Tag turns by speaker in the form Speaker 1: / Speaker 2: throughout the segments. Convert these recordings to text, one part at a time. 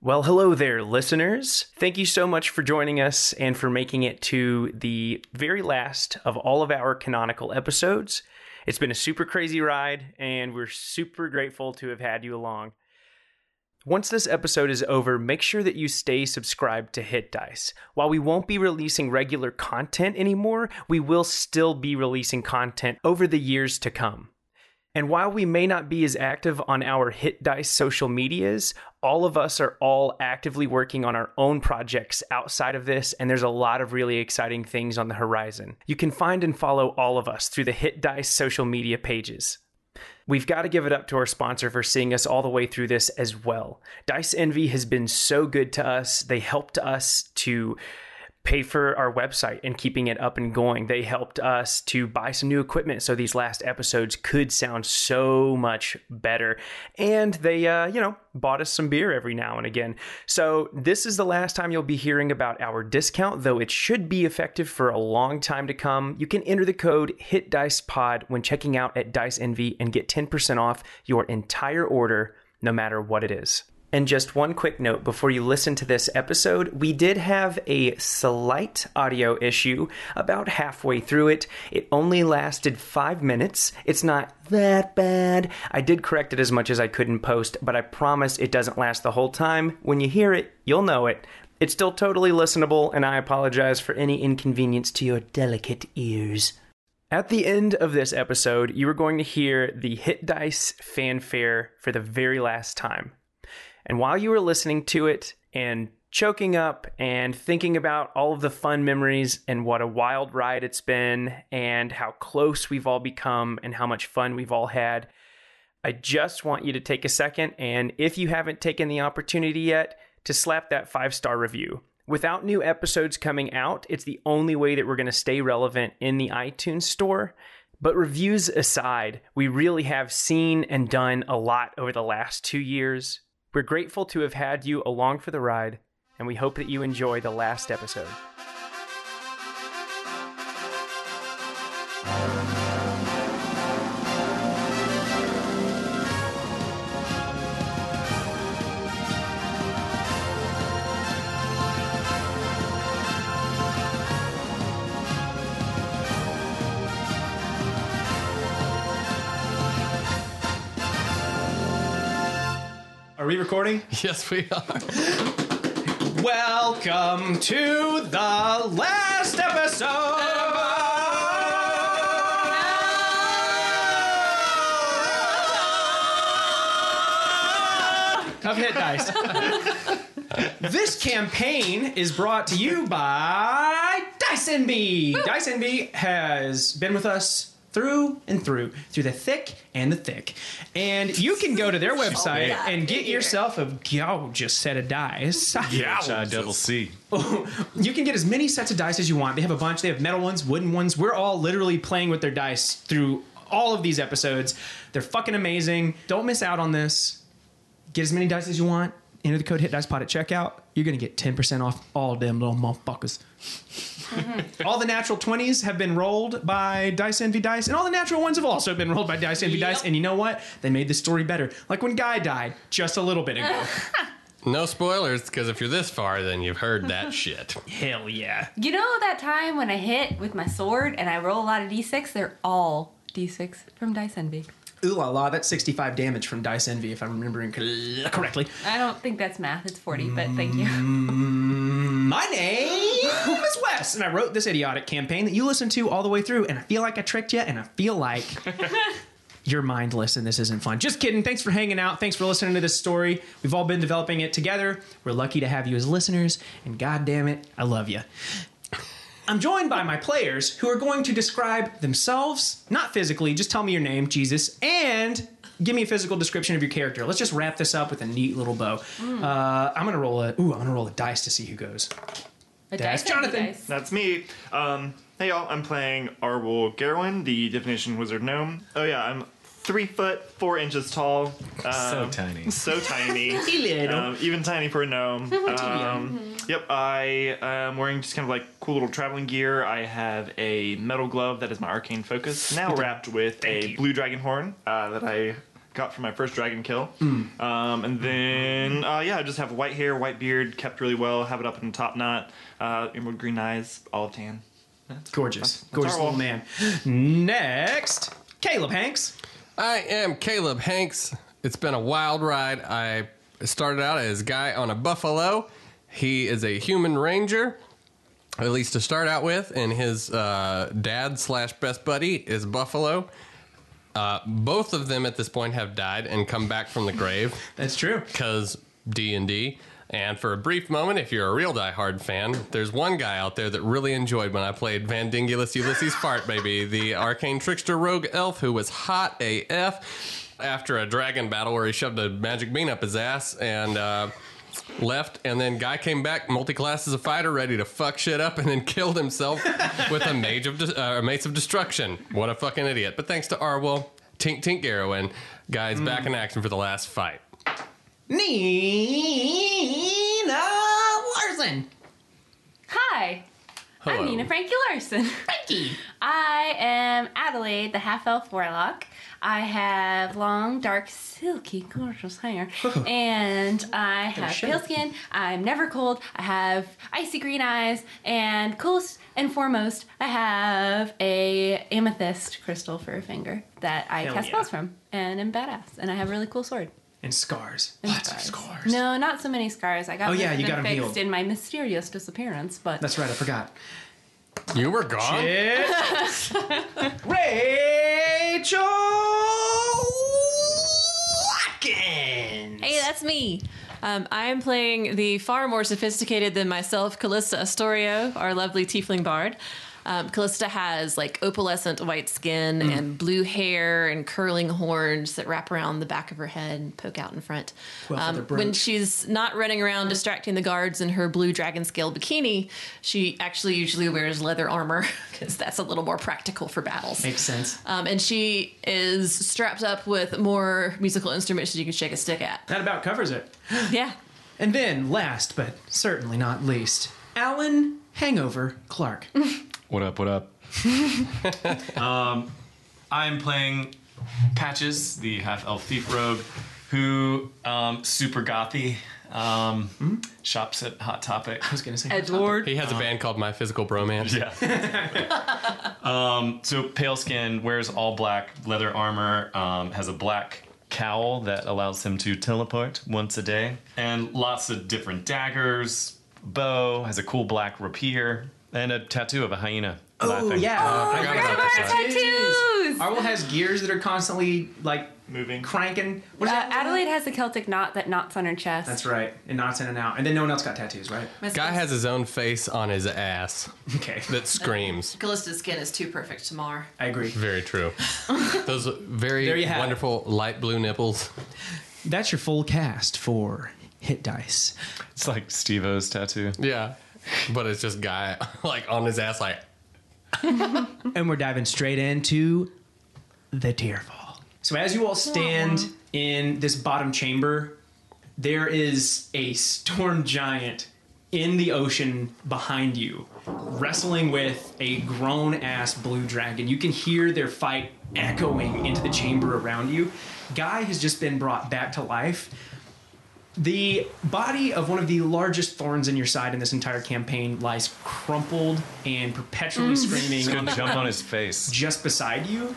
Speaker 1: Well, hello there, listeners. Thank you so much for joining us and for making it to the very last of all of our canonical episodes. It's been a super crazy ride, and we're super grateful to have had you along. Once this episode is over, make sure that you stay subscribed to Hit Dice. While we won't be releasing regular content anymore, we will still be releasing content over the years to come. And while we may not be as active on our Hit Dice social medias, all of us are all actively working on our own projects outside of this, and there's a lot of really exciting things on the horizon. You can find and follow all of us through the Hit Dice social media pages. We've got to give it up to our sponsor for seeing us all the way through this as well. Dice Envy has been so good to us. They helped us to pay for our website and keeping it up and going. They helped us to buy some new equipment so these last episodes could sound so much better. And they, uh, you know, bought us some beer every now and again. So this is the last time you'll be hearing about our discount, though it should be effective for a long time to come. You can enter the code HITDICEPOD when checking out at Dice Envy and get 10% off your entire order, no matter what it is. And just one quick note before you listen to this episode, we did have a slight audio issue about halfway through it. It only lasted five minutes. It's not that bad. I did correct it as much as I could in post, but I promise it doesn't last the whole time. When you hear it, you'll know it. It's still totally listenable, and I apologize for any inconvenience to your delicate ears. At the end of this episode, you are going to hear the Hit Dice fanfare for the very last time. And while you were listening to it and choking up and thinking about all of the fun memories and what a wild ride it's been and how close we've all become and how much fun we've all had, I just want you to take a second and if you haven't taken the opportunity yet, to slap that five star review. Without new episodes coming out, it's the only way that we're going to stay relevant in the iTunes store. But reviews aside, we really have seen and done a lot over the last two years. We're grateful to have had you along for the ride, and we hope that you enjoy the last episode.
Speaker 2: Are we recording?
Speaker 3: Yes, we are.
Speaker 1: Welcome to the last episode of Hit Dice. this campaign is brought to you by Dyson B. Dyson B has been with us through and through, through the thick and the thick. And you can go to their website
Speaker 4: yeah.
Speaker 1: and get yourself a gorgeous set of dice.
Speaker 2: Uh, double C.
Speaker 1: You can get as many sets of dice as you want. They have a bunch. They have metal ones, wooden ones. We're all literally playing with their dice through all of these episodes. They're fucking amazing. Don't miss out on this. Get as many dice as you want. Enter the code hit dice pod at checkout. You're gonna get 10% off all them little motherfuckers. all the natural 20s have been rolled by Dice Envy Dice, and all the natural ones have also been rolled by Dice Envy Dice. And you know what? They made the story better. Like when Guy died just a little bit ago.
Speaker 3: No spoilers, because if you're this far, then you've heard that shit.
Speaker 1: Hell yeah.
Speaker 4: You know that time when I hit with my sword and I roll a lot of d6? They're all d6 from Dice Envy.
Speaker 1: Ooh la la, that's 65 damage from Dice Envy, if I'm remembering cor- correctly.
Speaker 4: I don't think that's math, it's 40, but thank you.
Speaker 1: Mm, My name is Wes, and I wrote this idiotic campaign that you listened to all the way through, and I feel like I tricked you, and I feel like you're mindless, and this isn't fun. Just kidding. Thanks for hanging out. Thanks for listening to this story. We've all been developing it together. We're lucky to have you as listeners, and god damn it, I love you. I'm joined by my players who are going to describe themselves, not physically, just tell me your name, Jesus, and give me a physical description of your character. Let's just wrap this up with a neat little bow. Uh, I'm gonna roll a ooh, I'm gonna roll a dice to see who goes.
Speaker 4: A
Speaker 1: That's
Speaker 4: Dice Envy
Speaker 1: Jonathan.
Speaker 4: dice.
Speaker 5: That's me. Um, hey y'all, I'm playing Arwol Gerwin, the definition wizard gnome. Oh yeah, I'm three foot four inches tall.
Speaker 2: So
Speaker 5: Um,
Speaker 2: tiny.
Speaker 5: So tiny.
Speaker 1: little.
Speaker 5: Um, even tiny for a gnome. Um, yep, I am wearing just kind of like cool little traveling gear. I have a metal glove that is my arcane focus, now wrapped with a blue dragon horn uh, that I got from my first dragon kill.
Speaker 1: Hmm.
Speaker 5: Um, and then, uh, yeah, I just have white hair, white beard, kept really well, have it up in a top knot, uh, emerald green eyes, olive tan.
Speaker 1: Gorgeous.
Speaker 5: That's- that's
Speaker 1: Gorgeous
Speaker 5: our
Speaker 1: little
Speaker 5: wall.
Speaker 1: man. Next, Caleb Hanks.
Speaker 3: I am Caleb Hanks. It's been a wild ride. I started out as a guy on a buffalo. He is a human ranger, at least to start out with, and his uh, dad slash best buddy is buffalo. Uh, both of them at this point have died and come back from the grave
Speaker 1: That's true.
Speaker 3: because D and D. And for a brief moment, if you're a real diehard fan, there's one guy out there that really enjoyed when I played Vandingulus Ulysses Fart, baby, the arcane trickster rogue elf who was hot AF after a dragon battle where he shoved a magic bean up his ass and uh, left. And then guy came back, multi-class as a fighter, ready to fuck shit up, and then killed himself with a mage of de- uh, a mace of destruction. What a fucking idiot! But thanks to Arwell, Tink Tink Garrowin, guys back in action for the last fight.
Speaker 1: Nina Larson.
Speaker 4: Hi.
Speaker 3: Hello.
Speaker 4: I'm Nina Frankie Larson.
Speaker 1: Frankie.
Speaker 4: I am Adelaide, the half elf warlock. I have long, dark, silky, gorgeous hair. and I have
Speaker 1: shit.
Speaker 4: pale skin. I'm never cold. I have icy green eyes. And coolest and foremost, I have a amethyst crystal for a finger that I
Speaker 1: Hell
Speaker 4: cast
Speaker 1: yeah.
Speaker 4: spells from. And I'm badass. And I have a really cool sword.
Speaker 1: And scars.
Speaker 4: and
Speaker 1: Lots of scars.
Speaker 4: No, not so many scars. I got
Speaker 1: Oh, yeah,
Speaker 4: most of
Speaker 1: you got
Speaker 4: them
Speaker 1: 'em
Speaker 4: fixed
Speaker 1: healed.
Speaker 4: in my mysterious disappearance, but
Speaker 1: That's right, I forgot.
Speaker 3: You were gone.
Speaker 1: It's Rachel Watkins.
Speaker 6: Hey, that's me. Um, I am playing the far more sophisticated than myself, Callista Astorio, our lovely tiefling bard. Um, Callista has like opalescent white skin
Speaker 1: Mm.
Speaker 6: and blue hair and curling horns that wrap around the back of her head and poke out in front. Um,
Speaker 1: Well, for the
Speaker 6: when
Speaker 1: brooch.
Speaker 6: she's not running around distracting the guards in her blue dragon scale bikini, she actually usually wears leather armor because that's a little more practical for battles.
Speaker 1: Makes sense.
Speaker 6: Um, and she is strapped up with more musical instruments that you can shake a stick at.
Speaker 1: That about covers it.
Speaker 6: Yeah.
Speaker 1: And then, last but certainly not least, Alan Hangover Clark.
Speaker 2: What up? What up? Um, I'm playing Patches, the half elf thief rogue, who um, super gothy, um, shops at Hot Topic.
Speaker 1: I was gonna say
Speaker 4: Lord.
Speaker 3: Hmm? He has a band called My Physical Bromance.
Speaker 2: Yeah. um, so pale skin, wears all black leather armor, um, has a black cowl that allows him to teleport once a day, and lots of different daggers. Bow has a cool black rapier and a tattoo of a hyena.
Speaker 1: Oh
Speaker 2: laughing.
Speaker 1: yeah,
Speaker 3: forgot
Speaker 1: I forgot
Speaker 3: about
Speaker 1: about
Speaker 3: that.
Speaker 1: tattoos.
Speaker 4: Tattoos!
Speaker 1: Arwell has gears that are constantly like
Speaker 5: Moving.
Speaker 1: cranking. What is
Speaker 4: Uh,
Speaker 1: that?
Speaker 4: Adelaide has a Celtic knot that knots on her chest.
Speaker 1: That's right, and knots in and out. And then no one else got tattoos, right?
Speaker 3: Guy has his own face on his ass
Speaker 1: Okay,
Speaker 3: that screams.
Speaker 6: Callista's skin is too perfect to mar.
Speaker 1: I agree.
Speaker 3: Very true. Those
Speaker 1: There
Speaker 3: very
Speaker 1: you have it.
Speaker 3: wonderful light blue nipples.
Speaker 1: That's your full cast for Hit Dice.
Speaker 2: It's like Steve O's tattoo.
Speaker 3: Yeah. But it's just guy like on his ass like
Speaker 1: and we're diving straight into the tearfall. So as you all stand in this bottom chamber, there is a storm giant in the ocean behind you, wrestling with a grown ass blue dragon. You can hear their fight echoing into the chamber around you. Guy has just been brought back to life. The body of one of the largest thorns in your side in this entire campaign lies crumpled and perpetually screaming on
Speaker 2: Good
Speaker 1: the
Speaker 2: jump on his face.
Speaker 1: just beside you,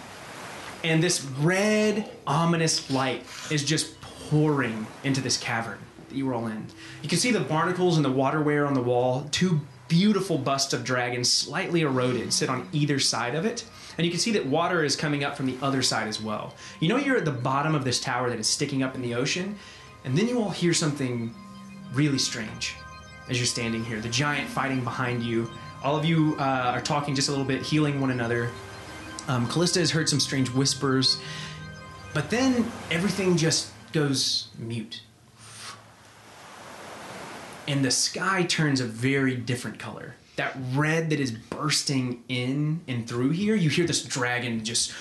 Speaker 1: and this red, ominous light is just pouring into this cavern that you are all in. You can see the barnacles and the waterware on the wall, two beautiful busts of dragons, slightly eroded, sit on either side of it. And you can see that water is coming up from the other side as well. You know you're at the bottom of this tower that is sticking up in the ocean, and then you all hear something really strange as you're standing here. The giant fighting behind you. All of you uh, are talking just a little bit, healing one another. Um, Callista has heard some strange whispers, but then everything just goes mute. And the sky turns a very different color. That red that is bursting in and through here, you hear this dragon just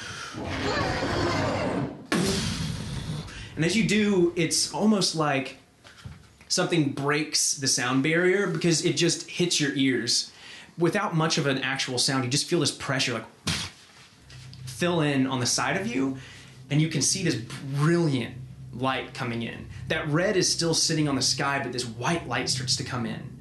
Speaker 1: And as you do, it's almost like something breaks the sound barrier because it just hits your ears without much of an actual sound. You just feel this pressure like fill in on the side of you, and and you can see this brilliant light coming in. That red is still sitting on the sky, but this white light starts to come in,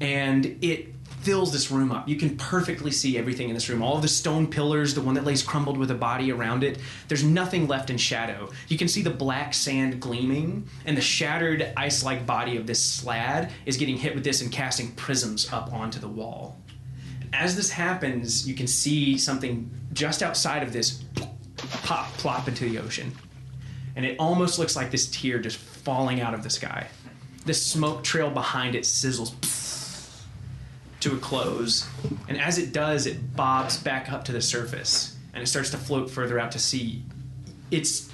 Speaker 1: and it fills this room up. You can perfectly see everything in this room. All of the stone pillars, the one that lays crumbled with a body around it, there's nothing left in shadow. You can see the black sand gleaming, and the shattered ice like body of this slad is getting hit with this and casting prisms up onto the wall. As this happens, you can see something just outside of this pop, plop into the ocean. And it almost looks like this tear just falling out of the sky. The smoke trail behind it sizzles to a close. And as it does, it bobs back up to the surface and it starts to float further out to sea. It's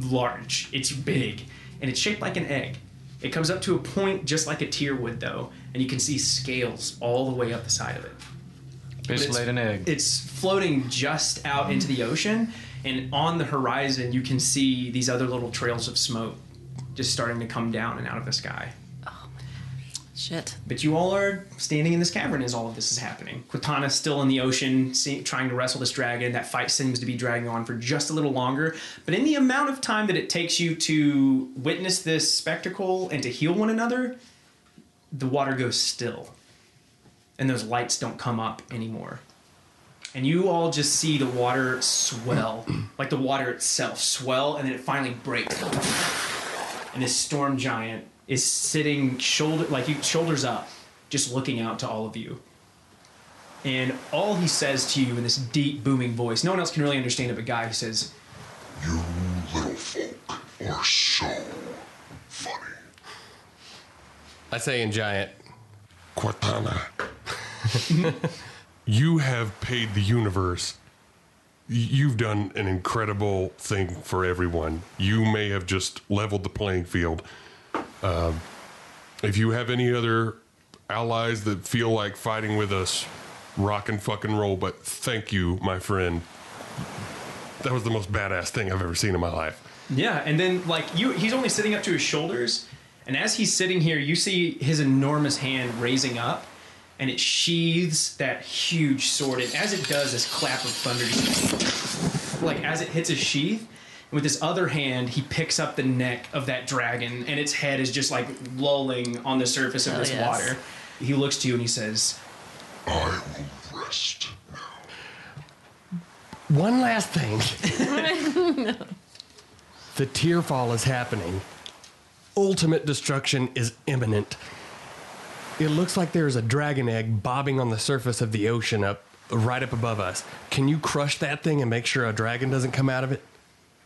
Speaker 1: large, it's big, and it's shaped like an egg. It comes up to a point just like a tear would, though, and you can see scales all the way up the side of it.
Speaker 2: Bitch
Speaker 1: It's-
Speaker 2: laid an egg.
Speaker 1: It's floating just out into the ocean, and on the horizon, you can see these other little trails of smoke just starting to come down and out of the sky.
Speaker 6: Shit.
Speaker 1: But you all are standing in this cavern as all of this is happening. Quitana's still in the ocean, see, trying to wrestle this dragon. That fight seems to be dragging on for just a little longer. But in the amount of time that it takes you to witness this spectacle and to heal one another, the water goes still. And those lights don't come up anymore. And you all just see the water swell, like the water itself swell, and then it finally breaks and this storm giant is sitting shoulder like you shoulders up just looking out to all of you and all he says to you in this deep booming voice no one else can really understand it but guy he says
Speaker 7: You little folk are so funny.
Speaker 3: I say in giant.
Speaker 7: Cortana, you have paid the universe. You've done an incredible thing for everyone. You may have just leveled the playing field. Um, if you have any other allies that feel like fighting with us, rock and fucking roll. But thank you, my friend. That was the most badass thing I've ever seen in my life.
Speaker 1: Yeah, and then like you, he's only sitting up to his shoulders, and as he's sitting here, you see his enormous hand raising up, and it sheathes that huge sword. And as it does, this clap of thunder, just- like as it hits his sheath, and with his other hand, he picks up the neck of that dragon, and its head is just like lolling on the surface of
Speaker 6: Hell
Speaker 1: this
Speaker 6: yes.
Speaker 1: water. He looks to you and he says,
Speaker 7: I will rest.
Speaker 3: One last thing. The tearfall is happening. Ultimate destruction is imminent. It looks like there is a dragon egg bobbing on the surface of the ocean up right up above us. Can you crush that thing and make sure a dragon doesn't come out of it?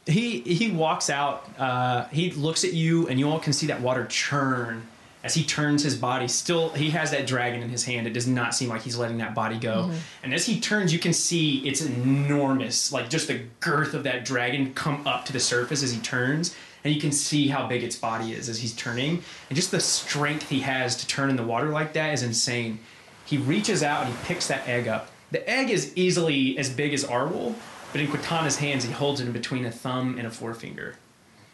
Speaker 1: he he walks out. Uh, he looks at you, and you all can see that water churn as he turns his body. Still, he has that dragon in his hand. It does not seem like he's letting that body go. And as he turns, you can see it's enormous, like just the girth of that dragon come up to the surface as he turns. And you can see how big its body is as he's turning, and just the strength he has to turn in the water like that is insane. He reaches out and he picks that egg up. The egg is easily as big as Arwol, but in Quitana's hands, he holds it in between a thumb and a forefinger.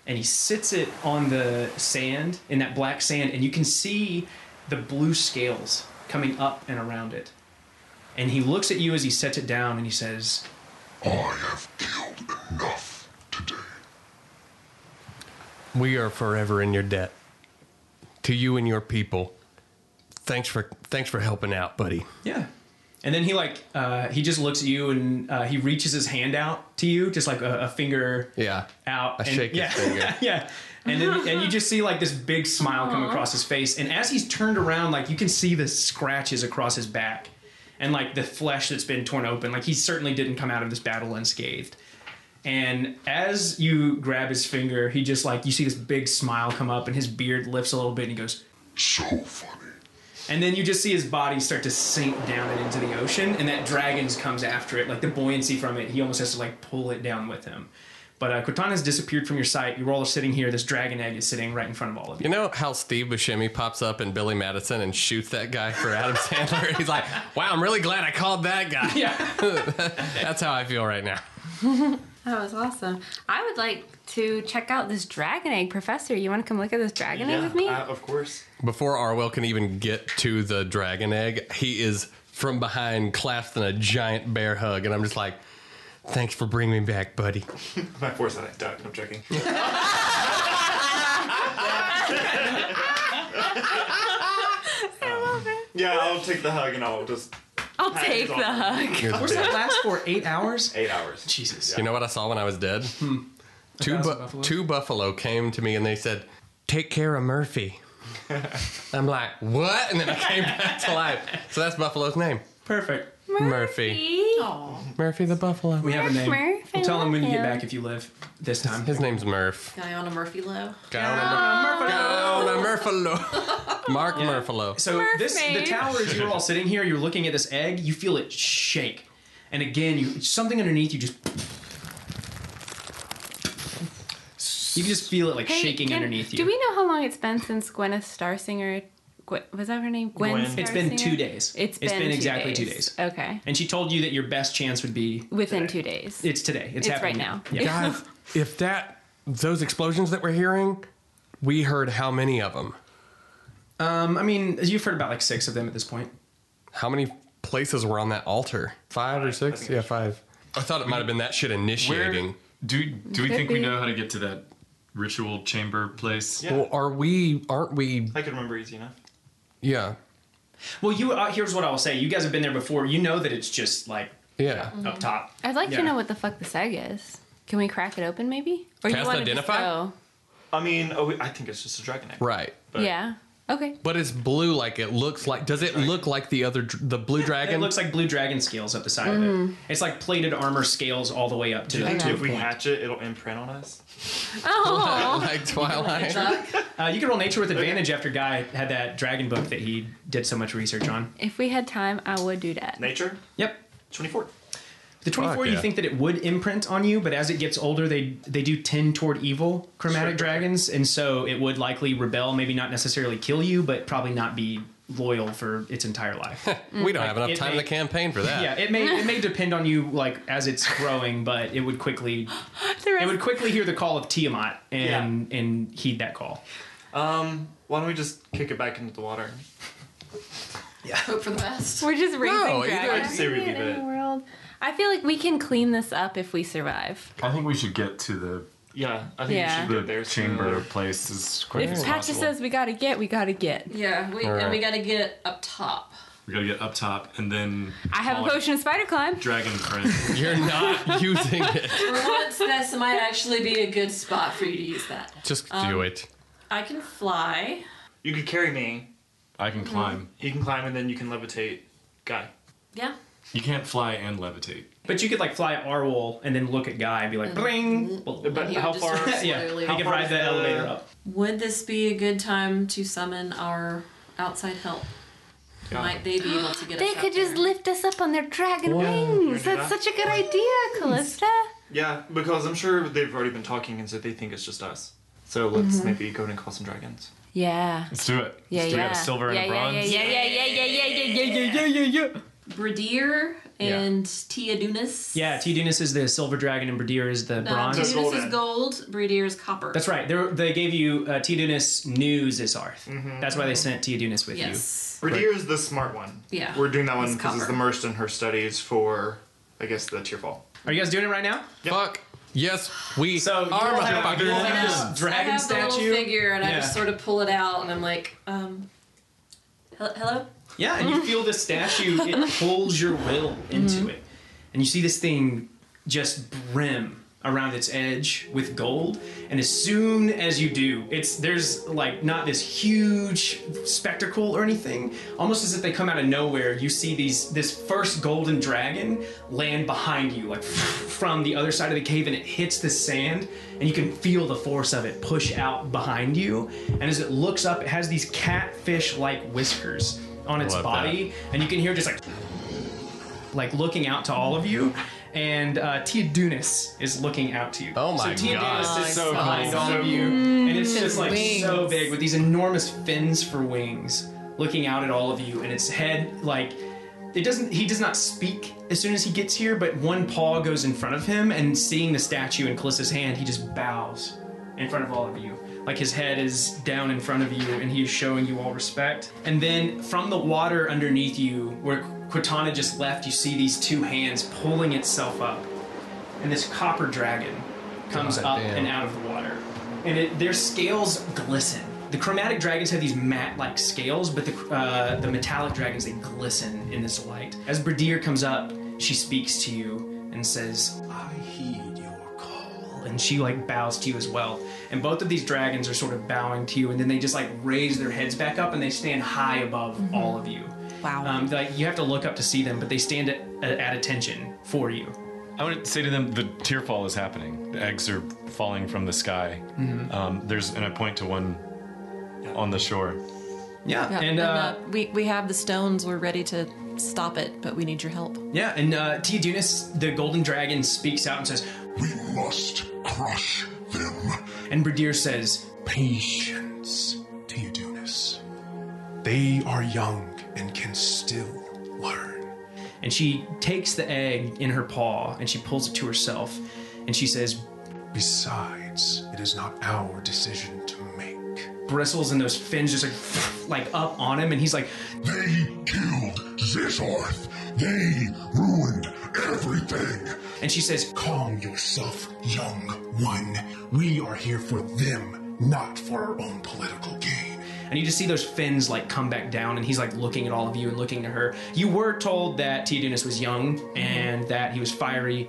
Speaker 1: And he sits it on the sand, in that black sand, and you can see the blue scales coming up and around it. And he looks at you as he sets it down and he says,
Speaker 7: I have killed enough today.
Speaker 3: We are forever in your debt. To you and your people. Thanks for thanks for helping out, buddy.
Speaker 1: Yeah. And then he like uh, he just looks at you and uh, he reaches his hand out to you, just like a, a finger
Speaker 3: Yeah.
Speaker 1: out.
Speaker 3: I
Speaker 1: and,
Speaker 3: shake his
Speaker 1: yeah,
Speaker 3: finger.
Speaker 1: yeah. And then and you just see like this big smile come across his face. And as he's turned around, like you can see the scratches across his back and like the flesh that's been torn open. Like he certainly didn't come out of this battle unscathed. And as you grab his finger, he just like you see this big smile come up and his beard lifts a little bit and he goes,
Speaker 7: So funny.
Speaker 1: and then you just see his body start to sink down and into the ocean, and that dragon's comes after it, like the buoyancy from it. He almost has to like pull it down with him. But uh, Cortana's disappeared from your sight. You're all sitting here. This dragon egg is sitting right in front of all of you.
Speaker 3: You know how Steve Buscemi pops up in Billy Madison and shoots that guy for Adam Sandler? He's like, wow, I'm really glad I called that guy.
Speaker 1: Yeah.
Speaker 3: That's how I feel right now.
Speaker 4: That was awesome. I would like to check out this dragon egg, Professor. You want to come look at this dragon egg with me?
Speaker 5: Uh, of course.
Speaker 3: Before Arwell can even get to the dragon egg, he is from behind clasped in a giant bear hug. And I'm just like, Thanks for bringing me back, buddy.
Speaker 5: My foresight, I ducked. I'm joking. Yeah, I'll take the hug and I'll just
Speaker 6: I'll
Speaker 5: Hi,
Speaker 6: take
Speaker 5: it's
Speaker 6: the
Speaker 5: awesome.
Speaker 6: hug.
Speaker 3: You're the
Speaker 1: What's
Speaker 3: best.
Speaker 1: that last for? Eight hours?
Speaker 5: eight hours.
Speaker 1: Jesus.
Speaker 3: You know what I saw when I was dead? Two,
Speaker 1: Hmm. thousand
Speaker 3: bu-
Speaker 1: buffalo?
Speaker 3: two buffalo came to me and they said, Take care of Murphy. I'm like, What? And then I came back to life. So that's Buffalo's name
Speaker 1: Perfect.
Speaker 3: Murphy. Murphy the Buffalo.
Speaker 1: We have a name.
Speaker 8: Murph, I
Speaker 1: we'll tell him
Speaker 8: love
Speaker 1: when you get
Speaker 8: him.
Speaker 1: back if you live this time.
Speaker 3: His name's Murph.
Speaker 6: Guy on a Murphy low.
Speaker 3: Oh, the Murphalo. Mark Murphalo.
Speaker 1: So this the
Speaker 6: Mermaid.
Speaker 1: tower is you're all sitting here, you're looking at this egg, you feel it shake. And again, you something underneath you just You can just feel it like
Speaker 8: Hey,
Speaker 1: shaking
Speaker 8: can-
Speaker 1: underneath you.
Speaker 8: Do we know how long it's been since Gwyneth Starsinger? Gw- was that her name? Gwen.
Speaker 5: Gwen.
Speaker 8: Starsinger?
Speaker 1: It's been two days.
Speaker 8: It's been, two
Speaker 1: exactly
Speaker 8: days.
Speaker 1: two days.
Speaker 8: Okay,
Speaker 1: And she told you that your best chance would be
Speaker 8: within two days.
Speaker 1: it's today.
Speaker 8: It's
Speaker 1: It's, happening
Speaker 8: right now.
Speaker 1: Yeah.
Speaker 3: Guys, if that, those explosions that we're hearing, we heard how many of them?
Speaker 1: Um, I mean, you've heard about like six of them at this point.
Speaker 3: How many places were on that altar? Five or six? Yeah, five. I thought it might have been that shit initiating.
Speaker 2: Where, do do we
Speaker 8: Could
Speaker 2: think we
Speaker 8: be.
Speaker 2: know how to get to that ritual chamber place?
Speaker 5: Yeah.
Speaker 3: Well, are we? Aren't we?
Speaker 5: I can remember easy enough.
Speaker 3: Yeah,
Speaker 1: Well, you uh, here's what I will say. You guys have been there before. You know that it's just like
Speaker 3: yeah.
Speaker 1: up top.
Speaker 8: Mm-hmm. I'd like
Speaker 1: Yeah.
Speaker 8: to know what the fuck this egg is. Can we crack it open, maybe? Or
Speaker 3: Cast
Speaker 8: wanna
Speaker 3: identify?
Speaker 8: Just go?
Speaker 5: I mean, oh, I think it's just a dragon egg.
Speaker 3: Right.
Speaker 5: But-
Speaker 8: Yeah. Okay.
Speaker 3: But it's blue. Like it looks like. Does it look like the other dr- the blue
Speaker 1: It
Speaker 3: dragon?
Speaker 1: looks like blue dragon scales up the side
Speaker 8: Mm-hmm.
Speaker 1: of it. It's like plated armor scales all the way up to the
Speaker 5: If
Speaker 1: to a
Speaker 5: we
Speaker 1: point.
Speaker 5: hatch it, it'll imprint on us.
Speaker 8: Oh.
Speaker 3: like Twilight.
Speaker 1: Uh, you can roll nature with advantage after Guy had that dragon book that he did so much research on.
Speaker 8: if we had time, I would do that.
Speaker 5: Nature,
Speaker 1: Yep.
Speaker 5: 24.
Speaker 1: The 24,
Speaker 3: yeah.
Speaker 1: you think that it would imprint on you, but as it gets older, they they do tend toward evil chromatic
Speaker 5: Sure.
Speaker 1: dragons, and so it would likely rebel, maybe not necessarily kill you, but probably not be loyal for its entire life.
Speaker 3: we don't have enough
Speaker 1: it
Speaker 3: time in
Speaker 1: may-
Speaker 3: the campaign for that.
Speaker 1: yeah, it may it may depend on you like as it's growing, but it would quickly
Speaker 8: The
Speaker 1: it
Speaker 8: rest-
Speaker 1: would quickly hear the call of Tiamat and and heed that call.
Speaker 5: Um, why don't we just kick it back into the water?
Speaker 6: Hope for the best.
Speaker 8: We're just raising
Speaker 3: No, you
Speaker 8: dragons.
Speaker 5: don't say we
Speaker 8: in
Speaker 5: leave
Speaker 8: any
Speaker 5: it.
Speaker 8: world. I feel like we can clean this up if we survive.
Speaker 2: I think we should get to
Speaker 5: Yeah, I think
Speaker 8: Yeah.
Speaker 5: we
Speaker 2: the,
Speaker 5: should get there.
Speaker 2: the
Speaker 5: soon.
Speaker 2: chamber place as quick
Speaker 8: If
Speaker 2: as
Speaker 8: Patrick
Speaker 2: possible.
Speaker 8: says we gotta get, we gotta get.
Speaker 6: Yeah, we,
Speaker 3: All right.
Speaker 6: and we gotta get up top.
Speaker 2: we gotta get up top and then
Speaker 8: I have
Speaker 2: call
Speaker 8: a
Speaker 2: it
Speaker 8: potion of spider climb.
Speaker 2: Dragon friend.
Speaker 3: You're not using it.
Speaker 6: For once, this might actually be a good spot for you to use that.
Speaker 3: Just do it.
Speaker 6: I can fly.
Speaker 5: You could carry me.
Speaker 2: I can climb.
Speaker 5: You can climb and then you can levitate. Guy.
Speaker 6: Yeah.
Speaker 2: You can't fly and levitate.
Speaker 1: But you could like fly at Arwol and then look at Guy and be like, bling.
Speaker 5: But
Speaker 6: You
Speaker 5: how
Speaker 6: just
Speaker 5: far?
Speaker 6: slowly
Speaker 1: yeah, he
Speaker 6: walk.
Speaker 1: could
Speaker 5: far
Speaker 1: ride
Speaker 5: is
Speaker 1: the
Speaker 5: the-
Speaker 1: elevator up.
Speaker 6: Would this be a good time to summon our outside help? Might they be able to get
Speaker 8: They
Speaker 6: us
Speaker 8: could
Speaker 6: out there?
Speaker 8: just lift us up on their dragon wings.
Speaker 5: You're
Speaker 8: That's
Speaker 5: not-
Speaker 8: such a good idea, Callista.
Speaker 5: Yeah, because I'm sure they've already been talking and so they think it's just us. So let's maybe go and call some dragons.
Speaker 8: Yeah.
Speaker 2: Let's do it.
Speaker 8: Mm-hmm. Yeah,
Speaker 2: Let's do it.
Speaker 8: yeah.
Speaker 2: a silver and
Speaker 8: Yeah,
Speaker 2: a
Speaker 8: yeah,
Speaker 2: bronze.
Speaker 8: Yeah, yeah, yeah, yeah, yeah, yeah, yeah, yeah, yeah, yeah, yeah.
Speaker 6: Bradir and Tia Dunas.
Speaker 1: Yeah, T. Dunas is the silver dragon and Bradir is the
Speaker 6: Uh,
Speaker 1: bronze.
Speaker 6: Tia Dunas
Speaker 5: Golden.
Speaker 6: is gold. Bradir is copper.
Speaker 1: That's right. They, were- they gave you uh, T. Dunas knew Zisarth. That's why they sent T. Dunas with
Speaker 6: Yes.
Speaker 5: Radir Mm-hmm. is the smart one.
Speaker 6: Yeah.
Speaker 5: We're doing that one
Speaker 6: It's
Speaker 5: because it's
Speaker 6: copper.
Speaker 5: immersed in her studies for, I guess, the Tearfall.
Speaker 1: you. Are you guys doing it right now?
Speaker 3: Fuck. Yes, we
Speaker 1: So you
Speaker 3: are
Speaker 1: all have- you all
Speaker 3: motherfuckers.
Speaker 1: have this
Speaker 6: Yeah. I
Speaker 1: dragon
Speaker 6: have the
Speaker 1: statue.
Speaker 6: little figure, and I
Speaker 1: Yeah.
Speaker 6: just sort of pull it out, and I'm like, um, hel- hello.
Speaker 1: Yeah, and you feel the statue, it pulls your will into
Speaker 6: Mm-hmm.
Speaker 1: it. And you see this thing just brim around its edge with gold. And as soon as you do, it's there's like not this huge spectacle or anything. Almost as if they come out of nowhere, you see these this first golden dragon land behind you, like from the other side of the cave, and it hits the sand, and you can feel the force of it push out behind you. And as it looks up, it has these catfish-like whiskers on its
Speaker 3: love
Speaker 1: body, and you can hear just like like looking out to all of you. And uh, Tia Dunas is looking out to you.
Speaker 3: Oh my
Speaker 1: so Tia
Speaker 3: God.
Speaker 1: Dunas is
Speaker 5: So
Speaker 1: behind
Speaker 5: cool.
Speaker 1: all
Speaker 5: So
Speaker 1: of you, and it's just like so big with these enormous fins for wings, looking out at all of you, and its head like it doesn't. He does not speak as soon as he gets here, but one paw goes in front of him, and seeing the statue in Calissa's hand, he just bows in front of all of you. Like his head is down in front of you and he is showing you all respect. And then from the water underneath you, where Cortana just left, you see these two hands pulling itself up. and this copper dragon comes
Speaker 3: God
Speaker 1: up
Speaker 3: damn.
Speaker 1: and out of the water, and it, their scales glisten. The chromatic dragons have these matte-like scales, but the uh, the metallic dragons they glisten in this light. As Bradir comes up, she speaks to you and says, "I heed your call," and she like bows to you as well. And both of these dragons are sort of bowing to you, and then they just like raise their heads back up and they stand high above all of you.
Speaker 6: Wow.
Speaker 1: Um, like you have to look up to see them, but they stand at, at attention for you.
Speaker 2: I want to say to them, the tearfall is happening. The eggs are falling from the sky.
Speaker 1: Mm-hmm.
Speaker 2: Um, there's, and I point to one on the shore.
Speaker 1: Yeah,
Speaker 6: Yeah,
Speaker 1: and, uh,
Speaker 6: we, we have the stones. We're ready to stop it, but we need your help.
Speaker 1: yeah, and uh, Tia Dunas, the golden dragon, speaks out and says,
Speaker 9: We must crush them.
Speaker 1: and Bradir says,
Speaker 9: Patience, Teodonis. They are young and can still learn.
Speaker 1: and she takes the egg in her paw and she pulls it to herself, and she says,
Speaker 9: Besides, it is not our decision to make.
Speaker 1: bristles and those fins just like like up on him, and he's like,
Speaker 9: They killed Zizorth. They ruined everything.
Speaker 1: and she says,
Speaker 9: Calm yourself, young one. We are here for them, not for our own political gain.
Speaker 1: and you just see those fins like come back down and he's like looking at all of you and looking at her you were told that tia Dunas was young and that he was fiery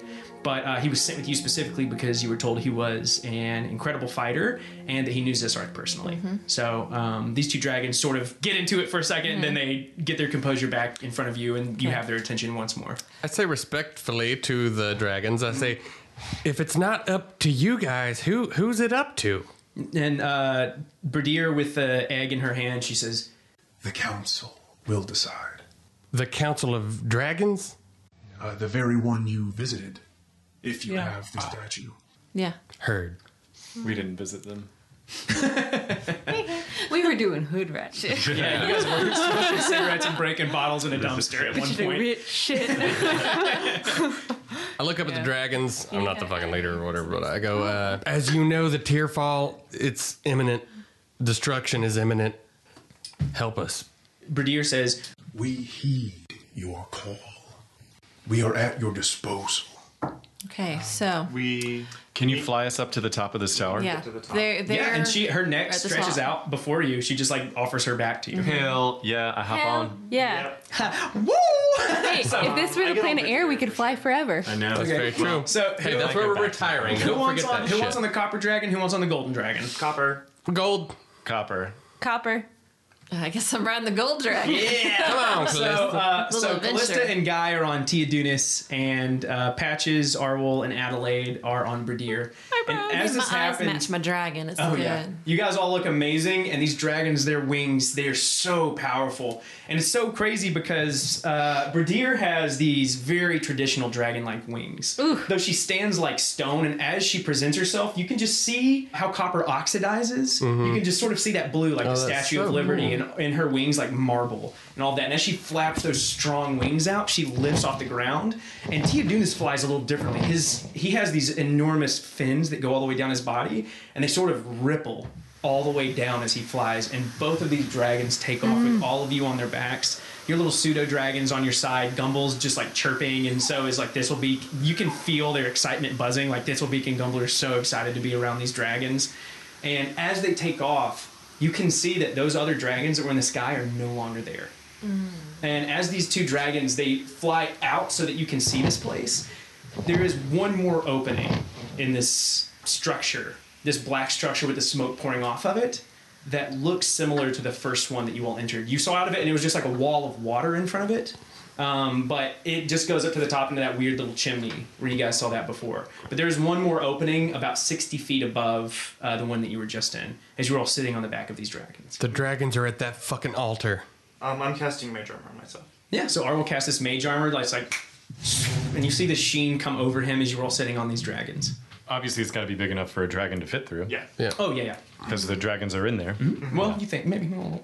Speaker 1: but uh, he was sent with you specifically because you were told he was an incredible fighter and that he knew Zisarth personally.
Speaker 2: Mm-hmm.
Speaker 1: So um, these two dragons sort of get into it for a 2nd and then they get their composure back in front of you, and you have their attention once more.
Speaker 3: I say respectfully to the dragons. I say,
Speaker 1: Mm-hmm.
Speaker 3: if it's not up to you guys, who who's it up to?
Speaker 1: And uh, Bradir, with the egg in her hand, she says,
Speaker 9: The council will decide.
Speaker 3: The Council of Dragons.
Speaker 9: Uh, the very one you visited, if you
Speaker 6: Yeah.
Speaker 9: have the
Speaker 3: Ah.
Speaker 9: statue.
Speaker 6: Yeah.
Speaker 3: Heard.
Speaker 2: We didn't visit them.
Speaker 6: We were doing hood rat shit.
Speaker 1: "Yeah, you guys were smoking cigarettes and breaking bottles in a dumpster at one point."
Speaker 6: shit.
Speaker 3: I look up at the dragons. I'm not the fucking leader or whatever, but I go. Uh, As you know, the Tearfall, it's imminent. Destruction is imminent. Help us.
Speaker 1: Bradir says,
Speaker 9: We heed your call. We are at your disposal.
Speaker 6: Okay, so
Speaker 5: We
Speaker 2: Can you fly us up to the top of this tower?
Speaker 6: yeah,
Speaker 5: to the top.
Speaker 6: they're, they're,
Speaker 1: Yeah, and she her neck
Speaker 6: at the
Speaker 1: stretches
Speaker 6: top.
Speaker 1: out before you. She just like offers her back to you.
Speaker 2: Hell yeah, uh-huh. I hop on.
Speaker 6: yeah.
Speaker 1: Woo!
Speaker 6: Hey, if this were the planet Air, we could fly forever.
Speaker 2: I know.
Speaker 3: That's very true.
Speaker 1: So
Speaker 3: hey, that's
Speaker 2: who-
Speaker 3: where
Speaker 2: I
Speaker 3: we're
Speaker 2: get back to that.
Speaker 3: retiring.
Speaker 1: who
Speaker 3: Don't
Speaker 1: wants
Speaker 3: forget
Speaker 1: on
Speaker 3: that
Speaker 1: who
Speaker 3: shit.
Speaker 1: wants on the copper dragon? Who wants on the golden dragon?
Speaker 5: copper.
Speaker 3: Gold.
Speaker 2: Copper.
Speaker 6: Copper. I guess I'm riding the gold dragon.
Speaker 3: Come on,
Speaker 1: So,
Speaker 3: Calista.
Speaker 1: uh, so
Speaker 6: adventure.
Speaker 1: Callista and Guy are on Tia Dunas, and uh, Patches, Arwol, and Adelaide are on Bradir. And as
Speaker 6: Oh, my
Speaker 1: this
Speaker 6: eyes
Speaker 1: happens,
Speaker 6: match my dragon. It's
Speaker 1: Oh
Speaker 6: good.
Speaker 1: yeah, you guys all look amazing, and these dragons, their wings—they're so powerful, and it's so crazy because uh, Bradir has these very traditional dragon-like wings. Though she stands like stone, and as she presents herself, you can just see how copper oxidizes. You can just sort of see that blue, like the
Speaker 3: Oh, that's
Speaker 1: Statue of
Speaker 3: so
Speaker 1: Liberty, and in her wings like marble and all that. And as she flaps those strong wings out, she lifts off the ground. And Teodunas flies a little differently. His he has these enormous fins that go all the way down his body, and they sort of ripple all the way down as he flies. And both of these dragons take off with all of you on their backs. Your little pseudo dragons on your side, Gumble's just like chirping, and so is like this will be. You can feel their excitement buzzing. Like this will be, and Gumbler is so excited to be around these dragons. And as they take off, you can see that those other dragons that were in the sky are no longer there. And as these two dragons, they fly out so that you can see this place. There is one more opening in this structure, this black structure with the smoke pouring off of it, that looks similar to the first one that you all entered. You saw out of it, and it was just like a wall of water in front of it. Um, but it just goes up to the top into that weird little chimney where you guys saw that before. But there's one more opening about 60 feet above uh, the one that you were just in, as you were all sitting on the back of these dragons.
Speaker 3: the dragons are at that fucking altar.
Speaker 5: Um, I'm casting mage armor on myself.
Speaker 1: Yeah, so Arwol casts this mage armor, like, it's like, and you see the sheen come over him as you're all sitting on these dragons.
Speaker 2: Obviously, it's got to be big enough for a dragon to fit through.
Speaker 5: Yeah.
Speaker 1: Oh, yeah,
Speaker 2: Because the dragons are in there.
Speaker 1: yeah. Well, you think, maybe, no,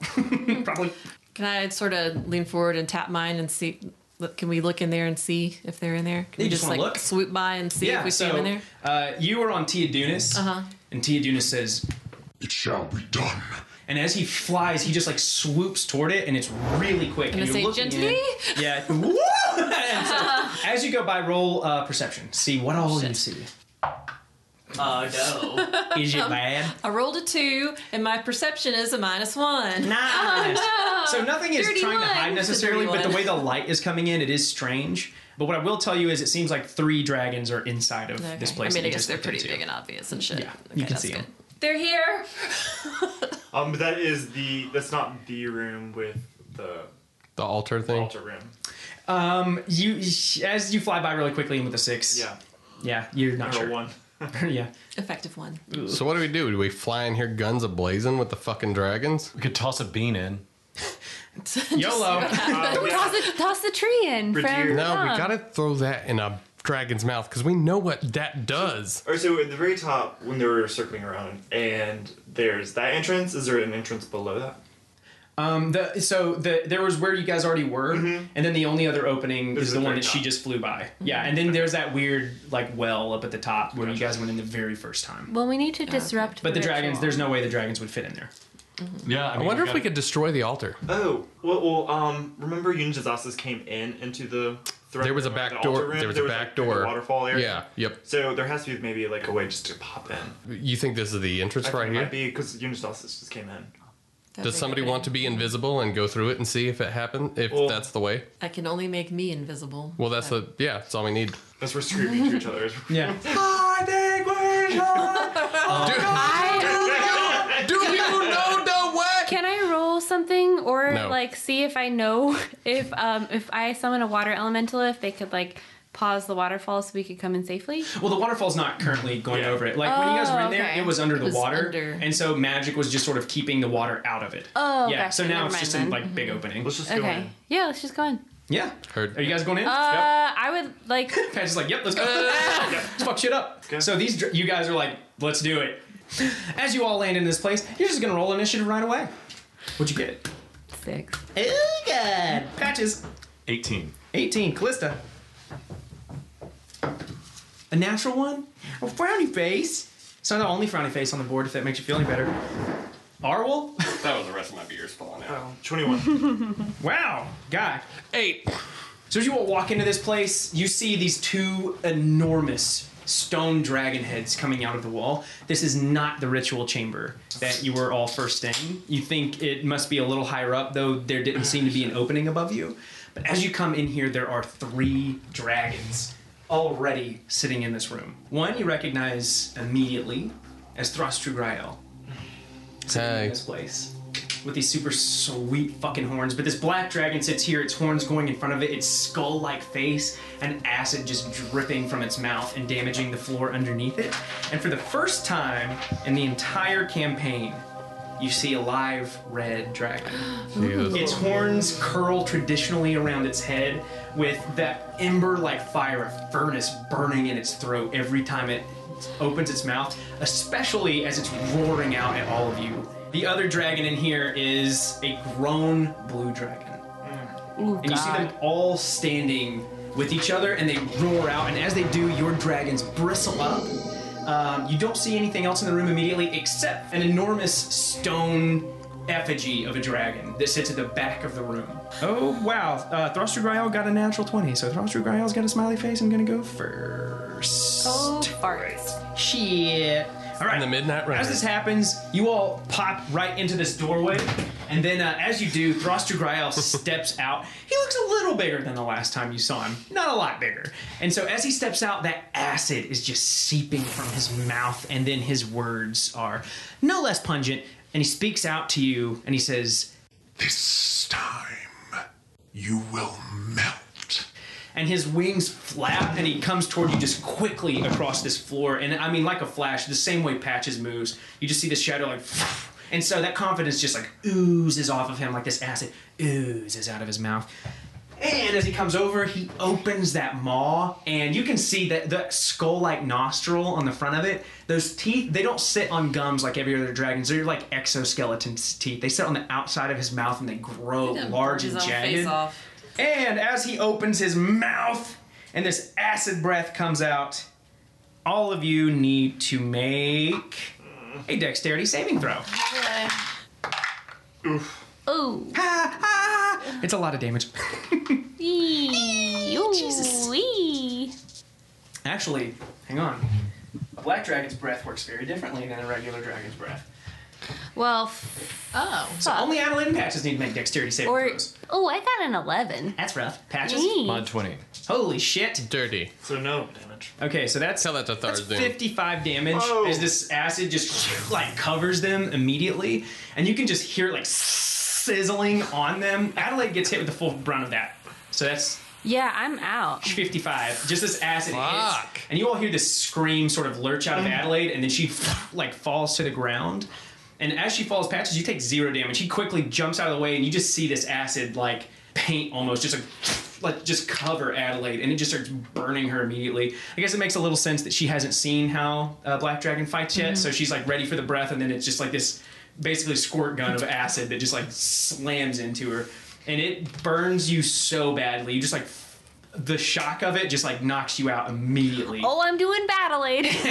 Speaker 1: probably.
Speaker 6: Can I sort of lean forward and tap mine and see? Look, can we look in there and see if they're in there? Can
Speaker 1: You
Speaker 6: we
Speaker 1: just
Speaker 6: just like
Speaker 1: wanna look?
Speaker 6: swoop by and see
Speaker 1: Yeah,
Speaker 6: if we see
Speaker 1: so,
Speaker 6: them in there?
Speaker 1: Uh, you are on Tia Dunas,
Speaker 6: Uh-huh.
Speaker 1: and Tia Dunas says,
Speaker 9: It shall be done.
Speaker 1: and as he flies, he just like swoops toward it, and it's really quick.
Speaker 6: Gonna
Speaker 1: And you're
Speaker 6: say
Speaker 1: looking in-
Speaker 6: gently?
Speaker 1: Yeah. Woo! And so, as you go by, roll uh, perception. See what all you see.
Speaker 10: Oh no.
Speaker 1: Is it bad?
Speaker 6: I rolled a two, and my perception is a minus one. Oh,
Speaker 1: Nice. So nothing is
Speaker 6: Dirty
Speaker 1: trying to
Speaker 6: one.
Speaker 1: hide necessarily, but the way the light is coming in, it is strange. But what I will tell you is, it seems like three dragons are inside of
Speaker 6: Okay.
Speaker 1: this place.
Speaker 6: I
Speaker 1: that
Speaker 6: mean, I
Speaker 1: you
Speaker 6: guess
Speaker 1: just
Speaker 6: they're
Speaker 1: looked
Speaker 6: pretty
Speaker 1: into.
Speaker 6: big and obvious and shit.
Speaker 1: Yeah, you can
Speaker 6: that's
Speaker 1: see 'em.
Speaker 6: good. They're here.
Speaker 5: Um, but that is the that's not the room with the
Speaker 3: The altar thing.
Speaker 5: altar room.
Speaker 1: Um, you as you fly by really quickly and with a six.
Speaker 5: Yeah,
Speaker 1: yeah, you're not
Speaker 5: number
Speaker 1: sure.
Speaker 5: one.
Speaker 1: yeah,
Speaker 6: Effective one.
Speaker 3: So what do we do? Do we fly in here guns ablazing with the fucking dragons?
Speaker 2: We could toss a bean in.
Speaker 1: YOLO.
Speaker 5: Uh, yeah.
Speaker 8: Toss, the, toss the tree in.
Speaker 5: Pretty
Speaker 8: From
Speaker 5: weird.
Speaker 3: No, we
Speaker 8: Tom.
Speaker 3: gotta throw that in a dragon's mouth because we know what that does.
Speaker 5: Or oh, so at the very top when they were circling around, and there's that entrance. Is there an entrance below that?
Speaker 1: Um, the so the there was where you guys already were, and then the only other opening
Speaker 5: This
Speaker 1: is
Speaker 5: is
Speaker 1: the
Speaker 5: the
Speaker 1: one
Speaker 5: Mm-hmm. very
Speaker 1: that she
Speaker 5: top.
Speaker 1: just flew by.
Speaker 6: Mm-hmm.
Speaker 1: Yeah, and then there's that weird like well up at the top where you guys went in the very first time.
Speaker 8: Well, we need to disrupt.
Speaker 1: But the dragons,
Speaker 8: ritual.
Speaker 1: there's no way the dragons would fit in there.
Speaker 2: Yeah, I,
Speaker 3: I
Speaker 2: mean,
Speaker 3: wonder if we
Speaker 2: gotta-
Speaker 3: could destroy the altar.
Speaker 5: Oh, well, well um, remember Yunjazasis came in into the. threat
Speaker 3: There was a
Speaker 5: room,
Speaker 3: back
Speaker 5: the altar
Speaker 3: door-
Speaker 5: room?
Speaker 3: there was a back
Speaker 5: like,
Speaker 3: door.
Speaker 5: waterfall area.
Speaker 3: Yeah. Yep.
Speaker 5: So there has to be maybe like a way just to pop in.
Speaker 3: You think this is the entrance
Speaker 5: I
Speaker 3: right
Speaker 5: think it
Speaker 3: here?
Speaker 5: might be because Yunjazasis just came in.
Speaker 3: Does somebody want to be invisible and go through it and see if it happened? If
Speaker 5: Well-
Speaker 3: that's the way.
Speaker 6: I can only make me invisible.
Speaker 3: Well, that's the yeah. That's all we need.
Speaker 5: As we're screaming to each other. as we're-
Speaker 1: Yeah.
Speaker 3: Do you
Speaker 8: Oh,
Speaker 3: know the way?
Speaker 8: Can I roll something or
Speaker 3: No.
Speaker 8: like see if I know if um if I summon a water elemental if they could like pause the waterfall so we could come in safely?
Speaker 1: Well, the waterfall's not currently going
Speaker 5: Yeah.
Speaker 1: over it. Like when you guys were in there,
Speaker 8: Oh, okay.
Speaker 1: it was under the
Speaker 6: was
Speaker 1: water,
Speaker 6: under.
Speaker 1: and so magic was just sort of keeping the water out of it.
Speaker 8: Oh,
Speaker 1: yeah.
Speaker 8: gotcha.
Speaker 1: So now
Speaker 8: Never
Speaker 1: it's
Speaker 8: mind
Speaker 1: just
Speaker 8: then.
Speaker 1: in like big opening.
Speaker 5: Let's just go
Speaker 8: Okay.
Speaker 5: in.
Speaker 8: Yeah, let's just go in.
Speaker 1: Yeah.
Speaker 3: Heard.
Speaker 1: Are you guys going in?
Speaker 8: Uh, I would like.
Speaker 1: Pat's just like, yep, let's go. Let's fuck shit up. So these, dr- you guys are like, let's do it. As you all land in this place, you're just gonna roll initiative right away. What'd you get?
Speaker 8: Six.
Speaker 1: Oh god. Patches.
Speaker 2: 18.
Speaker 1: 18. Callista. A natural one? A frowny face? It's not the only frowny face on the board if that makes you feel any better. Arwol?
Speaker 3: That was the rest of my beers falling out.
Speaker 1: Oh.
Speaker 5: Twenty-one.
Speaker 1: Wow, guy.
Speaker 3: Eight.
Speaker 1: So as you all walk into this place, you see these two enormous stone dragon heads coming out of the wall. This is not the ritual chamber that you were all first in. You think it must be a little higher up, though there didn't seem to be an opening above you. But as you come in here, there are three dragons already sitting in this room. One you recognize immediately as Throstrugrael sitting
Speaker 3: Hey.
Speaker 1: in this place with these super sweet fucking horns. But this black dragon sits here, its horns going in front of it, its skull like face, and acid just dripping from its mouth and damaging the floor underneath it. And for the first time in the entire campaign, you see a live red dragon. Its horns curl traditionally around its head, with that ember like fire of furnace burning in its throat every time it opens its mouth, especially as it's roaring out at all of you. The other dragon in here is a grown blue dragon. and you see them all standing with each other and they roar out, and as they do, your dragons bristle up. Um, you don't see anything else in the room immediately except an enormous stone effigy of a dragon that sits at the back of the room. Oh, wow. Uh, Thruster Grail got a natural 20, so Thruster Grail's got a smiley face. I'm going to go first.
Speaker 8: Oh, farts.
Speaker 1: Shit. All right.
Speaker 3: In the midnight
Speaker 1: As
Speaker 3: runners.
Speaker 1: this happens, you all pop right into this doorway, and then uh, as you do, Thruster Grail steps out. He looks a little bigger than the last time you saw him, not a lot bigger. And so as he steps out, that acid is just seeping from his mouth, and then his words are no less pungent. And he speaks out to you, and he says,
Speaker 9: This time, you will melt.
Speaker 1: and his wings flap and he comes toward you just quickly across this floor and i mean like a flash the same way patches moves you just see this shadow like and so that confidence just like oozes off of him like this acid oozes out of his mouth and as he comes over, he opens that maw, and you can see that the skull-like nostril on the front of it. Those teeth—they don't sit on gums like every other dragon's. They're like exoskeleton teeth. They sit on the outside of his mouth, and they grow large
Speaker 6: His
Speaker 1: and
Speaker 6: own
Speaker 1: jagged.
Speaker 6: face off.
Speaker 1: And as he opens his mouth and this acid breath comes out, all of you need to make a dexterity saving throw.
Speaker 8: Oh,
Speaker 1: Ah, ah, It's a lot of damage.
Speaker 8: Jesus.
Speaker 1: Actually, hang on. A black dragon's breath works very differently than a regular dragon's breath.
Speaker 8: Well,
Speaker 10: Oh.
Speaker 1: So only Adeline and Patches need to make dexterity saving
Speaker 8: Or-
Speaker 1: throws.
Speaker 8: oh, I got an 11.
Speaker 1: That's rough. Patches?
Speaker 8: Jeez.
Speaker 2: Mod 20.
Speaker 1: Holy shit.
Speaker 3: Dirty.
Speaker 5: So no damage.
Speaker 1: Okay, so that's
Speaker 3: Tell that to
Speaker 1: that's
Speaker 3: Tharzoom.
Speaker 1: 55 damage.
Speaker 5: Whoa.
Speaker 1: As this acid just like covers them immediately, and you can just hear it like sizzling on them. Adelaide gets hit with the full brunt of that. So that's
Speaker 8: Yeah, I'm out.
Speaker 1: 55. Just this acid
Speaker 3: Fuck.
Speaker 1: hits, and you all hear this scream sort of lurch out of Adelaide, and then she like falls to the ground. And as she falls, Patches, you take zero damage. He quickly jumps out of the way, and you just see this acid like paint almost just like like just cover Adelaide, and it just starts burning her immediately. I guess it makes a little sense that she hasn't seen how uh, Black Dragon fights yet, so she's like ready for the breath, and then it's just like this basically squirt gun of acid that just like slams into her, and it burns you so badly. You just like the shock of it just like knocks you out immediately.
Speaker 8: Oh, I'm doing battle aid.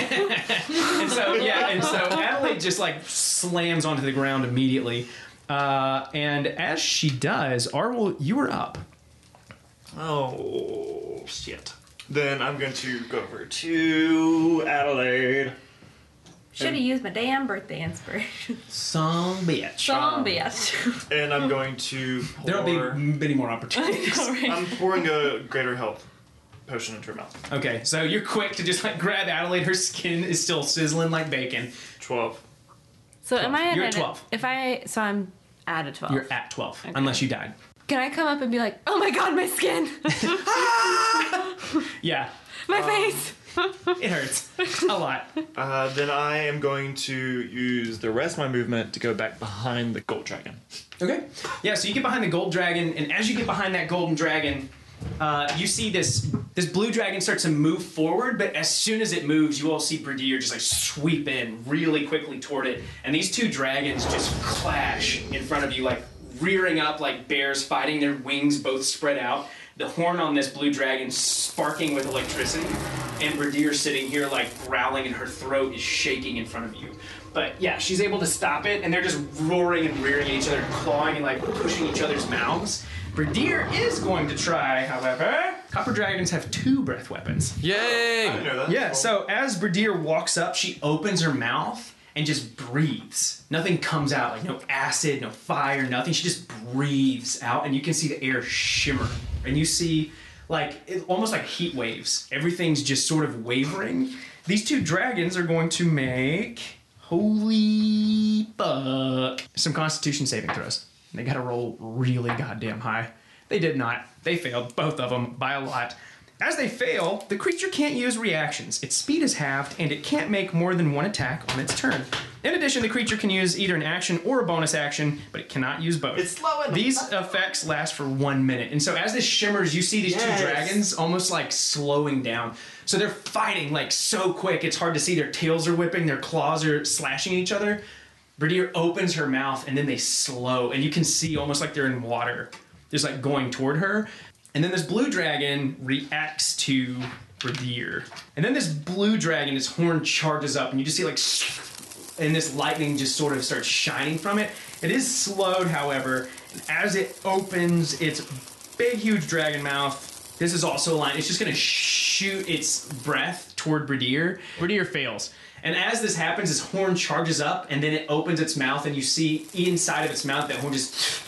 Speaker 1: And so yeah, and so Adelaide just like slams onto the ground immediately. Uh, and as she does, Arwell, you were up.
Speaker 5: Oh shit. Then I'm going to go over to Adelaide.
Speaker 8: Should have used my damn birthday inspiration.
Speaker 1: Some bitch.
Speaker 8: Zombie. yes.
Speaker 5: And I'm going to
Speaker 1: There'll
Speaker 5: pour
Speaker 1: be many more opportunities.
Speaker 5: I'm pouring a greater health potion into her mouth.
Speaker 1: okay, so you're quick to just like grab Adelaide. Her skin is still sizzling like bacon.
Speaker 5: Twelve.
Speaker 8: So am I?
Speaker 1: You're
Speaker 8: at
Speaker 1: at 12.
Speaker 8: A, if I, so I'm at a 12.
Speaker 1: You're at 12, unless you died.
Speaker 8: Can I come up and be like, oh my god, my skin,
Speaker 1: Yeah,
Speaker 8: my face?
Speaker 1: it hurts a lot.
Speaker 5: Uh, then I am going to use the rest of my movement to go back behind the gold dragon.
Speaker 1: Okay. Yeah, so you get behind the gold dragon, and as you get behind that golden dragon, uh, you see this this blue dragon starts to move forward, but as soon as it moves, you all see Bradier just like sweep in really quickly toward it, and these two dragons just clash in front of you, like rearing up like bears fighting, their wings both spread out, the horn on this blue dragon sparking with electricity, and Bradier sitting here like growling, and her throat is shaking in front of you. But yeah, she's able to stop it, and they're just roaring and rearing at each other, clawing and like pushing each other's mouths. Bradir is going to try, however. Copper dragons have two breath weapons.
Speaker 5: You
Speaker 3: Yay!
Speaker 5: know that?
Speaker 1: Yeah, so as Bradir walks up, she opens her mouth and just breathes. Nothing comes out, like no acid, no fire, nothing. She just breathes out, and you can see the air shimmer. And you see, like, it, almost like heat waves. Everything's just sort of wavering. These two dragons are going to make. Holy fuck. Some constitution saving throws. They gotta roll really goddamn high. They did not. They failed, both of them, by a lot. As they fail, the creature can't use reactions. Its speed is halved, and it can't make more than one attack on its turn. In addition, the creature can use either an action or a bonus action, but it cannot use both.
Speaker 5: It's slow enough.
Speaker 1: These effects last for one minute. And so as this shimmers, you see these
Speaker 5: Yes.
Speaker 1: two dragons almost like slowing down. So they're fighting like so quick, it's hard to see. Their tails are whipping, their claws are slashing each other. Bradir opens her mouth and then they slow, and you can see almost like they're in water, just like going toward her. And then this blue dragon reacts to Bradir. And then this blue dragon, its horn charges up, and you just see like and this lightning just sort of starts shining from it. It is slowed, however, as it opens its big, huge dragon mouth. This is also a line. It's just gonna shoot its breath toward Bradir. Bradir fails. And as this happens, its horn charges up, and then it opens its mouth, and you see inside of its mouth that horn just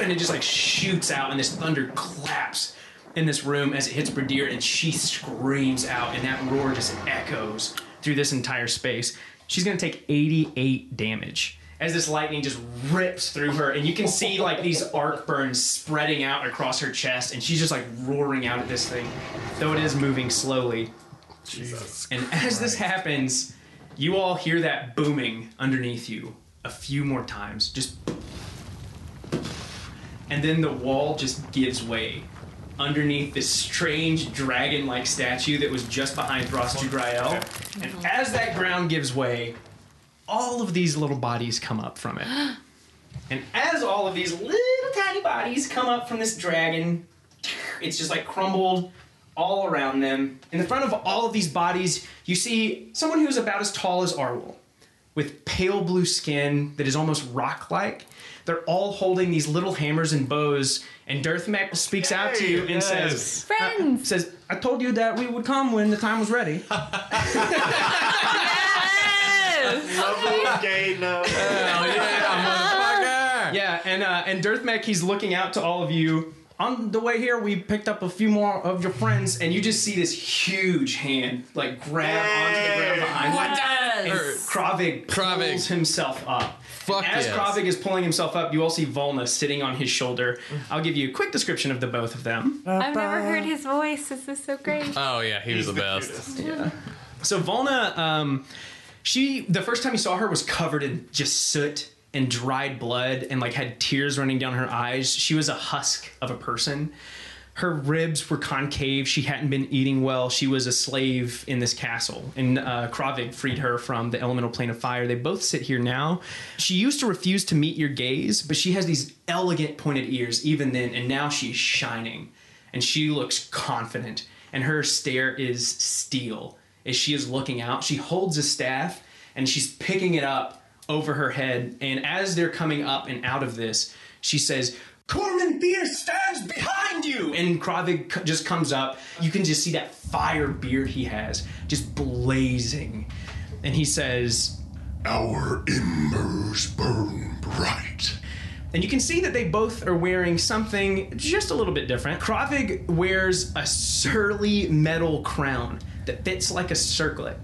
Speaker 1: and it just like shoots out, and this thunder claps in this room as it hits Bradir, and she screams out, and that roar just echoes through this entire space. She's gonna take 88 damage as this lightning just rips through her, and you can see like these arc burns spreading out across her chest, and she's just like roaring out at this thing, though it is moving slowly. And as this happens, you all hear that booming underneath you a few more times, just and then the wall just gives way underneath this strange dragon-like statue that was just behind Throstugrael. And as that ground gives way, all of these little bodies come up from it. Uh, and as all of these little tiny bodies come up from this dragon, it's just like crumbled all around them. In the front of all of these bodies, you see someone who's about as tall as Arwol with pale blue skin that is almost rock like. They're all holding these little hammers and bows, and Darth Mac speaks out to you and says,
Speaker 8: Friends.
Speaker 1: says, I told you that we would come when the time was ready.
Speaker 5: Gay, no.
Speaker 3: yeah, motherfucker!
Speaker 1: Yeah, and uh, and Dirthmek, he's looking out to all of you. On the way here, we picked up a few more of your friends, and you just see this huge hand like grab onto the ground behind him. And Kravig pulls
Speaker 3: Kravig.
Speaker 1: himself up.
Speaker 3: Fuck
Speaker 1: and as
Speaker 3: yes.
Speaker 1: Kravig is pulling himself up, you all see Volna sitting on his shoulder. I'll give you a quick description of the both of them.
Speaker 8: I've never heard his voice. This is so great.
Speaker 1: Uh,
Speaker 3: Oh yeah, he was the best.
Speaker 1: So Volna, um, she the first time you saw her was covered in just soot and dried blood and like had tears running down her eyes. She was a husk of a person. Her ribs were concave. She hadn't been eating well. She was a slave in this castle, and uh, Kravig freed her from the elemental plane of fire. They both sit here now. She used to refuse to meet your gaze, but she has these elegant pointed ears even then, and now she's shining and she looks confident and her stare is steel as she is looking out she holds a staff and she's picking it up over her head and as they're coming up and out of this she says Corman Beer stands behind you! And Kravig c- just comes up. You can just see that fire beard he has, just blazing. And he says,
Speaker 9: Our embers burn bright.
Speaker 1: and you can see that they both are wearing something just a little bit different. Kravig wears a surly metal crown that fits like a circlet.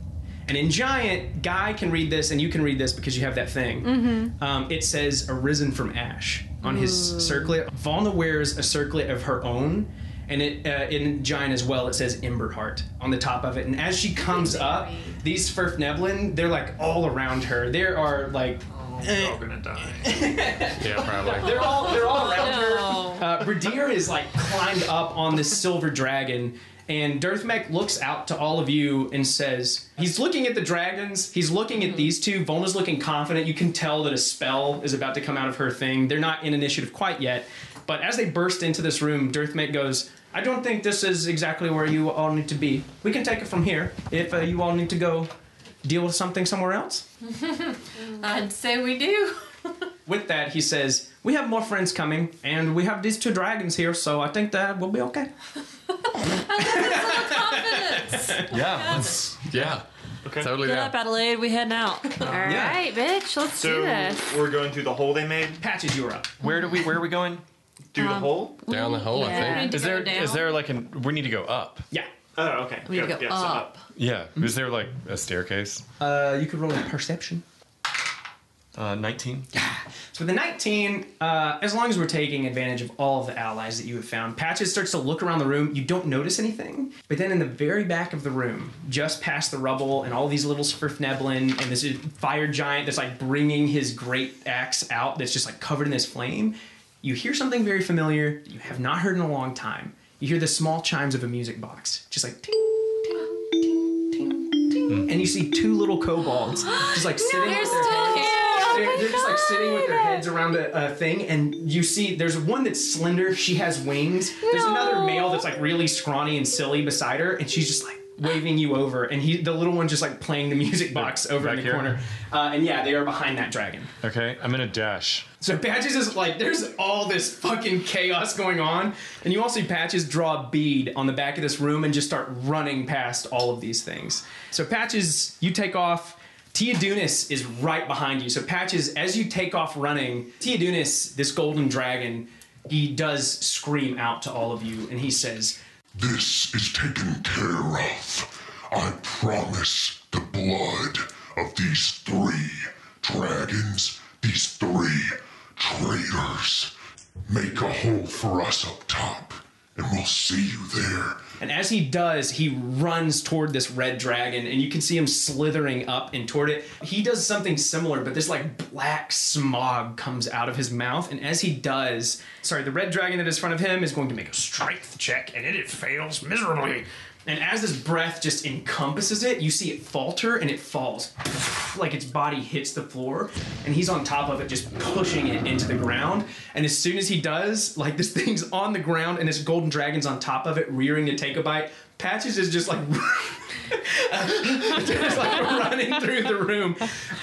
Speaker 1: And in Giant, Guy can read this, and you can read this because you have that thing. Um, it says "arisen from ash" on his circlet. Valna wears a circlet of her own, and it uh, in Giant as well. It says "Ember Heart" on the top of it. And as she comes up, these Firth Neblin, they're like all around her. There are like
Speaker 5: We're all gonna die.
Speaker 3: Yeah, probably.
Speaker 1: they're all they're all around her. Uh, Bradir is like climbed up on this silver dragon, and Dirthmek looks out to all of you and says, "He's looking at the dragons. He's looking at these two. Volna's looking confident. You can tell that a spell is about to come out of her thing. They're not in initiative quite yet, but as they burst into this room, Dirthmek goes." I don't think this is exactly where you all need to be. We can take it from here if uh, you all need to go deal with something somewhere else.
Speaker 6: I'd say we do.
Speaker 1: With that, he says, We have more friends coming, and we have these two dragons here, so I think that we'll be okay.
Speaker 2: Yeah, let's
Speaker 3: Yeah. Totally
Speaker 6: Get up,
Speaker 3: down.
Speaker 6: Adelaide. We heading out.
Speaker 8: All right, bitch. Let's do
Speaker 5: So
Speaker 8: this.
Speaker 5: we're going through the hole they made.
Speaker 1: Patches, you are up.
Speaker 2: Where do we? Where are we going?
Speaker 5: Through the hole.
Speaker 3: Down the hole, I
Speaker 8: Yeah.
Speaker 3: think.
Speaker 2: Is
Speaker 6: go
Speaker 2: there? Is
Speaker 6: down?
Speaker 2: there like an? We need to go up.
Speaker 1: Yeah.
Speaker 5: Oh, okay.
Speaker 6: We need to
Speaker 5: Good,
Speaker 6: go
Speaker 5: yeah, so
Speaker 6: up.
Speaker 2: Yeah. Is there like a staircase?
Speaker 1: Uh, you could roll a perception.
Speaker 2: Uh, Nineteen.
Speaker 1: So with the 19, uh, as long as we're taking advantage of all of the allies that you have found, Patches starts to look around the room. You don't notice anything, but then in the very back of the room, just past the rubble and all these little Sfrifneblin and this fire giant that's like bringing his great axe out that's just like covered in this flame, you hear something very familiar that you have not heard in a long time. You hear the small chimes of a music box, just like ting, ting, ting, ting, ting, and you see two little kobolds just like sitting with their hands they're, they're just like sitting with their heads around a, a thing, and you see there's one that's slender. She has wings. There's another male that's like really scrawny and silly beside her, and she's just like waving you over. And he, the little one's just like playing the music box over in
Speaker 2: back
Speaker 1: the
Speaker 2: here?
Speaker 1: corner. Uh, and yeah, they are behind that dragon.
Speaker 2: Okay, I'm gonna dash.
Speaker 1: So Patches is like, there's all this fucking chaos going on, and you all see Patches draw a bead on the back of this room and just start running past all of these things. So Patches, you take off. Tia Dunis is right behind you. So Patches, as you take off running, Tia Dunis, this golden dragon, he does scream out to all of you, and he says,
Speaker 9: This is taken care of. I promise the blood of these three dragons, these three traitors, make a hole for us up top, and we'll see you there.
Speaker 1: And as he does, he runs toward this red dragon, and you can see him slithering up and toward it. He does something similar, but this like black smog comes out of his mouth. And as he does, sorry, the red dragon that is in front of him is going to make a strength check, and it, it fails miserably. And as this breath just encompasses it, you see it falter and it falls like its body hits the floor. And he's on top of it, just pushing it into the ground. And as soon as he does, like this thing's on the ground and this golden dragon's on top of it, rearing to take a bite. Patches is just like just like running through the room,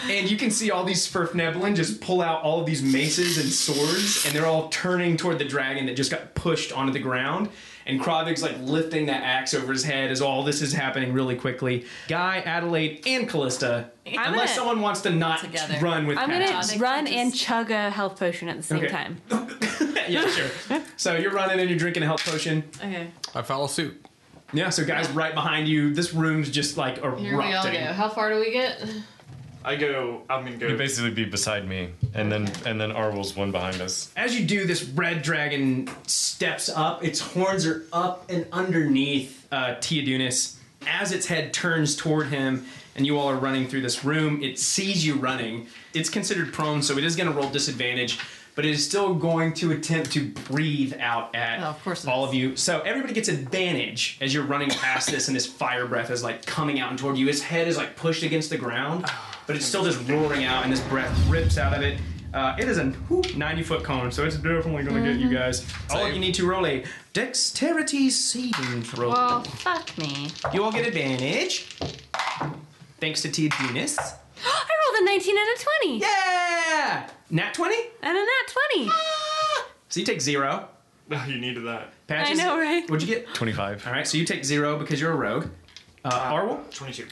Speaker 1: and you can see all these Sferfneblin just pull out all of these maces and swords, and they're all turning toward the dragon that just got pushed onto the ground. And Kravig's like lifting that axe over his head as all this is happening really quickly. Guy, Adelaide, and Callista.
Speaker 6: gonna-
Speaker 1: unless someone wants to not
Speaker 6: Together.
Speaker 1: run with
Speaker 8: I'm
Speaker 1: Patches.
Speaker 8: gonna run and chug a health potion at the same
Speaker 1: Okay.
Speaker 8: time.
Speaker 1: yeah, sure. So you're running and you're drinking a health potion.
Speaker 6: Okay.
Speaker 3: I follow suit.
Speaker 1: Yeah, so guys right behind you, this room's just like erupting.
Speaker 6: Here we all go. How far do we get?
Speaker 5: I go. I'm gonna
Speaker 2: You'd
Speaker 5: go.
Speaker 2: basically be beside me, and then and then Arwol's one behind us.
Speaker 1: As you do, this red dragon steps up. Its horns are up and underneath uh, Teodunis. As its head turns toward him, and you all are running through this room, it sees you running. It's considered prone, so it is going to roll disadvantage, but it is still going to attempt to breathe out at
Speaker 6: Oh, of course it
Speaker 1: all
Speaker 6: is.
Speaker 1: of you. So everybody gets advantage as you're running past this, and this fire breath is like coming out and toward you. Its head is like pushed against the ground,
Speaker 6: Oh,
Speaker 1: but it's still just roaring out, and this breath rips out of it. Uh, it is a 90 foot cone, so it's definitely going to get
Speaker 8: Mm-hmm.
Speaker 1: you guys. All
Speaker 3: Save.
Speaker 1: you need to roll a dexterity saving throw.
Speaker 8: Well, fuck me.
Speaker 1: You all get advantage. Thanks to Tia Dunis.
Speaker 8: I rolled a 19 out of 20
Speaker 1: Yeah! Ah! Nat 20?
Speaker 8: and a nat 20.
Speaker 1: So you take zero.
Speaker 5: Oh, you needed that.
Speaker 1: Patches,
Speaker 8: I know, right?
Speaker 1: What'd you get?
Speaker 2: Twenty-five.
Speaker 1: All right, so you take zero because you're a rogue. Uh, Arwol,
Speaker 5: Twenty-two.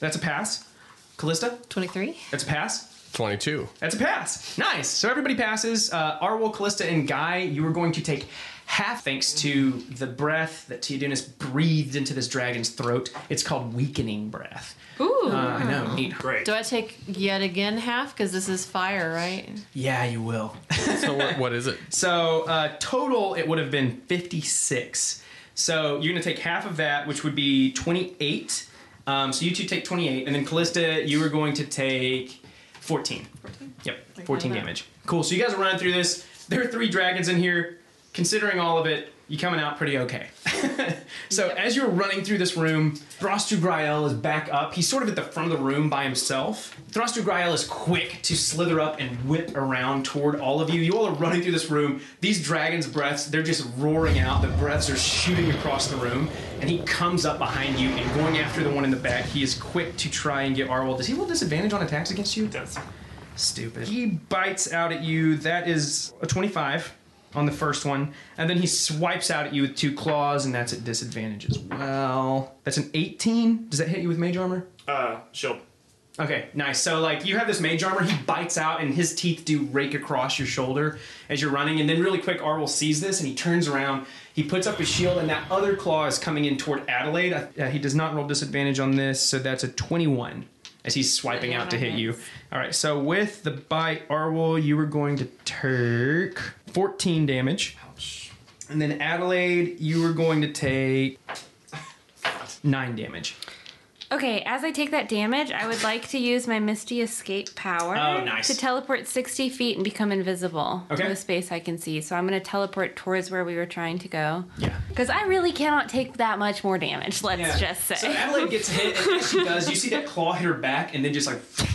Speaker 1: that's a pass. Callista,
Speaker 6: 23.
Speaker 1: that's a pass.
Speaker 3: 22.
Speaker 1: That's a pass. Nice. So everybody passes. Uh, Arwol, Callista, and Guy, you were going to take half thanks to the breath that Teodunis breathed into this dragon's throat. It's called weakening breath.
Speaker 6: Ooh.
Speaker 1: Uh, I know. Neat.
Speaker 5: Great.
Speaker 6: do I take yet again half? Because this is fire, right?
Speaker 1: Yeah, you will.
Speaker 3: So what, what is it?
Speaker 1: So uh, total, it would have been 56. So you're going to take half of that, which would be 28. Um, so you two take 28. And then Callista, you were going to take 14. 14? Yep, 14
Speaker 6: that.
Speaker 1: damage. Cool. So you guys are running through this. There are three dragons in here. Considering all of it, you coming out pretty okay. so as you're running through this room, Throstugrael is back up. He's sort of at the front of the room by himself. Throstugrael is quick to slither up and whip around toward all of you. You all are running through this room. These dragon's breaths, they're just roaring out. The breaths are shooting across the room. And he comes up behind you and going after the one in the back. He is quick to try and get Arwol. Does he roll disadvantage on attacks against you?
Speaker 5: That's
Speaker 1: Stupid. He bites out at you. That is a 25 on the first one. And then he swipes out at you with two claws, and that's at disadvantage as well. That's an 18. Does that hit you with mage armor?
Speaker 5: uh shield.
Speaker 1: Okay, nice. So, like, you have this mage armor. He bites out, and his teeth do rake across your shoulder as you're running. And then, really quick, Arwol sees this, and he turns around. He puts up his shield, and that other claw is coming in toward Adelaide. Uh, he does not roll disadvantage on this, so that's a 21 as he's swiping out to hit you. All right, so with the bite, Arwol, you were going to take 14 damage. And then Adelaide, you were going to take 9 damage.
Speaker 8: Okay, as I take that damage, I would like to use my Misty Escape power
Speaker 1: Oh, nice.
Speaker 8: to teleport 60 feet and become invisible
Speaker 1: Okay.
Speaker 8: to a space I can see. So I'm going to teleport towards where we were trying to go.
Speaker 1: Yeah.
Speaker 8: Because I really cannot take that much more damage, let's
Speaker 1: Yeah.
Speaker 8: just say.
Speaker 1: So Adelaide gets hit, and as she does, you see that claw hit her back, and then just like,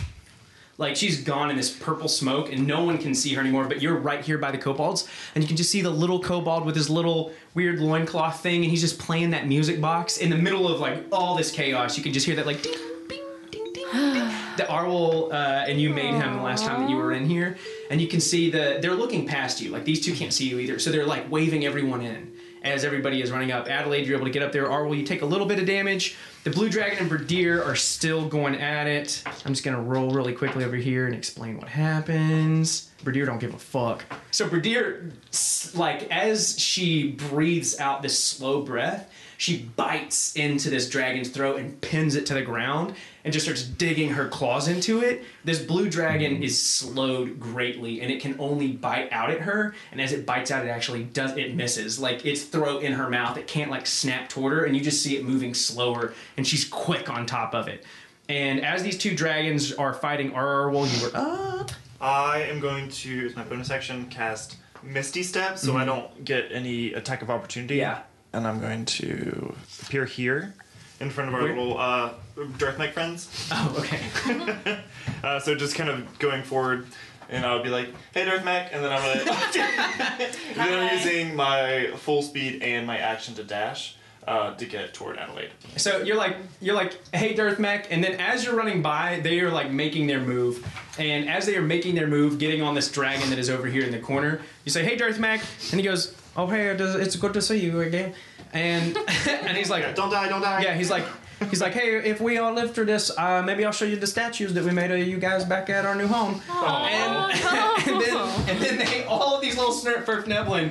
Speaker 1: like she's gone in this purple smoke, and no one can see her anymore. But you're right here by the kobolds, and you can just see the little kobold with his little weird loincloth thing, and he's just playing that music box in the middle of like all this chaos. You can just hear that like ding, ding, ding, ding, ding. The Arwol uh, and you made him the last time that you were in here, and you can see the they're looking past you. Like these two can't see you either, so they're like waving everyone in as everybody is running up. Adelaide, you're able to get up there. Arwell, you take a little bit of damage. The Blue Dragon and Berdir are still going at it. I'm just gonna roll really quickly over here and explain what happens. Berdir don't give a fuck. So Berdir, s- like as she breathes out this slow breath, she bites into this dragon's throat and pins it to the ground and just starts digging her claws into it. This blue dragon is slowed greatly and it can only bite out at her. And as it bites out, it actually does, it misses. Like its throat in her mouth, it can't like snap toward her. And you just see it moving slower and she's quick on top of it. And as these two dragons are fighting Arwol, you were up.
Speaker 5: I am going to, as my bonus action, cast Misty Step so I don't get any attack of opportunity.
Speaker 1: Mm-hmm. Yeah.
Speaker 5: And I'm going to appear here in front of our
Speaker 1: Where?
Speaker 5: little uh, Darth Knight friends.
Speaker 1: Oh, okay.
Speaker 5: Uh, so just kind of going forward. And I would be like, "Hey, Darth Mac," and then I'm like, and then I'm using my full speed and my action to dash. uh, to get toward Adelaide.
Speaker 1: So you're like you're like, hey Darth Mac, and then as you're running by, they are like making their move. And as they are making their move, getting on this dragon that is over here in the corner, you say, Hey Darth Mac, and he goes, Oh hey, it is- it's good to see you again. And and he's like,
Speaker 5: Don't die! Don't die!
Speaker 1: Yeah, he's like he's like, Hey, if we all live through this, uh, maybe I'll show you the statues that we made of you guys back at our new home. And, and then and then they all of these little snurf furf neblin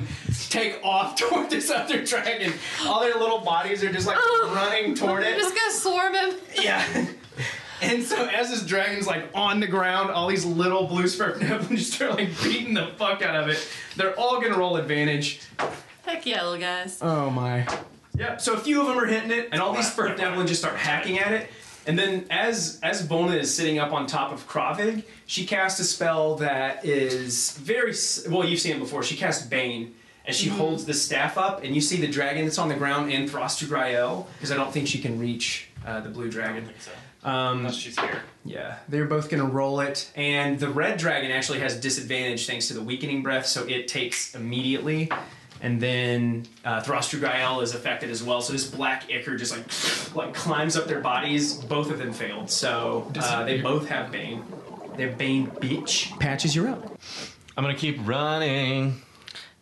Speaker 1: take off toward this other dragon. All their little bodies are just like running toward it.
Speaker 6: just gonna swarm him.
Speaker 1: Yeah. And so as this dragon's like on the ground, all these little blue spark neblins just start like beating the fuck out of it. They're all gonna roll advantage.
Speaker 6: Heck yeah, little guys.
Speaker 1: Oh my. Yep. So a few of them are hitting it, and all these Firth Devlin just start hacking at it. And then as as Bona is sitting up on top of Kravig, she casts a spell that is very s- well. You've seen it before. She casts Bane, and she holds the staff up, and you see the dragon that's on the ground and Throster Grael, because I don't think she can reach uh, the blue dragon. Um,
Speaker 5: Unless she's here.
Speaker 1: Yeah, they're both going to roll it, and the red dragon actually has disadvantage thanks to the weakening breath, so it takes immediately. And then uh, Throstrugael is affected as well, so this black ichor just like like climbs up their bodies. Both of them failed, so uh, they both have bane. Their bane bitch patches you up.
Speaker 2: I'm gonna keep running.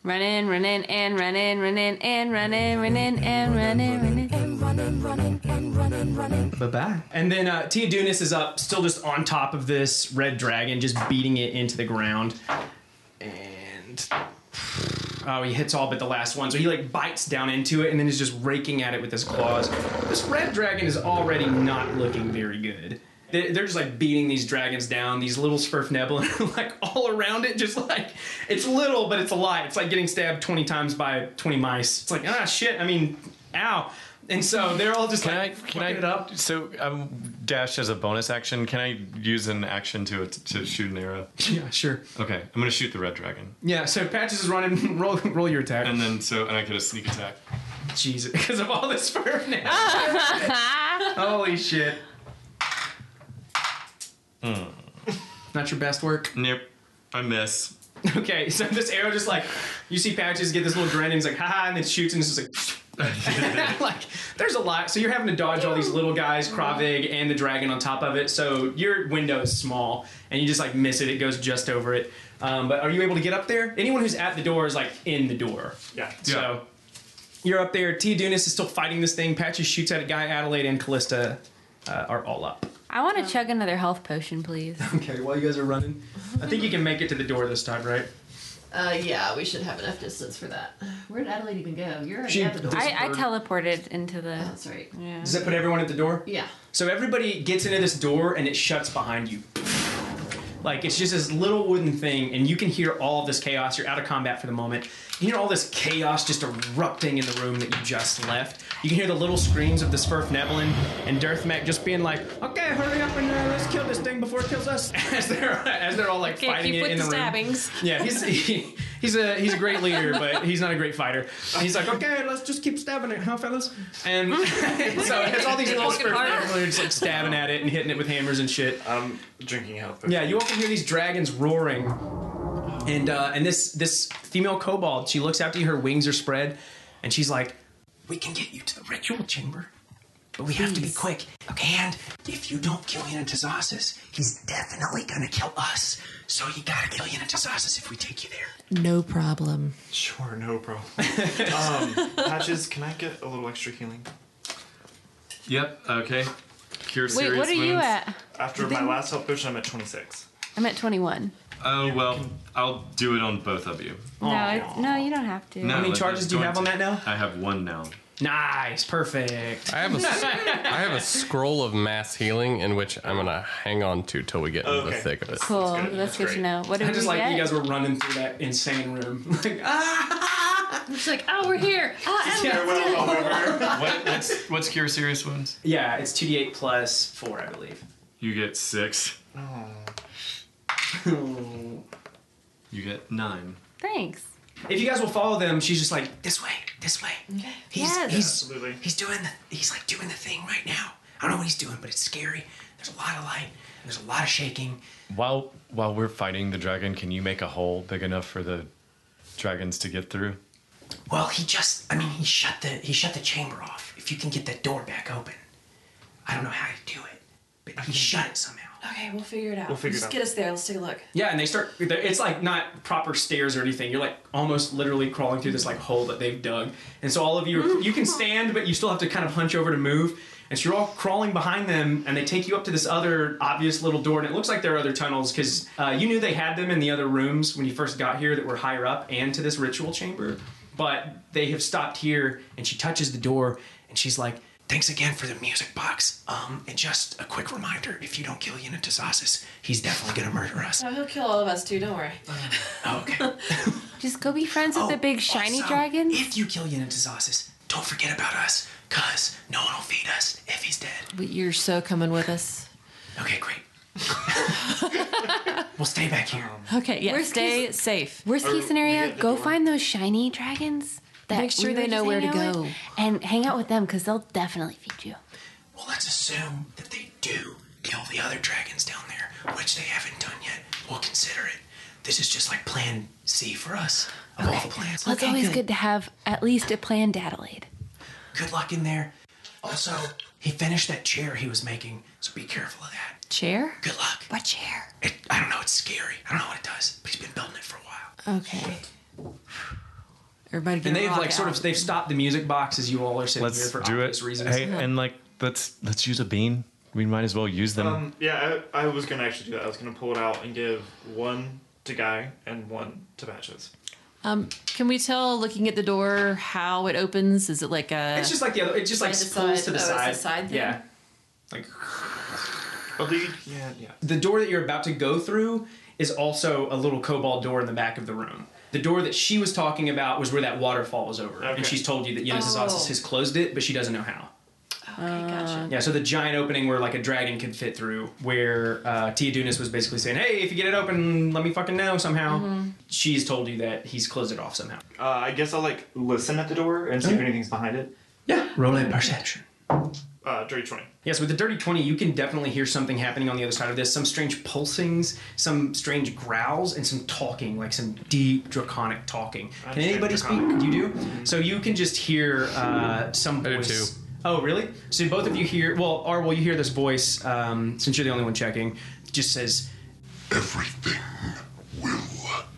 Speaker 6: Running, running, and running, running, and running, running, and running, running.
Speaker 1: Bye bye. And then uh, Tia Dunis is up, still just on top of this red dragon, just beating it into the ground. And oh, he hits all but the last one. So he like bites down into it and then is just raking at it with his claws. This red dragon is already not looking very good. They- They're just like beating these dragons down. These little Swerf Neblin are like all around it, just like it's little, but it's a lot. It's like getting stabbed 20 times by 20 mice. It's like, ah, shit, I mean, ow. And so they're all just
Speaker 2: Can I?
Speaker 1: like,
Speaker 2: Can I?
Speaker 1: fucking it up.
Speaker 2: So I'm dashed as a bonus action. Can I use an action to to shoot an arrow?
Speaker 1: Yeah, sure.
Speaker 2: Okay, I'm gonna shoot the red dragon,
Speaker 1: Yeah, so Patches is running. roll, roll your attack.
Speaker 2: and then so and I get a sneak attack.
Speaker 1: Jesus, because of all this fur now. Holy shit. Not your best work.
Speaker 2: Hmm. Nope, I miss.
Speaker 1: Okay, so this arrow just like you see Patches get this little grin and he's like, haha, and then shoots and it's just like like there's a lot. So you're having to dodge all these little guys, Kravig and the dragon on top of it. So your window is small and you just like miss it, it goes just over it. Um, but are you able to get up there? Anyone who's at the door is like in the door.
Speaker 5: Yeah.
Speaker 1: So you're up there. Tia Dunis is still fighting this thing. Patches shoots at a guy. Adelaide and Callista uh, are all up.
Speaker 6: I
Speaker 10: Um,
Speaker 6: want to chug another health potion, please.
Speaker 1: Okay, while you guys are running, I think you can make it to the door this time, right?
Speaker 10: Uh, yeah, we should have enough distance for that. Where did Adelaide even go? You're already
Speaker 1: She-
Speaker 10: at the door.
Speaker 6: I, I teleported into the.
Speaker 10: That's right.
Speaker 6: Yeah.
Speaker 1: Does that put everyone at the door?
Speaker 10: Yeah.
Speaker 1: So everybody gets into this door and it shuts behind you. Like it's just this little wooden thing, and you can hear all of this chaos. You're out of combat for the moment. You hear all this chaos just erupting in the room that you just left. You can hear the little screams of the Swerf Neblin and Darth Mac just being like, "Okay, hurry up and uh, let's kill this thing before it kills us." as they're as they're all like
Speaker 6: Okay,
Speaker 1: fighting
Speaker 6: keep
Speaker 1: it
Speaker 6: with
Speaker 1: in the
Speaker 6: the
Speaker 1: room.
Speaker 6: stabbings.
Speaker 1: Yeah, he's he, he's a he's a great leader, but he's not a great fighter. And he's like, okay, let's just keep stabbing it, huh, fellas? And so it has all these little spirits are just like stabbing at it and hitting it with hammers and shit.
Speaker 5: I'm drinking health.
Speaker 1: Yeah, you all can hear these dragons roaring, and uh, and this this female kobold, she looks out to you, her wings are spread, and she's like, "We can get you to the ritual chamber, but we have to be quick. And if you don't kill Yanatazasis, he's definitely gonna kill us. So you gotta kill Yanatazasis if we take you there."
Speaker 10: No problem.
Speaker 5: Sure, no problem. um, Patches, can I get a little extra healing?
Speaker 2: Yep. Okay. Cure
Speaker 6: Wait,
Speaker 2: serious
Speaker 6: what are you
Speaker 2: wounds.
Speaker 6: at?
Speaker 5: After my last health potion, I'm at 26.
Speaker 6: I'm at 21.
Speaker 2: Oh well, I'll do it on both of you.
Speaker 6: No, it's, no, you don't have to.
Speaker 2: No,
Speaker 1: How many
Speaker 2: like,
Speaker 1: charges
Speaker 2: it's
Speaker 1: do you
Speaker 2: going
Speaker 1: have on
Speaker 2: to-
Speaker 1: that now?
Speaker 2: I have one now.
Speaker 1: Nice, perfect.
Speaker 3: I have a, s- I have a scroll of mass healing in which I'm gonna hang on to till we get into the
Speaker 5: Okay.
Speaker 3: thick of it.
Speaker 6: Cool. That's
Speaker 5: good.
Speaker 6: good,
Speaker 5: That's
Speaker 6: to
Speaker 5: great.
Speaker 6: know. What
Speaker 1: I
Speaker 6: did we
Speaker 1: just like
Speaker 6: get?
Speaker 1: you guys were running through that insane room. like, ah!
Speaker 6: It's like, oh, we're here. Ah, Adelaide.
Speaker 5: Farewell, however.
Speaker 2: What, what's what's cure serious wounds?
Speaker 1: Yeah, it's 2d8 plus 4, I believe.
Speaker 2: You get six.
Speaker 5: Oh.
Speaker 2: You get nine.
Speaker 6: Thanks.
Speaker 1: If you guys will follow them, she's just like this way, this way. He's
Speaker 6: Yes.
Speaker 1: he's
Speaker 5: Absolutely.
Speaker 1: he's doing the he's like doing the thing right now. I don't know what he's doing, but it's scary. There's a lot of light. and There's a lot of shaking.
Speaker 2: While while we're fighting the dragon, can you make a hole big enough for the dragons to get through?
Speaker 1: Well, he just I mean he shut the he shut the chamber off. If you can get that door back open. I don't know how you do it, but he shut it somehow.
Speaker 11: Okay, we'll figure it out.
Speaker 5: We'll figure it
Speaker 11: Just
Speaker 5: out.
Speaker 11: get us there. Let's take a look.
Speaker 1: Yeah, and they start. they're- It's like not proper stairs or anything. You're like almost literally crawling through this like hole that they've dug. And so all of you, are, you can stand, but you still have to kind of hunch over to move. And so you're all crawling behind them, and they take you up to this other obvious little door. And it looks like there are other tunnels because uh, you knew they had them in the other rooms when you first got here that were higher up and to this ritual chamber. But they have stopped here, and she touches the door, and she's like, "Thanks again for the music box. Um, and just a quick reminder: if you don't kill Yunitasasis, he's definitely gonna murder us."
Speaker 11: No, he'll kill all of us too. Don't worry.
Speaker 1: Oh, Okay. Oh,
Speaker 8: Just go be friends with the big shiny
Speaker 1: also,
Speaker 8: dragon.
Speaker 1: If you kill Yunitasasis, don't forget about us, because no one will feed us if he's dead.
Speaker 6: But You're so coming with us.
Speaker 1: Okay, great. we'll stay back here.
Speaker 6: Okay, yeah,
Speaker 8: Worst
Speaker 6: stay safe.
Speaker 8: Worst case scenario, go find those shiny dragons. That
Speaker 6: Make sure
Speaker 8: we
Speaker 6: they
Speaker 8: were
Speaker 6: know
Speaker 8: just
Speaker 6: where to
Speaker 8: hanging out with,
Speaker 6: go.
Speaker 8: and hang out with them because they'll definitely feed you.
Speaker 1: Well, let's assume that they do kill the other dragons down there, which they haven't done yet. We'll consider it. This is just like plan C for us, of all the plans.
Speaker 8: Well, it's always good. to have at least a planned Adelaide.
Speaker 1: Good luck in there. Also, he finished that chair he was making, so be careful of that.
Speaker 6: Chair?
Speaker 1: Good luck.
Speaker 11: What chair?
Speaker 1: It, I don't know, it's scary. I don't know what it does, but he's been building it for a while.
Speaker 6: Okay. Everybody get
Speaker 1: And
Speaker 6: a
Speaker 1: they've
Speaker 6: rock
Speaker 1: like sort
Speaker 6: out.
Speaker 1: of they've stopped the music box as you all are sitting here
Speaker 2: Let's
Speaker 1: for
Speaker 2: do it.
Speaker 1: obvious reasons.
Speaker 2: Hey, and like let's let's use a bean. We might as well use them.
Speaker 5: Um, yeah, I, I was gonna actually do that. I was gonna pull it out and give one to Guy and one to Patches.
Speaker 6: Um, can we tell looking at the door how it opens? Is it like a
Speaker 1: It's just like the other. It just like
Speaker 11: By the
Speaker 1: pulls
Speaker 11: side-
Speaker 1: to the
Speaker 11: oh, it's a
Speaker 1: side.
Speaker 11: side thing?
Speaker 1: Yeah. Like
Speaker 5: A lead? Oh, Yeah, yeah.
Speaker 1: the door that you're about to go through is also a little cobalt door in the back of the room. The door that she was talking about was where that waterfall was over,
Speaker 5: Okay.
Speaker 1: and she's told you that Yenis's
Speaker 11: Oh.
Speaker 1: has closed it, but she doesn't know how.
Speaker 11: Okay,
Speaker 6: uh,
Speaker 11: gotcha.
Speaker 1: Yeah, so the giant opening where like a dragon could fit through, where uh, Tia Dunas was basically saying, "Hey, if you get it open, let me fucking know somehow."
Speaker 11: Mm-hmm.
Speaker 10: Mm-hmm.
Speaker 1: She's told you that he's closed it off somehow. Mm-hmm.
Speaker 5: Uh, I guess I'll like listen at the door and see if anything's behind it.
Speaker 1: Yeah, roll in perception.
Speaker 5: Uh, dirty twenty.
Speaker 1: Yes, with the Dirty 20, you can definitely hear something happening on the other side of this. Some strange pulsings, some strange growls, and some talking, like some deep draconic talking. Can
Speaker 5: understand
Speaker 1: anybody speak?
Speaker 5: draconic. Mm-hmm.
Speaker 1: You do? So you can just hear uh, some
Speaker 3: do
Speaker 1: voice.
Speaker 3: too.
Speaker 1: Oh, really? So both of you hear, well, or will you hear this voice, um, since you're the only one checking, just says,
Speaker 9: Everything will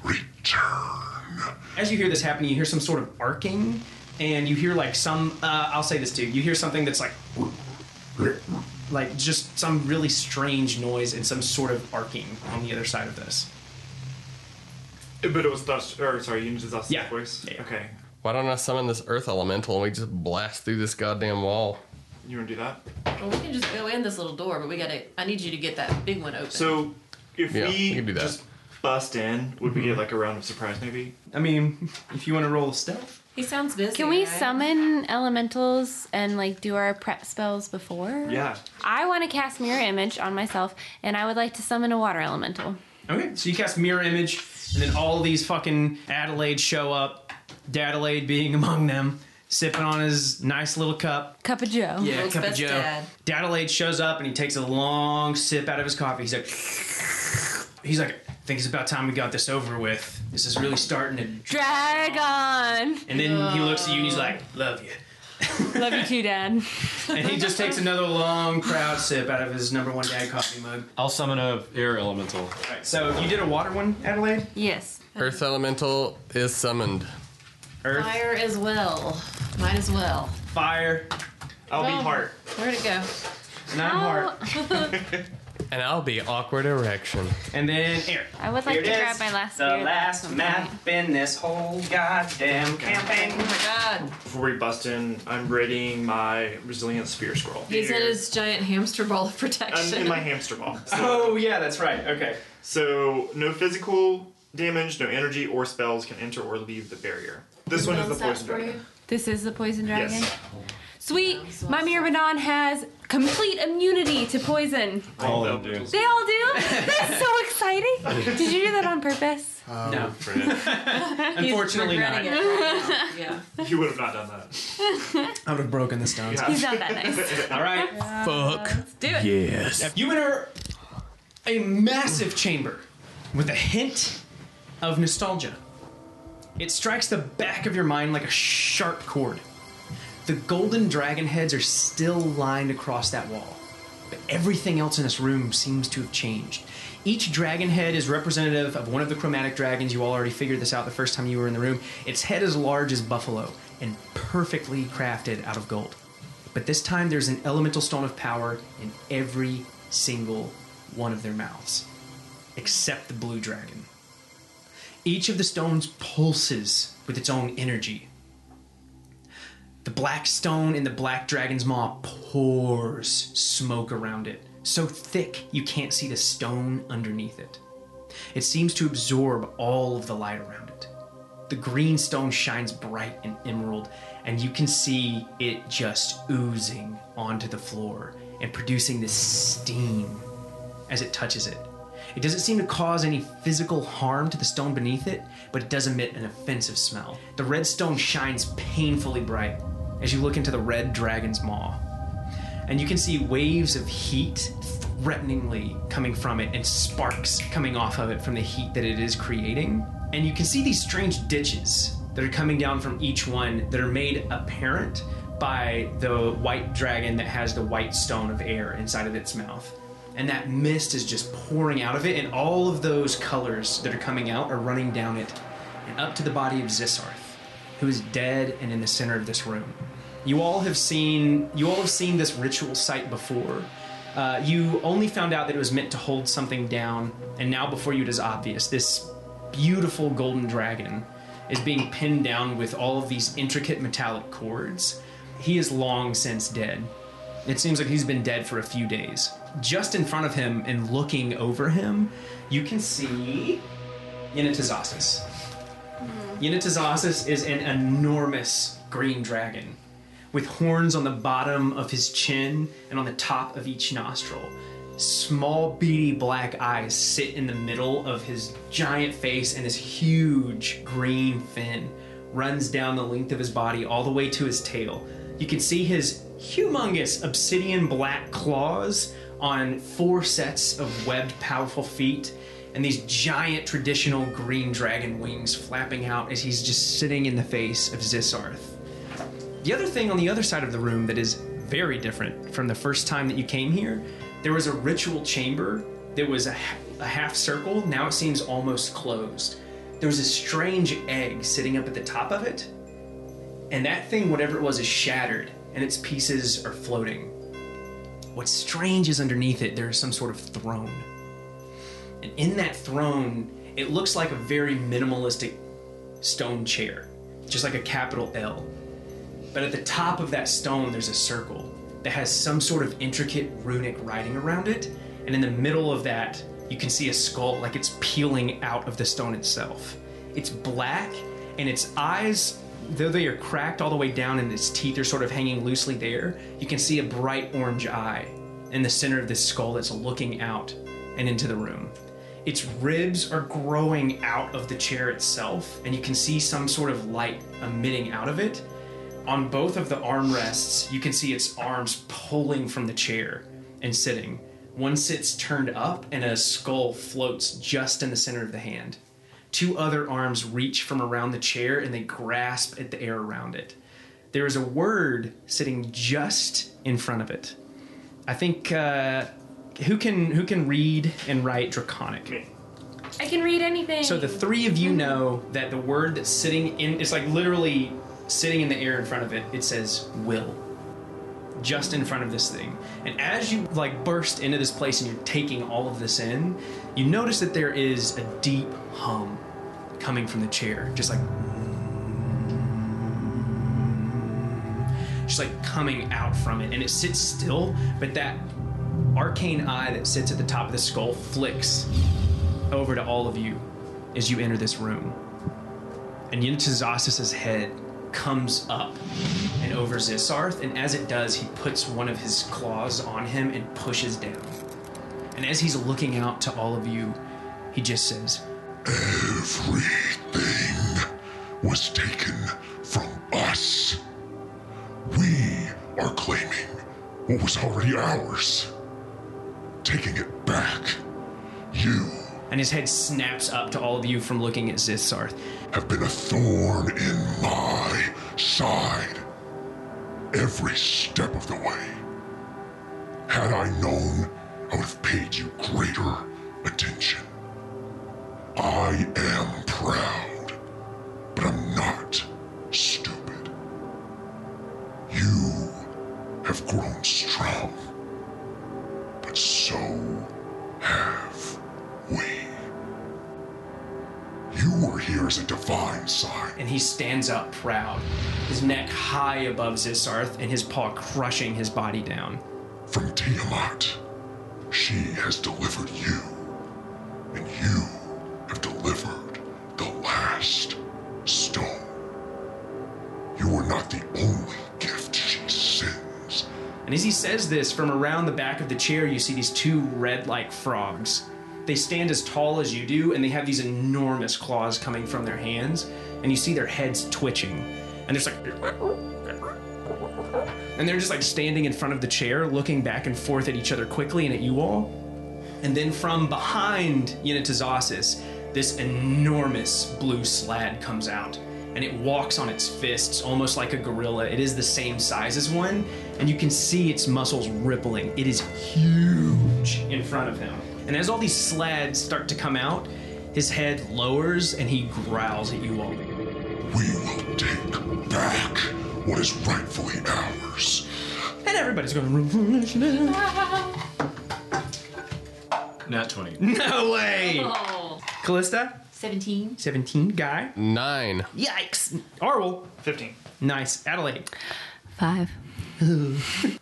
Speaker 9: return.
Speaker 1: as you hear this happening, you hear some sort of arcing, and you hear like some. Uh, I'll say this too. You hear something that's like, like just some really strange noise and some sort of arcing on the other side of this.
Speaker 5: But it was Dust. Or sorry, you just
Speaker 1: Yeah.
Speaker 5: voice.
Speaker 1: Yeah.
Speaker 5: Okay,
Speaker 3: Why don't I summon this earth elemental and we just blast through this goddamn wall?
Speaker 5: you wanna do that?
Speaker 10: Well, we can just go in this little door, but we gotta. I need you to get that big one open.
Speaker 5: So if
Speaker 3: Yeah,
Speaker 5: we
Speaker 3: we can do that. Mm-hmm.
Speaker 5: just bust in, would we get like a round of surprise maybe?
Speaker 1: I mean, if you want to roll stealth,
Speaker 10: he sounds busy.
Speaker 8: Can we
Speaker 10: right?
Speaker 8: summon elementals and like do our prep spells before?
Speaker 5: Yeah.
Speaker 8: I want to cast mirror image on myself, and I would like to summon a water elemental.
Speaker 1: okay. So you cast mirror image, and then all these fucking Adelaide show up. Dadelaide being among them, sipping on his nice little cup.
Speaker 8: Cup of Joe.
Speaker 1: Yeah,
Speaker 10: World's
Speaker 1: cup of
Speaker 10: best
Speaker 1: Joe.
Speaker 10: dad.
Speaker 1: Dadelaide shows up and he takes a long sip out of his coffee. He's like, he's like, I think it's about time we got this over with. This is really starting to.
Speaker 8: Dragon.
Speaker 1: And then he looks at you and he's like, love you.
Speaker 8: Love you too, Dad.
Speaker 1: And he just takes another long proud sip out of his number one dad coffee mug.
Speaker 2: I'll summon a air elemental.
Speaker 1: All right, so you did a water one, Adelaide.
Speaker 8: Yes.
Speaker 3: Earth elemental is summoned.
Speaker 1: Earth, fire,
Speaker 10: Fire as well. Might as well.
Speaker 5: I'll be part.
Speaker 10: Where'd it go?
Speaker 1: and I'm heart,
Speaker 3: And I'll be awkward erection.
Speaker 1: and then air.
Speaker 8: I would like
Speaker 1: Here
Speaker 8: to
Speaker 1: it
Speaker 8: grab
Speaker 1: is,
Speaker 8: my last.
Speaker 1: The
Speaker 8: mirror
Speaker 1: last
Speaker 8: that's
Speaker 1: map in this whole goddamn campaign.
Speaker 10: Oh my god.
Speaker 5: Before we bust in, I'm reading my resilient spear scroll.
Speaker 6: He's in his giant hamster ball of
Speaker 5: I'm
Speaker 6: protection.
Speaker 5: in my hamster ball. So,
Speaker 1: Oh yeah, that's right. Okay.
Speaker 5: so no physical damage, no energy or spells can enter or leave the barrier. This one is the poison dragon.
Speaker 8: This is the poison dragon.
Speaker 5: Yes.
Speaker 8: Sweet. My mirror Manon has complete immunity to poison.
Speaker 2: All they'll do.
Speaker 8: They all do. That's so exciting. Did you do that on purpose?
Speaker 2: Oh,
Speaker 1: no, unfortunately not.
Speaker 10: Yeah.
Speaker 5: You would have not done that.
Speaker 1: I would have broken the stones.
Speaker 5: Yeah.
Speaker 8: He's not that nice.
Speaker 1: All right.
Speaker 3: Fuck.
Speaker 1: You enter a massive chamber with a hint of nostalgia. It strikes the back of your mind like a sharp chord. The golden dragon heads are still lined across that wall, but everything else in this room seems to have changed. Each dragon head is representative of one of the chromatic dragons. You all already figured this out the first time you were in the room. Its head is large as buffalo and perfectly crafted out of gold. But this time there's an elemental stone of power in every single one of their mouths, except the blue dragon. Each of the stones pulses with its own energy. The black stone in the black dragon's maw pours smoke around it, so thick you can't see the stone underneath it. It seems to absorb all of the light around it. The green stone shines bright and emerald, and you can see it just oozing onto the floor and producing this steam as it touches it. It doesn't seem to cause any physical harm to the stone beneath it, but it does emit an offensive smell. The red stone shines painfully bright as you look into the red dragon's maw. And you can see waves of heat threateningly coming from it and sparks coming off of it from the heat that it is creating. And you can see these strange ditches that are coming down from each one that are made apparent by the white dragon that has the white stone of air inside of its mouth and that mist is just pouring out of it, and all of those colors that are coming out are running down it and up to the body of Zisarth, who is dead and in the center of this room. You all have seen you all have seen this ritual site before. Uh, you only found out that it was meant to hold something down, and now before you it is obvious. This beautiful golden dragon is being pinned down with all of these intricate metallic cords. He is long since dead. It seems like he's been dead for a few days. Just in front of him and looking over him, you can see Yenitazasis. Yenitazasis is an enormous green dragon with horns on the bottom of his chin and on the top of each nostril. Small, beady black eyes sit in the middle of his giant face, and this huge green fin runs down the length of his body all the way to his tail. You can see his humongous obsidian black claws on four sets of webbed, powerful feet, and these giant traditional green dragon wings flapping out as he's just sitting in the face of Zisarth. The other thing on the other side of the room that is very different from the first time that you came here, there was a ritual chamber that was a, ha- a half circle. Now it seems almost closed. There was a strange egg sitting up at the top of it, and that thing, whatever it was, is shattered, and its pieces are floating. What's strange is underneath it, there is some sort of throne. And in that throne, it looks like a very minimalistic stone chair, just like a capital L. But at the top of that stone, there's a circle that has some sort of intricate runic writing around it. And in the middle of that, you can see a skull, like it's peeling out of the stone itself. It's black, and its eyes, though they are cracked all the way down and its teeth are sort of hanging loosely there, you can see a bright orange eye in the center of this skull that's looking out and into the room. Its ribs are growing out of the chair itself, and you can see some sort of light emitting out of it. On both of the armrests, you can see its arms pulling from the chair and sitting. One sits turned up, and a skull floats just in the center of the hand. Two other arms reach from around the chair and they grasp at the air around it. There is a word sitting just in front of it. I think uh, who can who can read and write Draconic?
Speaker 8: I can read anything.
Speaker 1: So the three of you know that the word that's sitting in it's like literally sitting in the air in front of it. It says will. Just in front of this thing. And as you like burst into this place and you're taking all of this in, you notice that there is a deep hum coming from the chair, just like just like coming out from it and it sits still, but that arcane eye that sits at the top of the skull flicks over to all of you as you enter this room. And Yintazasis' head comes up and over Zisarth, and as it does, he puts one of his claws on him and pushes down. And as he's looking out to all of you, he just says,
Speaker 9: Everything was taken from us. We are claiming what was already ours, taking it back. You
Speaker 1: and his head snaps up to all of you from looking at Zithsarth.
Speaker 9: Have been a thorn in my side every step of the way. Had I known, I would have paid you greater attention. I am proud, but I'm not stupid. You have grown strong, but so have we. You were here as a divine sign.
Speaker 1: And he stands up proud, his neck high above Zithsarth and his paw crushing his body down.
Speaker 9: From Tiamat, she has delivered you, and you have delivered the last stone. You are not the only gift she sends.
Speaker 1: And as he says this, from around the back of the chair, you see these two red like frogs. They stand as tall as you do, and they have these enormous claws coming from their hands, and you see their heads twitching. And there's like. And they're just like standing in front of the chair, looking back and forth at each other quickly and at you all. And then from behind Yenitazosis, this enormous blue slad comes out. And it walks on its fists, almost like a gorilla. It is the same size as one, and you can see its muscles rippling. It is huge in front of him. And as all these slads start to come out, his head lowers and he growls at you all.
Speaker 9: Back what is rightfully ours.
Speaker 1: And everybody's going.
Speaker 2: Not 20.
Speaker 1: No way!
Speaker 8: Oh.
Speaker 1: Callista?
Speaker 8: 17.
Speaker 1: 17. Guy?
Speaker 3: 9.
Speaker 1: Yikes. Arwel? 15. Nice. Adelaide?
Speaker 8: Five.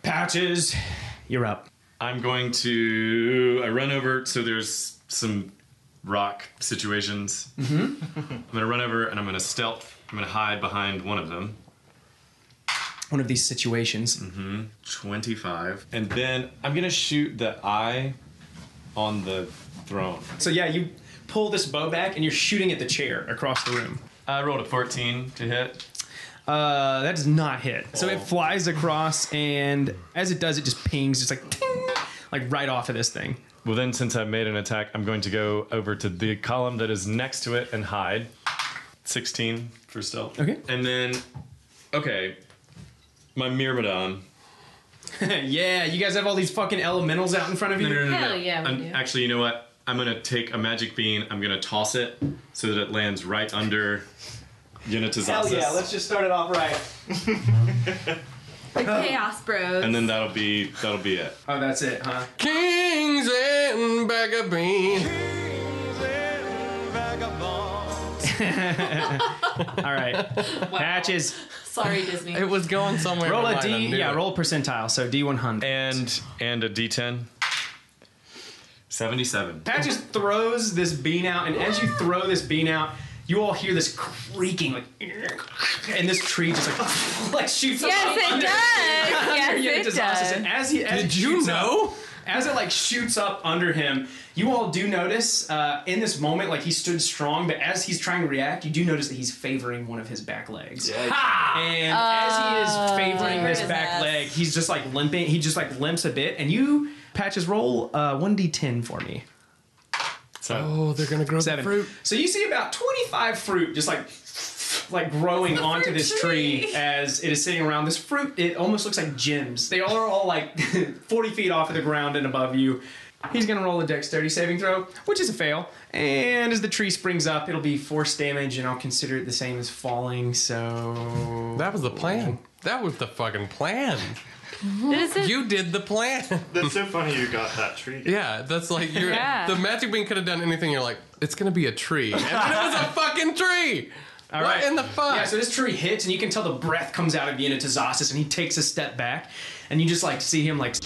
Speaker 1: Patches, you're up.
Speaker 2: I'm going to. I run over. So there's some rock situations.
Speaker 1: Mm-hmm.
Speaker 2: I'm going to run over and I'm going to stealth. I'm going to hide behind one of them.
Speaker 1: One of these situations.
Speaker 2: Mm-hmm. 25. And then I'm going to shoot the eye on the throne.
Speaker 1: So, yeah, you pull this bow back and you're shooting at the chair across the room.
Speaker 2: I rolled a 14 to hit. Oh.
Speaker 1: Uh, that does not hit. So it flies across, and as it does, it just pings, just like, ting, like right off of this thing.
Speaker 2: Well, then, since I've made an attack, I'm going to go over to the column that is next to it and hide. 16 for stealth.
Speaker 1: Okay.
Speaker 2: And then, okay, my Myrmidon.
Speaker 1: yeah, you guys have all these fucking elementals out in front of you.
Speaker 2: I'm- Actually, you know what? I'm gonna take a magic bean. I'm gonna toss it so that it lands right under Unitazosis.
Speaker 1: Hell yeah, let's just start it off right.
Speaker 8: The Chaos Bros.
Speaker 2: And then that'll be that'll be it.
Speaker 1: Oh, that's it, huh?
Speaker 3: Kings and Vagabond.
Speaker 1: all right. Patches.
Speaker 6: Sorry, Disney.
Speaker 3: It was going somewhere.
Speaker 1: Roll
Speaker 3: in
Speaker 1: a
Speaker 3: my mind, I
Speaker 1: D.
Speaker 3: knew
Speaker 1: Yeah,
Speaker 3: it.
Speaker 1: roll percentile. So D100.
Speaker 2: And and a D10. Seventy-seven.
Speaker 3: Oh.
Speaker 1: Patches throws this bean out, and as you throw this bean out, you all hear this creaking, like, and this tree just like, like shoots up.
Speaker 8: Yes, it
Speaker 1: under-
Speaker 8: does.
Speaker 1: under
Speaker 8: Yes, it
Speaker 1: Yenidazosis.
Speaker 8: does.
Speaker 1: And as he, as
Speaker 3: Did
Speaker 1: it
Speaker 3: you
Speaker 1: shoots up-
Speaker 3: know?
Speaker 1: as it like shoots up under him, you all do notice uh, in this moment, like he stood strong, but as he's trying to react, you do notice that he's favoring one of his back legs. Ha! And as he is favoring
Speaker 12: Uh,
Speaker 1: this back
Speaker 12: Yes.
Speaker 1: leg, he's just like limping. He just like limps a bit, and you patches roll uh, one d10 for me.
Speaker 3: Oh, they're gonna grow
Speaker 1: Seven. fruit. So you see about 25 fruit just like like growing onto this tree. as it is sitting around. This fruit, it almost looks like gems. They all are all like 40 feet off of the ground and above you. He's gonna roll a dexterity saving throw, which is a fail. And as the tree springs up, it'll be force damage, and I'll consider it the same as falling. So
Speaker 3: that was the plan. That was the fucking plan.
Speaker 5: Is it-
Speaker 3: You did the plan.
Speaker 5: That's so funny you got that tree.
Speaker 3: Yeah, that's like you're,
Speaker 5: Yeah.
Speaker 3: the magic bean could have done anything. You're like, it's gonna be a tree, and then it was a fucking tree.
Speaker 1: All
Speaker 3: what
Speaker 1: right.
Speaker 3: in the fuck?
Speaker 1: Yeah, so this tree hits, and you can tell the breath comes out of Unitazosis, and he takes a step back, and you just like see him like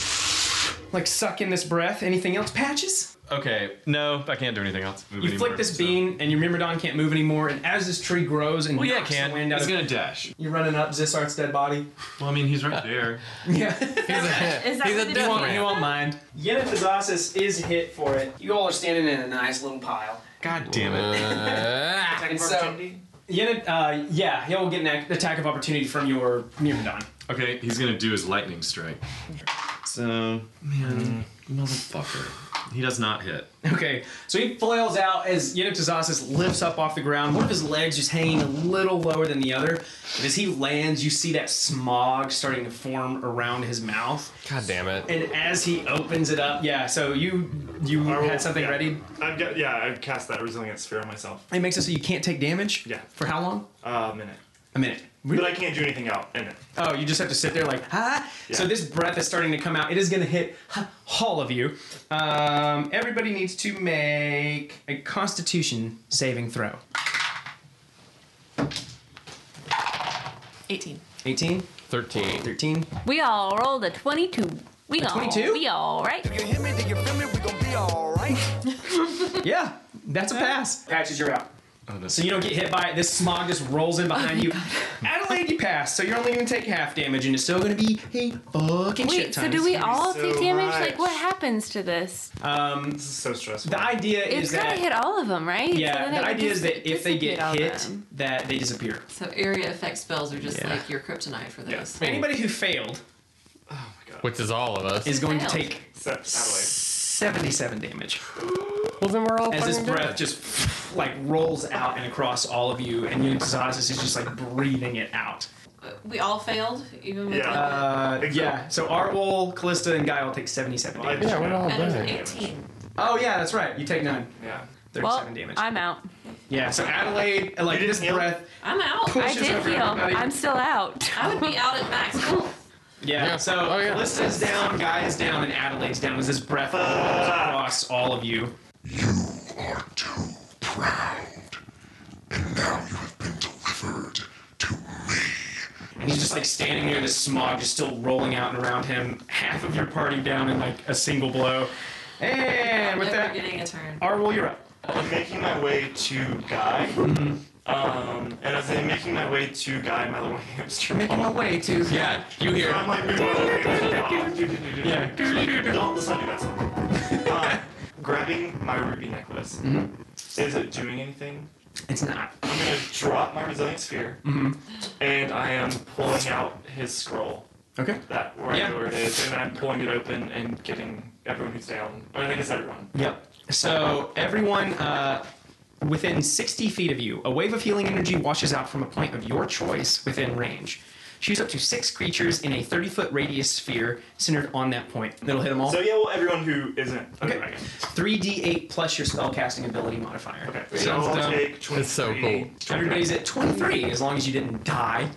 Speaker 1: like suck in this breath. Anything else? Patches?
Speaker 2: Okay. No, I can't do anything else. Move
Speaker 1: You
Speaker 2: anymore.
Speaker 1: flick this bean, and your Myrmidon can't move anymore. And as this tree grows and
Speaker 2: Well, yeah, it
Speaker 1: knocks
Speaker 2: can.
Speaker 1: the wind out
Speaker 2: It's
Speaker 1: of-
Speaker 2: gonna dash.
Speaker 1: You're running up Zissart's dead body.
Speaker 2: Well, I mean, he's right there.
Speaker 8: Is that
Speaker 1: He's
Speaker 8: what
Speaker 1: a
Speaker 8: it
Speaker 1: death
Speaker 8: is?
Speaker 1: man. You won't mind. Yenitazosis is hit for it. You all are standing in a nice little pile.
Speaker 2: God damn it.
Speaker 1: Attack
Speaker 5: of opportunity?
Speaker 1: Yenit, uh, yeah, he'll get an ac- attack of opportunity from your Myrmidon.
Speaker 2: Mm. Okay, he's gonna do his lightning strike. So, man, motherfucker. He does not hit.
Speaker 1: Okay, so he flails out as Yenoptazasis lifts up off the ground, one of his legs just hanging a little lower than the other. And as he lands, you see that smog starting to form around his mouth.
Speaker 3: God damn it.
Speaker 1: And as he opens it up, yeah, so you you had something ready?
Speaker 5: I've got, yeah, I've cast that resilient sphere on myself.
Speaker 1: It makes it so you can't take damage?
Speaker 5: Yeah.
Speaker 1: For how long?
Speaker 5: Uh, a minute.
Speaker 1: A minute.
Speaker 5: But I can't do anything out in it.
Speaker 1: Oh, you just have to sit there like, ah. So
Speaker 5: Yeah.
Speaker 1: this breath is starting to come out. It is going to hit all of you. Um, everybody needs to make a Constitution saving throw.
Speaker 6: 18.
Speaker 1: 18?
Speaker 3: 13.
Speaker 1: 13.
Speaker 4: We all rolled a 22. We
Speaker 1: A
Speaker 4: all
Speaker 1: 22?
Speaker 4: we all right.
Speaker 1: yeah, that's a pass. Patches, you're out.
Speaker 5: Oh,
Speaker 1: so you don't get hit by it. This smog just rolls in
Speaker 4: Oh
Speaker 1: behind you. Adelaide, you pass, so you're only going to take half damage, and it's still going to be a fucking shit
Speaker 4: Wait,
Speaker 1: ton.
Speaker 4: so do we all take damage?
Speaker 1: much.
Speaker 4: Like, what happens to this?
Speaker 1: Um, this
Speaker 5: is so stressful.
Speaker 1: The idea
Speaker 4: It's
Speaker 1: is that
Speaker 4: gotta hit all of them, right? So then
Speaker 1: Yeah,
Speaker 4: it
Speaker 1: the
Speaker 4: would
Speaker 1: idea is
Speaker 4: just
Speaker 1: that if they get
Speaker 4: dissipate all
Speaker 1: hit,
Speaker 4: them.
Speaker 1: that they disappear.
Speaker 11: So area effect spells are just
Speaker 1: Yeah.
Speaker 11: like your kryptonite for those.
Speaker 1: Anybody who failed
Speaker 3: Which is all of us.
Speaker 1: is going to take seventy-seven damage.
Speaker 3: Well, then we're all
Speaker 1: As this
Speaker 3: fucking dead.
Speaker 1: breath just like rolls out and across all of you, and Unitazasis is just like breathing it out.
Speaker 11: We all failed, even with
Speaker 1: Uh, yeah. So Arwol, Callista, and Guile take seventy-seven damage.
Speaker 11: Yeah, we're all And dead. 18.
Speaker 1: Oh yeah, that's right. You take nine.
Speaker 5: Yeah.
Speaker 1: Thirty-seven damage.
Speaker 4: I'm out.
Speaker 1: Yeah. So Adelaide, like this breath.
Speaker 11: I'm out.
Speaker 4: Oh, I did heal. I'm still out.
Speaker 11: I would be out at max health.
Speaker 1: Yeah. So Callista's down, Guy is down, and Adelaide's down. As this breath rolls across all of you. And he's just like standing near this smog, just still rolling out and around him. Half of your party down in like a single blow. And with that,
Speaker 11: getting a turn.
Speaker 1: Arwol, you're up.
Speaker 5: I'm making my way to Guy. Um, and as I'm making my way to Guy, my little hamster. Making my
Speaker 1: way to.
Speaker 5: Yeah,
Speaker 3: you hear.
Speaker 5: I'm like, yeah. Don't let's not do that. Um, grabbing my ruby necklace. Is it doing anything?
Speaker 1: It's not.
Speaker 5: I'm gonna drop my resilient sphere,
Speaker 1: Mhm.
Speaker 5: and I am pulling out his scroll.
Speaker 1: Okay.
Speaker 5: That where
Speaker 1: Yeah.
Speaker 5: I know where it is, and I'm pulling it open and getting everyone who's down. I think it's everyone.
Speaker 1: Yep. So everyone uh, within 60 feet of you, a wave of healing energy washes out from a point of your choice within range. Choose up to six creatures in a 30 foot radius sphere centered on that point. That'll hit them all.
Speaker 5: So yeah, well, everyone who isn't. Okay.
Speaker 1: 3d8 plus your spellcasting ability modifier. Okay.
Speaker 5: so I'll take
Speaker 3: It's so cool.
Speaker 1: Everybody's at 23 as long as you didn't die.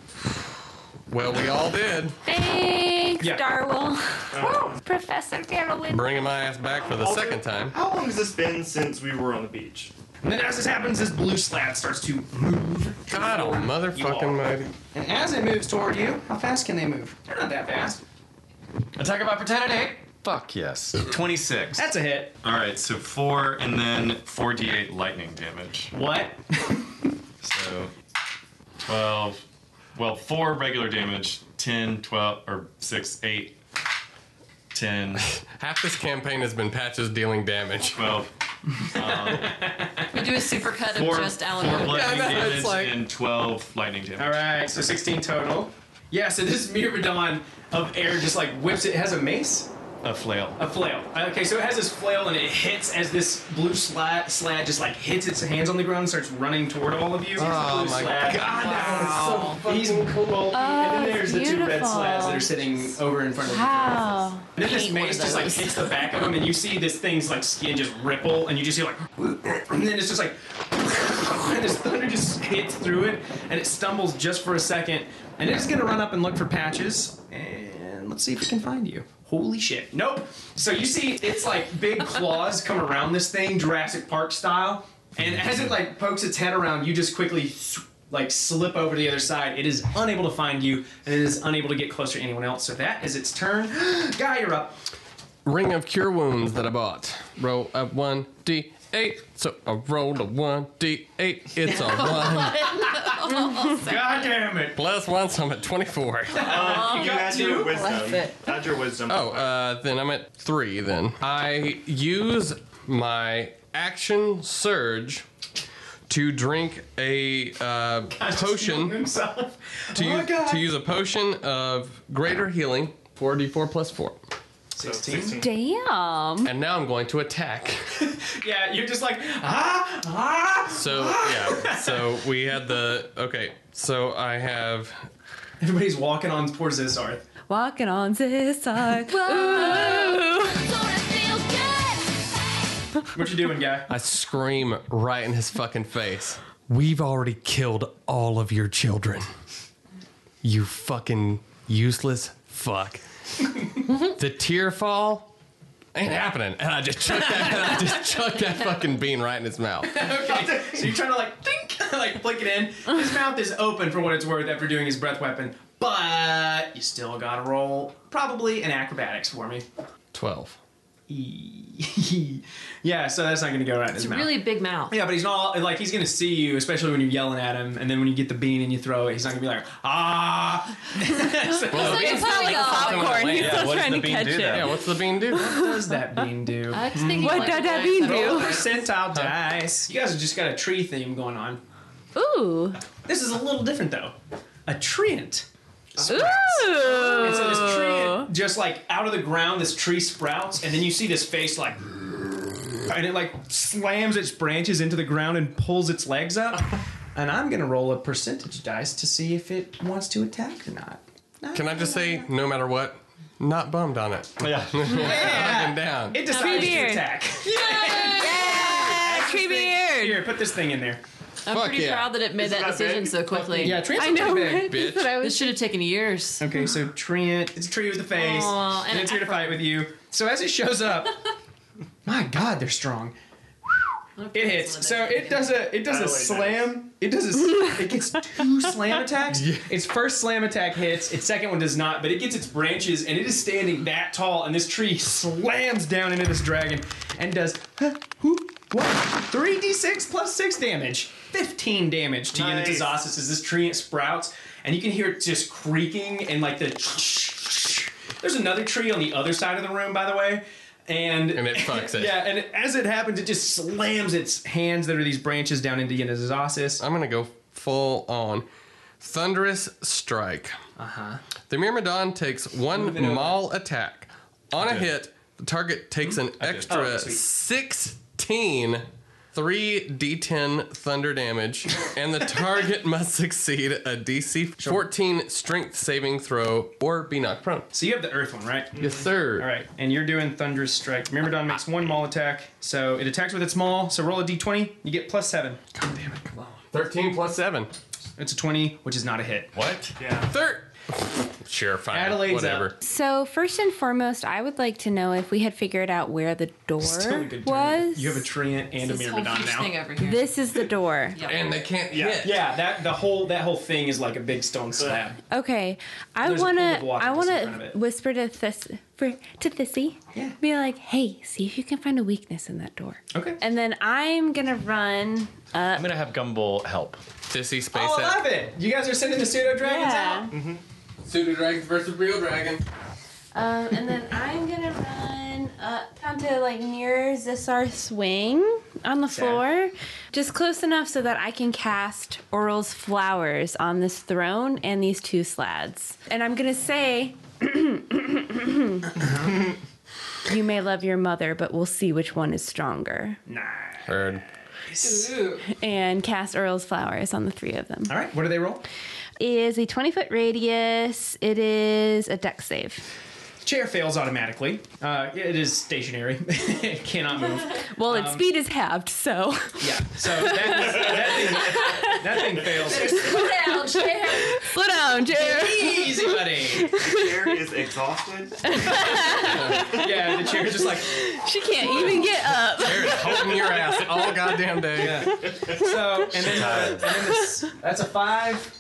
Speaker 3: Well, we all did.
Speaker 4: Thanks,
Speaker 3: Yeah.
Speaker 4: Darwell.
Speaker 1: Oh.
Speaker 4: Professor Darwin.
Speaker 3: Bringing my ass back for the second time.
Speaker 5: How long has this been since we were on the beach?
Speaker 1: And then as this happens, this blue slat starts to move.
Speaker 3: God, oh motherfucking mighty.
Speaker 1: And as it moves toward you, how fast can they move? They're not that fast. Attack of opportunity.
Speaker 2: Fuck yes. 26.
Speaker 1: That's a hit.
Speaker 2: All right, so four and then 4d8 lightning damage.
Speaker 1: What?
Speaker 2: So 12. Well, four regular damage, 10, 12, or 6, 8, 10.
Speaker 3: Half this campaign has been patches dealing damage.
Speaker 2: Well,
Speaker 11: We do a supercut
Speaker 2: four,
Speaker 11: of just Alan
Speaker 2: four
Speaker 11: Moore.
Speaker 2: lightning
Speaker 1: Yeah, I know, it's
Speaker 2: damage
Speaker 1: like-
Speaker 2: and 12 lightning damage.
Speaker 1: All right, so 16 total. Yeah, so this Myrmidon of air just like whips it. It has a mace,
Speaker 2: A flail.
Speaker 1: a flail. Okay, so it has this flail and it hits as this blue slat slad just like hits its hands on the ground and starts running toward all of you.
Speaker 3: Oh
Speaker 1: Blue
Speaker 3: my
Speaker 1: slad.
Speaker 3: God,
Speaker 1: Wow. He's cool. and then there's the two red
Speaker 4: beautiful.
Speaker 1: slads that are sitting over in front of you.
Speaker 4: Wow.
Speaker 1: And then this mace just like hits the back of him, and you see this thing's like skin just ripple, and you just hear like, and then it's just like, and this thunder just hits through it, and it stumbles just for a second, and it's gonna run up and look for patches, and let's see if it can find you. Holy shit! Nope. So you see, it's like big claws come around this thing, Jurassic Park style, and as it like pokes its head around, you just quickly. Like slip over to the other side. It is unable to find you, and it is unable to get closer to anyone else. So that is its turn. Guy, you're up.
Speaker 3: Ring of Cure Wounds that I bought. Roll a 1d8. So I rolled a 1d8. It's a 1.
Speaker 1: God damn it.
Speaker 3: Plus 1, so I'm at 24.
Speaker 5: Um, you
Speaker 1: Uh, got
Speaker 5: add
Speaker 1: two?
Speaker 5: your
Speaker 1: Bless
Speaker 5: wisdom.
Speaker 1: it.
Speaker 5: Add your wisdom.
Speaker 3: Oh, uh, then I'm at 3 then. I use my action surge to drink a uh, potion.
Speaker 1: himself.
Speaker 3: to,
Speaker 1: Oh my
Speaker 3: use,
Speaker 1: God.
Speaker 3: to use a potion of greater healing, 4d4 plus 4.
Speaker 1: 16. Um.
Speaker 4: Damn.
Speaker 3: And now I'm going to attack.
Speaker 1: Yeah, you're just like, ah, ah.
Speaker 3: So yeah, so we had the okay. So I have
Speaker 1: Everybody's walking on towards Zizarth.
Speaker 8: Walking on this side. Ooh.
Speaker 1: What you doing, guy?
Speaker 3: I scream right in his fucking face. We've already killed all of your children. You fucking useless fuck. the tear fall ain't happening. And I just chuck that, and I just chuck that fucking bean right in his mouth.
Speaker 1: okay, so you're trying to like think, like flick it in. His mouth is open for what it's worth after doing his breath weapon, but you still gotta roll probably an acrobatics for me.
Speaker 3: 12.
Speaker 1: yeah, so that's not gonna go right in his
Speaker 6: It's a
Speaker 1: mouth.
Speaker 6: really big mouth.
Speaker 1: yeah, but he's not like he's gonna see you, especially when you're yelling at him, and then when you get the bean and you throw it, he's not gonna be like ah.
Speaker 3: Well,
Speaker 6: like it's not like popcorn. He's still trying to catch it.
Speaker 3: Yeah, what's the bean do?
Speaker 1: What does that bean do?
Speaker 6: I was thinking
Speaker 4: What
Speaker 6: like
Speaker 4: did that
Speaker 6: a
Speaker 4: bean
Speaker 1: Roll
Speaker 4: do?
Speaker 1: percentile dice. You guys have just got a tree theme going on.
Speaker 4: Ooh.
Speaker 1: This is a little different though. A treant. And so this
Speaker 4: Ooh.
Speaker 1: tree, just like out of the ground, this tree sprouts, and then you see this face like, and it like slams its branches into the ground and pulls its legs up. And I'm gonna roll a percentage dice to see if it wants to attack or not.
Speaker 3: Can I just say, no matter what, not bummed on it.
Speaker 2: Yeah.
Speaker 3: Fucking down.
Speaker 1: It decides to
Speaker 6: beard.
Speaker 1: attack.
Speaker 6: Yeah, tree beard.
Speaker 1: Here, put this thing in there.
Speaker 6: I'm
Speaker 3: Fuck
Speaker 6: pretty
Speaker 3: yeah.
Speaker 6: proud that it made that decision so quickly.
Speaker 1: Yeah, treants
Speaker 4: I
Speaker 1: are
Speaker 4: know,
Speaker 1: pretty big.
Speaker 4: right? That's what I
Speaker 6: This
Speaker 4: was.
Speaker 6: should have taken years.
Speaker 1: Okay, so Treant, it's a tree with a face,
Speaker 6: Aw,
Speaker 1: and,
Speaker 6: and
Speaker 1: it's here to fight with you. So as it shows up, my God, they're strong. It hits. So it does a it does a slam. It does a s- it gets two slam attacks. Its first slam attack hits. Its second one does not, but it gets its branches and it is standing that tall. And this tree slams down into this dragon and does three d six plus six damage, fifteen damage to nice.
Speaker 5: Nice.
Speaker 1: as this tree sprouts. And you can hear it just creaking and like the. There's another tree on the other side of the room, by the way, and
Speaker 3: And it fucks it.
Speaker 1: yeah, and as it happens, it just slams its hands that are these branches down into Yenna's osseous.
Speaker 3: I'm gonna go full on. Thunderous Strike. Uh huh. The Myrmidon takes one maul attack. On a hit, the target takes an extra
Speaker 1: Oh, sweet.
Speaker 3: 16 3d10 thunder damage, and the target must succeed a DC 14 strength saving throw or be knocked prone.
Speaker 1: So you have the earth one, right?
Speaker 3: Yes, sir.
Speaker 1: All right, and you're doing Thunderous Strike. Myrmidon makes one maul attack, so it attacks with its maul. So roll a d20. You get plus seven.
Speaker 3: 13 plus 7.
Speaker 1: It's a 20, which is not a hit.
Speaker 3: What?
Speaker 5: Yeah.
Speaker 3: Thir- sure, fine.
Speaker 1: Adelaide's
Speaker 3: whatever.
Speaker 1: up.
Speaker 4: So first and foremost, I would like to know if we had figured out where the door
Speaker 1: Still a good turn.
Speaker 4: was.
Speaker 1: You have a treant and a
Speaker 6: This whole
Speaker 1: Myrmidon
Speaker 6: huge
Speaker 1: now.
Speaker 6: thing over here.
Speaker 4: This is the door.
Speaker 3: And they can't hit.
Speaker 1: Yeah, that the whole that whole thing is like a big stone slab.
Speaker 4: Okay, I
Speaker 1: There's a
Speaker 4: wanna,
Speaker 1: pool of
Speaker 4: I
Speaker 1: water just in front
Speaker 4: wanna
Speaker 1: of it.
Speaker 4: whisper to this for, to Thissy.
Speaker 1: Yeah.
Speaker 4: Be like, hey, see if you can find a weakness in that door.
Speaker 1: Okay.
Speaker 4: And then I'm gonna run.
Speaker 2: I'm gonna have Gumball help.
Speaker 3: Sissy Space
Speaker 1: Oh, I
Speaker 3: out.
Speaker 1: love it! You guys are sending the pseudo dragons out.
Speaker 4: Yeah.
Speaker 2: Mm-hmm.
Speaker 3: Pseudo dragons versus real dragon.
Speaker 4: Um, and then I'm gonna run up down to like near Zissar's wing on the floor, just close enough so that I can cast Oral's flowers on this throne and these two slads. And I'm gonna say. You may love your mother, but we'll see which one is stronger.
Speaker 3: Heard.
Speaker 4: And cast Earl's flowers on the three of them.
Speaker 1: All right, what do they roll?
Speaker 4: Is a 20 foot radius. It is a deck save.
Speaker 1: Chair fails automatically. Uh, it is stationary. it cannot move.
Speaker 4: Well,
Speaker 1: Um,
Speaker 4: its speed is halved, so.
Speaker 1: Yeah. So that, that, thing, that thing fails.
Speaker 4: Slow down, Jared.
Speaker 1: Easy, buddy.
Speaker 5: Chair is exhausted.
Speaker 1: Yeah, the chair is just like.
Speaker 4: She can't even get up.
Speaker 3: Jared's holding your ass all goddamn day.
Speaker 1: So and then, uh, and then this, that's a five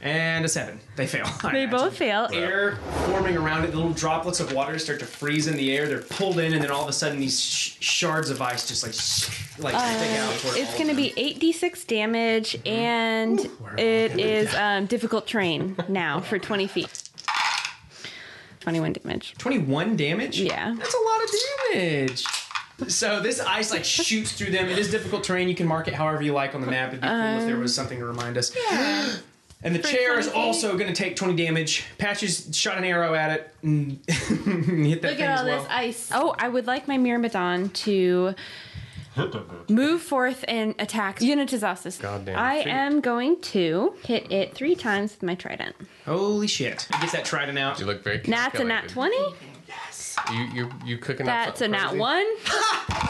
Speaker 1: and a seven. They fail.
Speaker 4: They both fail.
Speaker 1: Air forming around it, the little droplets of water start to freeze in the air. They're pulled in, and then all of a sudden, these sh- shards of ice just like sh- like stick out. Toward
Speaker 4: Uh, It's
Speaker 1: all Mm-hmm.
Speaker 4: going to
Speaker 1: of
Speaker 4: be 8d6 damage, and it is um, difficult terrain now for 20 feet. 21 damage.
Speaker 1: twenty-one damage.
Speaker 4: Yeah.
Speaker 1: That's a lot of damage. So this ice like shoots
Speaker 4: Um,
Speaker 1: through them. It is difficult terrain. You can mark it however you like on the map. It'd be cool if there was something to remind us. And the
Speaker 8: For
Speaker 1: chair is
Speaker 8: 20 feet?
Speaker 1: also going to take 20 damage. Patches shot an arrow at it and hit that
Speaker 4: Look
Speaker 1: thing
Speaker 4: at all
Speaker 1: as well.
Speaker 4: this ice. Oh, I would like my Myrmidon to move forth and attack Unitazosis.
Speaker 1: Goddamn
Speaker 4: I
Speaker 1: feet.
Speaker 4: am going to hit it three times with my trident.
Speaker 1: Holy shit. He gets that trident out.
Speaker 3: You look very
Speaker 4: That's a nat 20.
Speaker 3: You, you, you cooking
Speaker 4: That's a
Speaker 3: up something
Speaker 4: nat
Speaker 3: crazy?
Speaker 4: 1.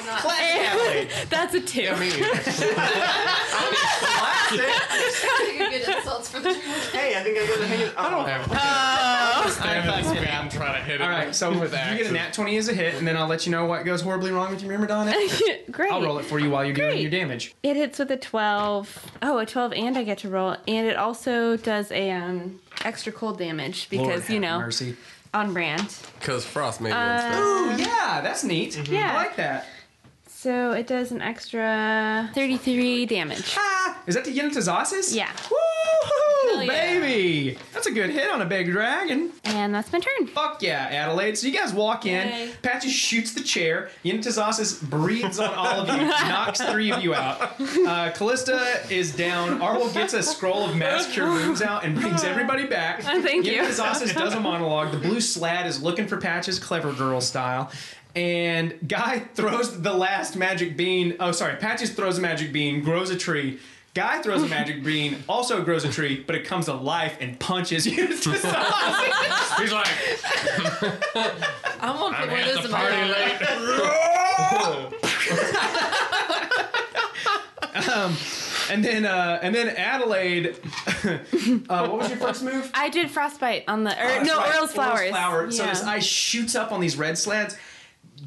Speaker 4: And that's a 2.
Speaker 5: Hey, I think I got the hang of I
Speaker 3: Oh.
Speaker 5: don't have
Speaker 1: I'm trying to hit it. All right, so if you get a nat 20 as a hit, and then I'll let you know what goes horribly wrong with your Myrmidon.
Speaker 4: Great.
Speaker 1: I'll roll it for you while you're doing your damage.
Speaker 4: It hits with a 12. Oh, a 12 and I get to roll. And it also does a um, extra cold damage
Speaker 3: Lord
Speaker 4: because, you
Speaker 3: have
Speaker 4: know,
Speaker 3: mercy.
Speaker 4: on brand.
Speaker 3: Because frost maybe.
Speaker 4: Uh, Ooh,
Speaker 1: yeah, that's neat.
Speaker 4: Yeah.
Speaker 1: I like that.
Speaker 4: So it does an extra 33 damage.
Speaker 1: Is that the Unitazosis?
Speaker 4: Yeah.
Speaker 1: Woo,
Speaker 4: Hell yeah.
Speaker 1: baby! That's a good hit on a big dragon.
Speaker 4: And that's my turn.
Speaker 1: Fuck yeah, Adelaide. So you guys walk in.
Speaker 4: Yay.
Speaker 1: Patches shoots the chair. Unitazosis breathes on all of you, knocks three of you out. Uh, Callista is down. Arwol gets a scroll of mass cure wounds out and brings everybody back.
Speaker 4: Oh, thank you.
Speaker 1: Unitazosis does a monologue. The blue slad is looking for Patches, clever girl style. And Guy throws the last magic bean. Oh, sorry. Patches throws a magic bean, grows a tree. Guy throws a magic bean, also grows a tree, but it comes to life and punches
Speaker 5: Oh.
Speaker 1: Unitazosis.
Speaker 3: He's like,
Speaker 11: I want to put
Speaker 1: I'm
Speaker 11: one
Speaker 1: at
Speaker 11: of those
Speaker 1: the
Speaker 11: in my
Speaker 1: party
Speaker 11: life.
Speaker 1: um, and then uh, and then Adelaide. uh, what was your first move?
Speaker 4: I did frostbite on the.
Speaker 1: Oh,
Speaker 4: Or,
Speaker 1: that's
Speaker 4: no,
Speaker 1: right,
Speaker 4: Earl's flowers.
Speaker 1: flower. So
Speaker 4: Yeah.
Speaker 1: this ice shoots up on these red sleds.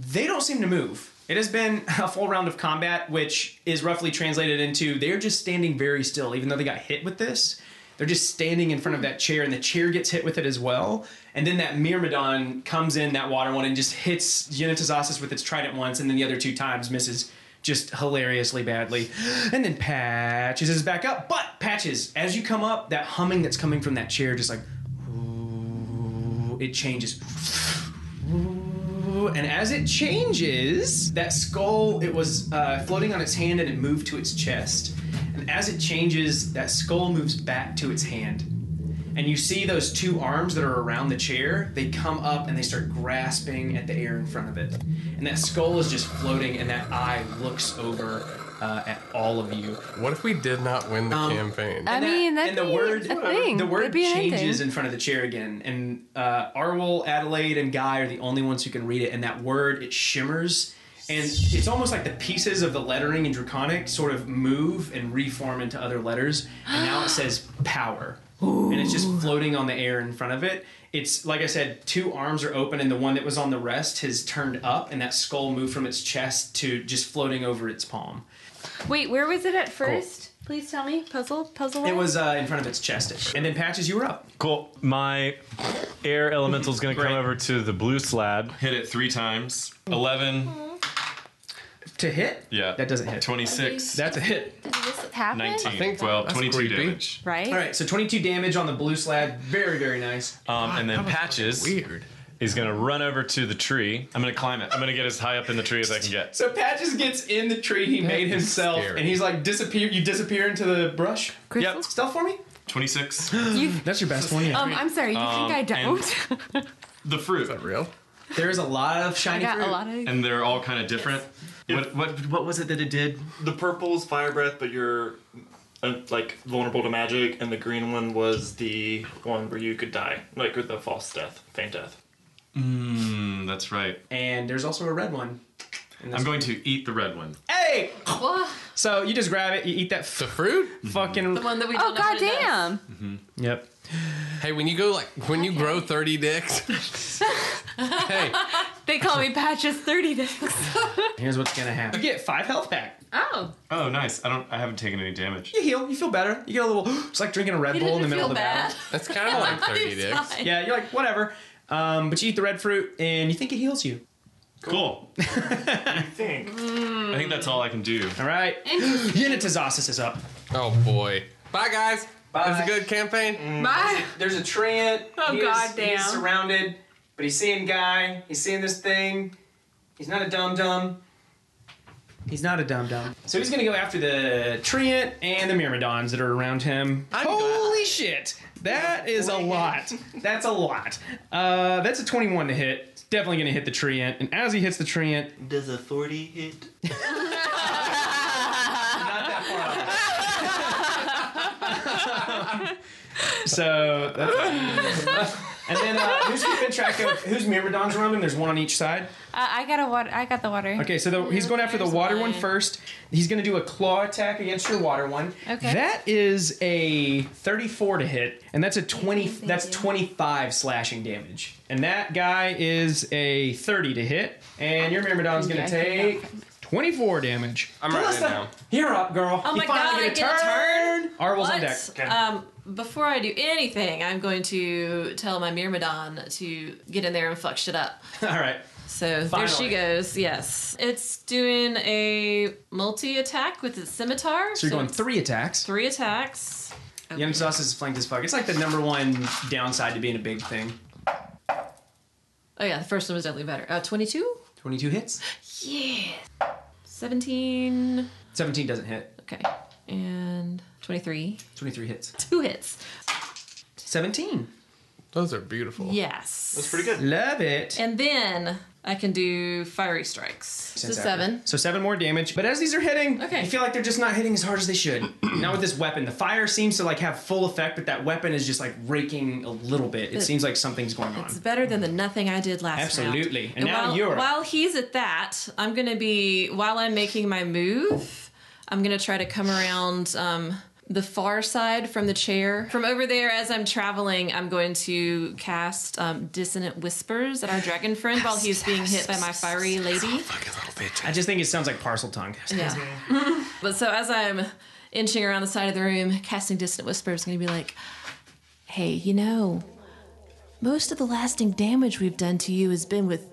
Speaker 1: They don't seem to move. It has been a full round of combat, which is roughly translated into they're just standing very still, even though they got hit with this. They're just standing in front of that chair, and the chair gets hit with it as well. And then that Myrmidon comes in, that water one, and just hits Unitazosis with its trident once, and then the other two times misses just hilariously badly. And then Patches is back up. But Patches, as you come up, that humming that's coming from that chair just like it changes. And as it changes, that skull, it was uh, floating on its hand and it moved to its chest. And as it changes, that skull moves back to its hand. And you see those two arms that are around the chair, they come up and they start grasping at the air in front of it. And that skull is just floating, and that eye looks over uh, at all of you.
Speaker 3: What if we did not win the
Speaker 1: Um,
Speaker 3: campaign?
Speaker 4: I mean, that'd
Speaker 1: and the
Speaker 4: be
Speaker 1: word
Speaker 4: a thing.
Speaker 1: the word
Speaker 4: That'd be an
Speaker 1: changes
Speaker 4: ending.
Speaker 1: in front of the chair again, and uh, Arwol, Adelaide, and Guy are the only ones who can read it. And that word it shimmers, and it's almost like the pieces of the lettering in Draconic sort of move and reform into other letters. And now it says power, and it's just floating on the air in front of it. It's like I said, two arms are open, and the one that was on the rest has turned up, and that skull moved from its chest to just floating over its palm.
Speaker 4: Wait, where was it at first? Please tell me. Puzzle? Puzzle?
Speaker 1: It
Speaker 4: one?
Speaker 1: was uh, in front of its chest, and then patches you were up.
Speaker 2: Cool. My air elemental's gonna come over to the blue slab. Hit it three times. Eleven.
Speaker 1: To hit?
Speaker 2: Yeah. That
Speaker 1: Mm-hmm. doesn't hit.
Speaker 2: Twenty-six.
Speaker 1: That's a hit.
Speaker 4: Does this happen?
Speaker 2: 19, 12, 22 damage.
Speaker 4: Right?
Speaker 1: All right, so 22 damage on the blue slab. Very, very nice.
Speaker 2: Um, and then Patches weird. is going to run over to the tree. I'm going to climb it. I'm going to get as high up in the tree as I can get.
Speaker 1: So Patches gets in the tree he made himself, and he's like, disappear. You disappear into the brush. Yep. Stuff for me.
Speaker 2: 26.
Speaker 1: That's your best one yet.
Speaker 4: Um, I'm sorry. You
Speaker 2: Um,
Speaker 4: think I don't?
Speaker 2: The fruit. Is that
Speaker 3: real?
Speaker 1: There is a lot of
Speaker 4: I
Speaker 1: shiny
Speaker 4: got
Speaker 1: fruit.
Speaker 4: a lot of.
Speaker 2: And they're all kind of different. What, what what was it that it did?
Speaker 5: The purple's fire breath, but you're uh, like vulnerable to magic, and the green one was the one where you could die, like with the false death, faint death.
Speaker 1: Mm.
Speaker 2: Mmm, that's right.
Speaker 1: And there's also a red one.
Speaker 2: I'm going to eat the red one.
Speaker 1: Hey! So you just grab it, you eat that f-
Speaker 3: fruit?
Speaker 1: Fucking.
Speaker 11: one that we
Speaker 4: Oh,
Speaker 11: don't know what it does.
Speaker 4: goddamn.
Speaker 1: Yep.
Speaker 3: Hey, when you go like when you grow thirty dicks, hey,
Speaker 4: They call me Patches 30 Dicks.
Speaker 1: Here's what's gonna happen. You get five health back.
Speaker 4: Oh.
Speaker 2: Oh, nice. I don't. I haven't taken any damage.
Speaker 1: You heal. You feel better. You get a little. It's like drinking a Red
Speaker 11: He
Speaker 1: Bull in the
Speaker 11: didn't
Speaker 1: middle
Speaker 11: feel
Speaker 1: of the
Speaker 11: bad.
Speaker 1: battle.
Speaker 3: That's kind of like thirty dicks.
Speaker 11: fine.
Speaker 1: Yeah, you're like whatever. Um, but you eat the red fruit, and you think it heals you.
Speaker 2: Cool.
Speaker 5: Think.
Speaker 1: Mm.
Speaker 2: I think that's all I can do.
Speaker 1: All right. Unitazosis is up.
Speaker 3: Oh boy. Bye guys. Bye. That's a good campaign.
Speaker 4: Bye.
Speaker 1: Mm. There's a treant.
Speaker 4: Oh,
Speaker 1: He is-
Speaker 4: goddamn.
Speaker 1: He's surrounded, but he's seeing guy. He's seeing this thing. He's not a dum dum. He's not a dum dum. So he's gonna go after the Treant and the Myrmidons that are around him. Holy shit! That is a lot. That's a lot. Uh, that's a 21 to hit. It's definitely gonna hit the Treant. And as he hits the Treant, does a 40 hit? So, that's and then uh, who's keeping track of who's Myrmidons around him? There's one on each side.
Speaker 4: Uh, I got a water. I got the water.
Speaker 1: Okay, so the, he's going after the water one first. He's going to do a claw attack against your water one.
Speaker 4: Okay.
Speaker 1: That is a 34 to hit, and that's a 20. That's 25 slashing damage, and that guy is a 30 to hit, and your Myrmidon's going
Speaker 11: Yeah, I
Speaker 1: to
Speaker 11: think
Speaker 1: take 24 damage. I'm
Speaker 3: right now.
Speaker 1: You're up, girl.
Speaker 6: Oh
Speaker 1: You
Speaker 6: my god,
Speaker 1: finally
Speaker 6: I get a turn.
Speaker 1: Arvel's on
Speaker 6: What?
Speaker 1: deck.
Speaker 6: Um, before I do anything, I'm going to tell my Myrmidon to get in there and fuck shit up.
Speaker 1: All right.
Speaker 6: So there she goes. Yes, it's doing a multi attack with its scimitar.
Speaker 1: So you're going three attacks.
Speaker 6: Three attacks.
Speaker 1: Yum sauce is flanked as fuck. It's like the number one downside to being a big thing.
Speaker 6: Oh yeah, the first one was definitely better. Uh, Twenty-two.
Speaker 1: 22 hits.
Speaker 6: Yeah. Seventeen.
Speaker 1: 17 doesn't hit.
Speaker 6: Okay. And twenty-three.
Speaker 1: 23 hits.
Speaker 6: Two hits.
Speaker 1: 17.
Speaker 3: Those are beautiful.
Speaker 6: Yes.
Speaker 1: That's pretty good. Love it.
Speaker 6: And then I can do fiery strikes. So
Speaker 1: Since after.
Speaker 6: seven.
Speaker 1: So seven more damage. But as these are hitting, okay. I feel like they're just not hitting as hard as they should. not with this weapon. The fire seems to like have full effect, but that weapon is just like raking a little bit. It
Speaker 6: It-
Speaker 1: seems like something's going on.
Speaker 6: It's better than the nothing I did last round.
Speaker 1: Absolutely. And now
Speaker 6: while,
Speaker 1: you're up.
Speaker 6: While he's at that, I'm going to be, while I'm making my move, I'm going to try to come around um, the far side from the chair. From over there, as I'm traveling, I'm going to cast um, Dissonant Whispers at our dragon friend while he's being hit by my fiery lady.
Speaker 1: I just think it sounds like parcel tongue.
Speaker 6: Yeah. but so as I'm inching around the side of the room, casting distant whispers, I'm gonna be like, "Hey, you know, most of the lasting damage we've done to you has been with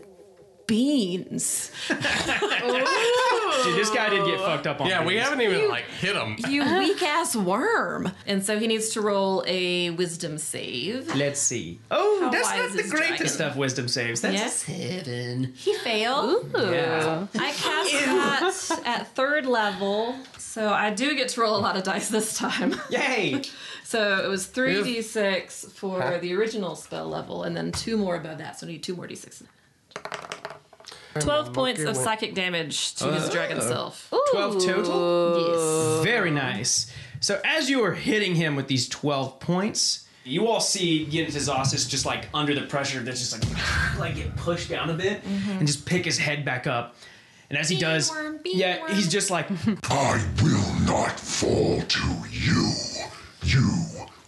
Speaker 6: beans."
Speaker 1: Dude, this guy did get fucked up on.
Speaker 3: Yeah, we
Speaker 1: these.
Speaker 3: haven't even like hit him.
Speaker 6: You weak ass worm. And so he needs to roll a wisdom save.
Speaker 1: Let's see. Oh,
Speaker 6: How
Speaker 1: that's
Speaker 6: wise
Speaker 1: not the
Speaker 6: is
Speaker 1: greatest
Speaker 6: dragon?
Speaker 1: of wisdom saves. That's
Speaker 6: Yeah.
Speaker 1: a seven.
Speaker 6: He failed.
Speaker 1: Yeah.
Speaker 6: I cast that at third level, so I do get to roll a lot of dice this time.
Speaker 1: Yay!
Speaker 6: so it was 3d6 for
Speaker 3: Huh?
Speaker 6: the original spell level, and then two more above that, so I need two more d6. 12 points of psychic damage to
Speaker 3: Oh.
Speaker 6: his
Speaker 1: Uh,
Speaker 6: dragon self.
Speaker 1: 12 total? Yes. Very nice. So as you are hitting him with these 12 points, you all see Yentazosis just like under the pressure that's just like like get pushed down a bit
Speaker 6: Mm-hmm.
Speaker 1: and just pick his head back up. And as he does, yeah, he's just like
Speaker 9: I will not fall to you. You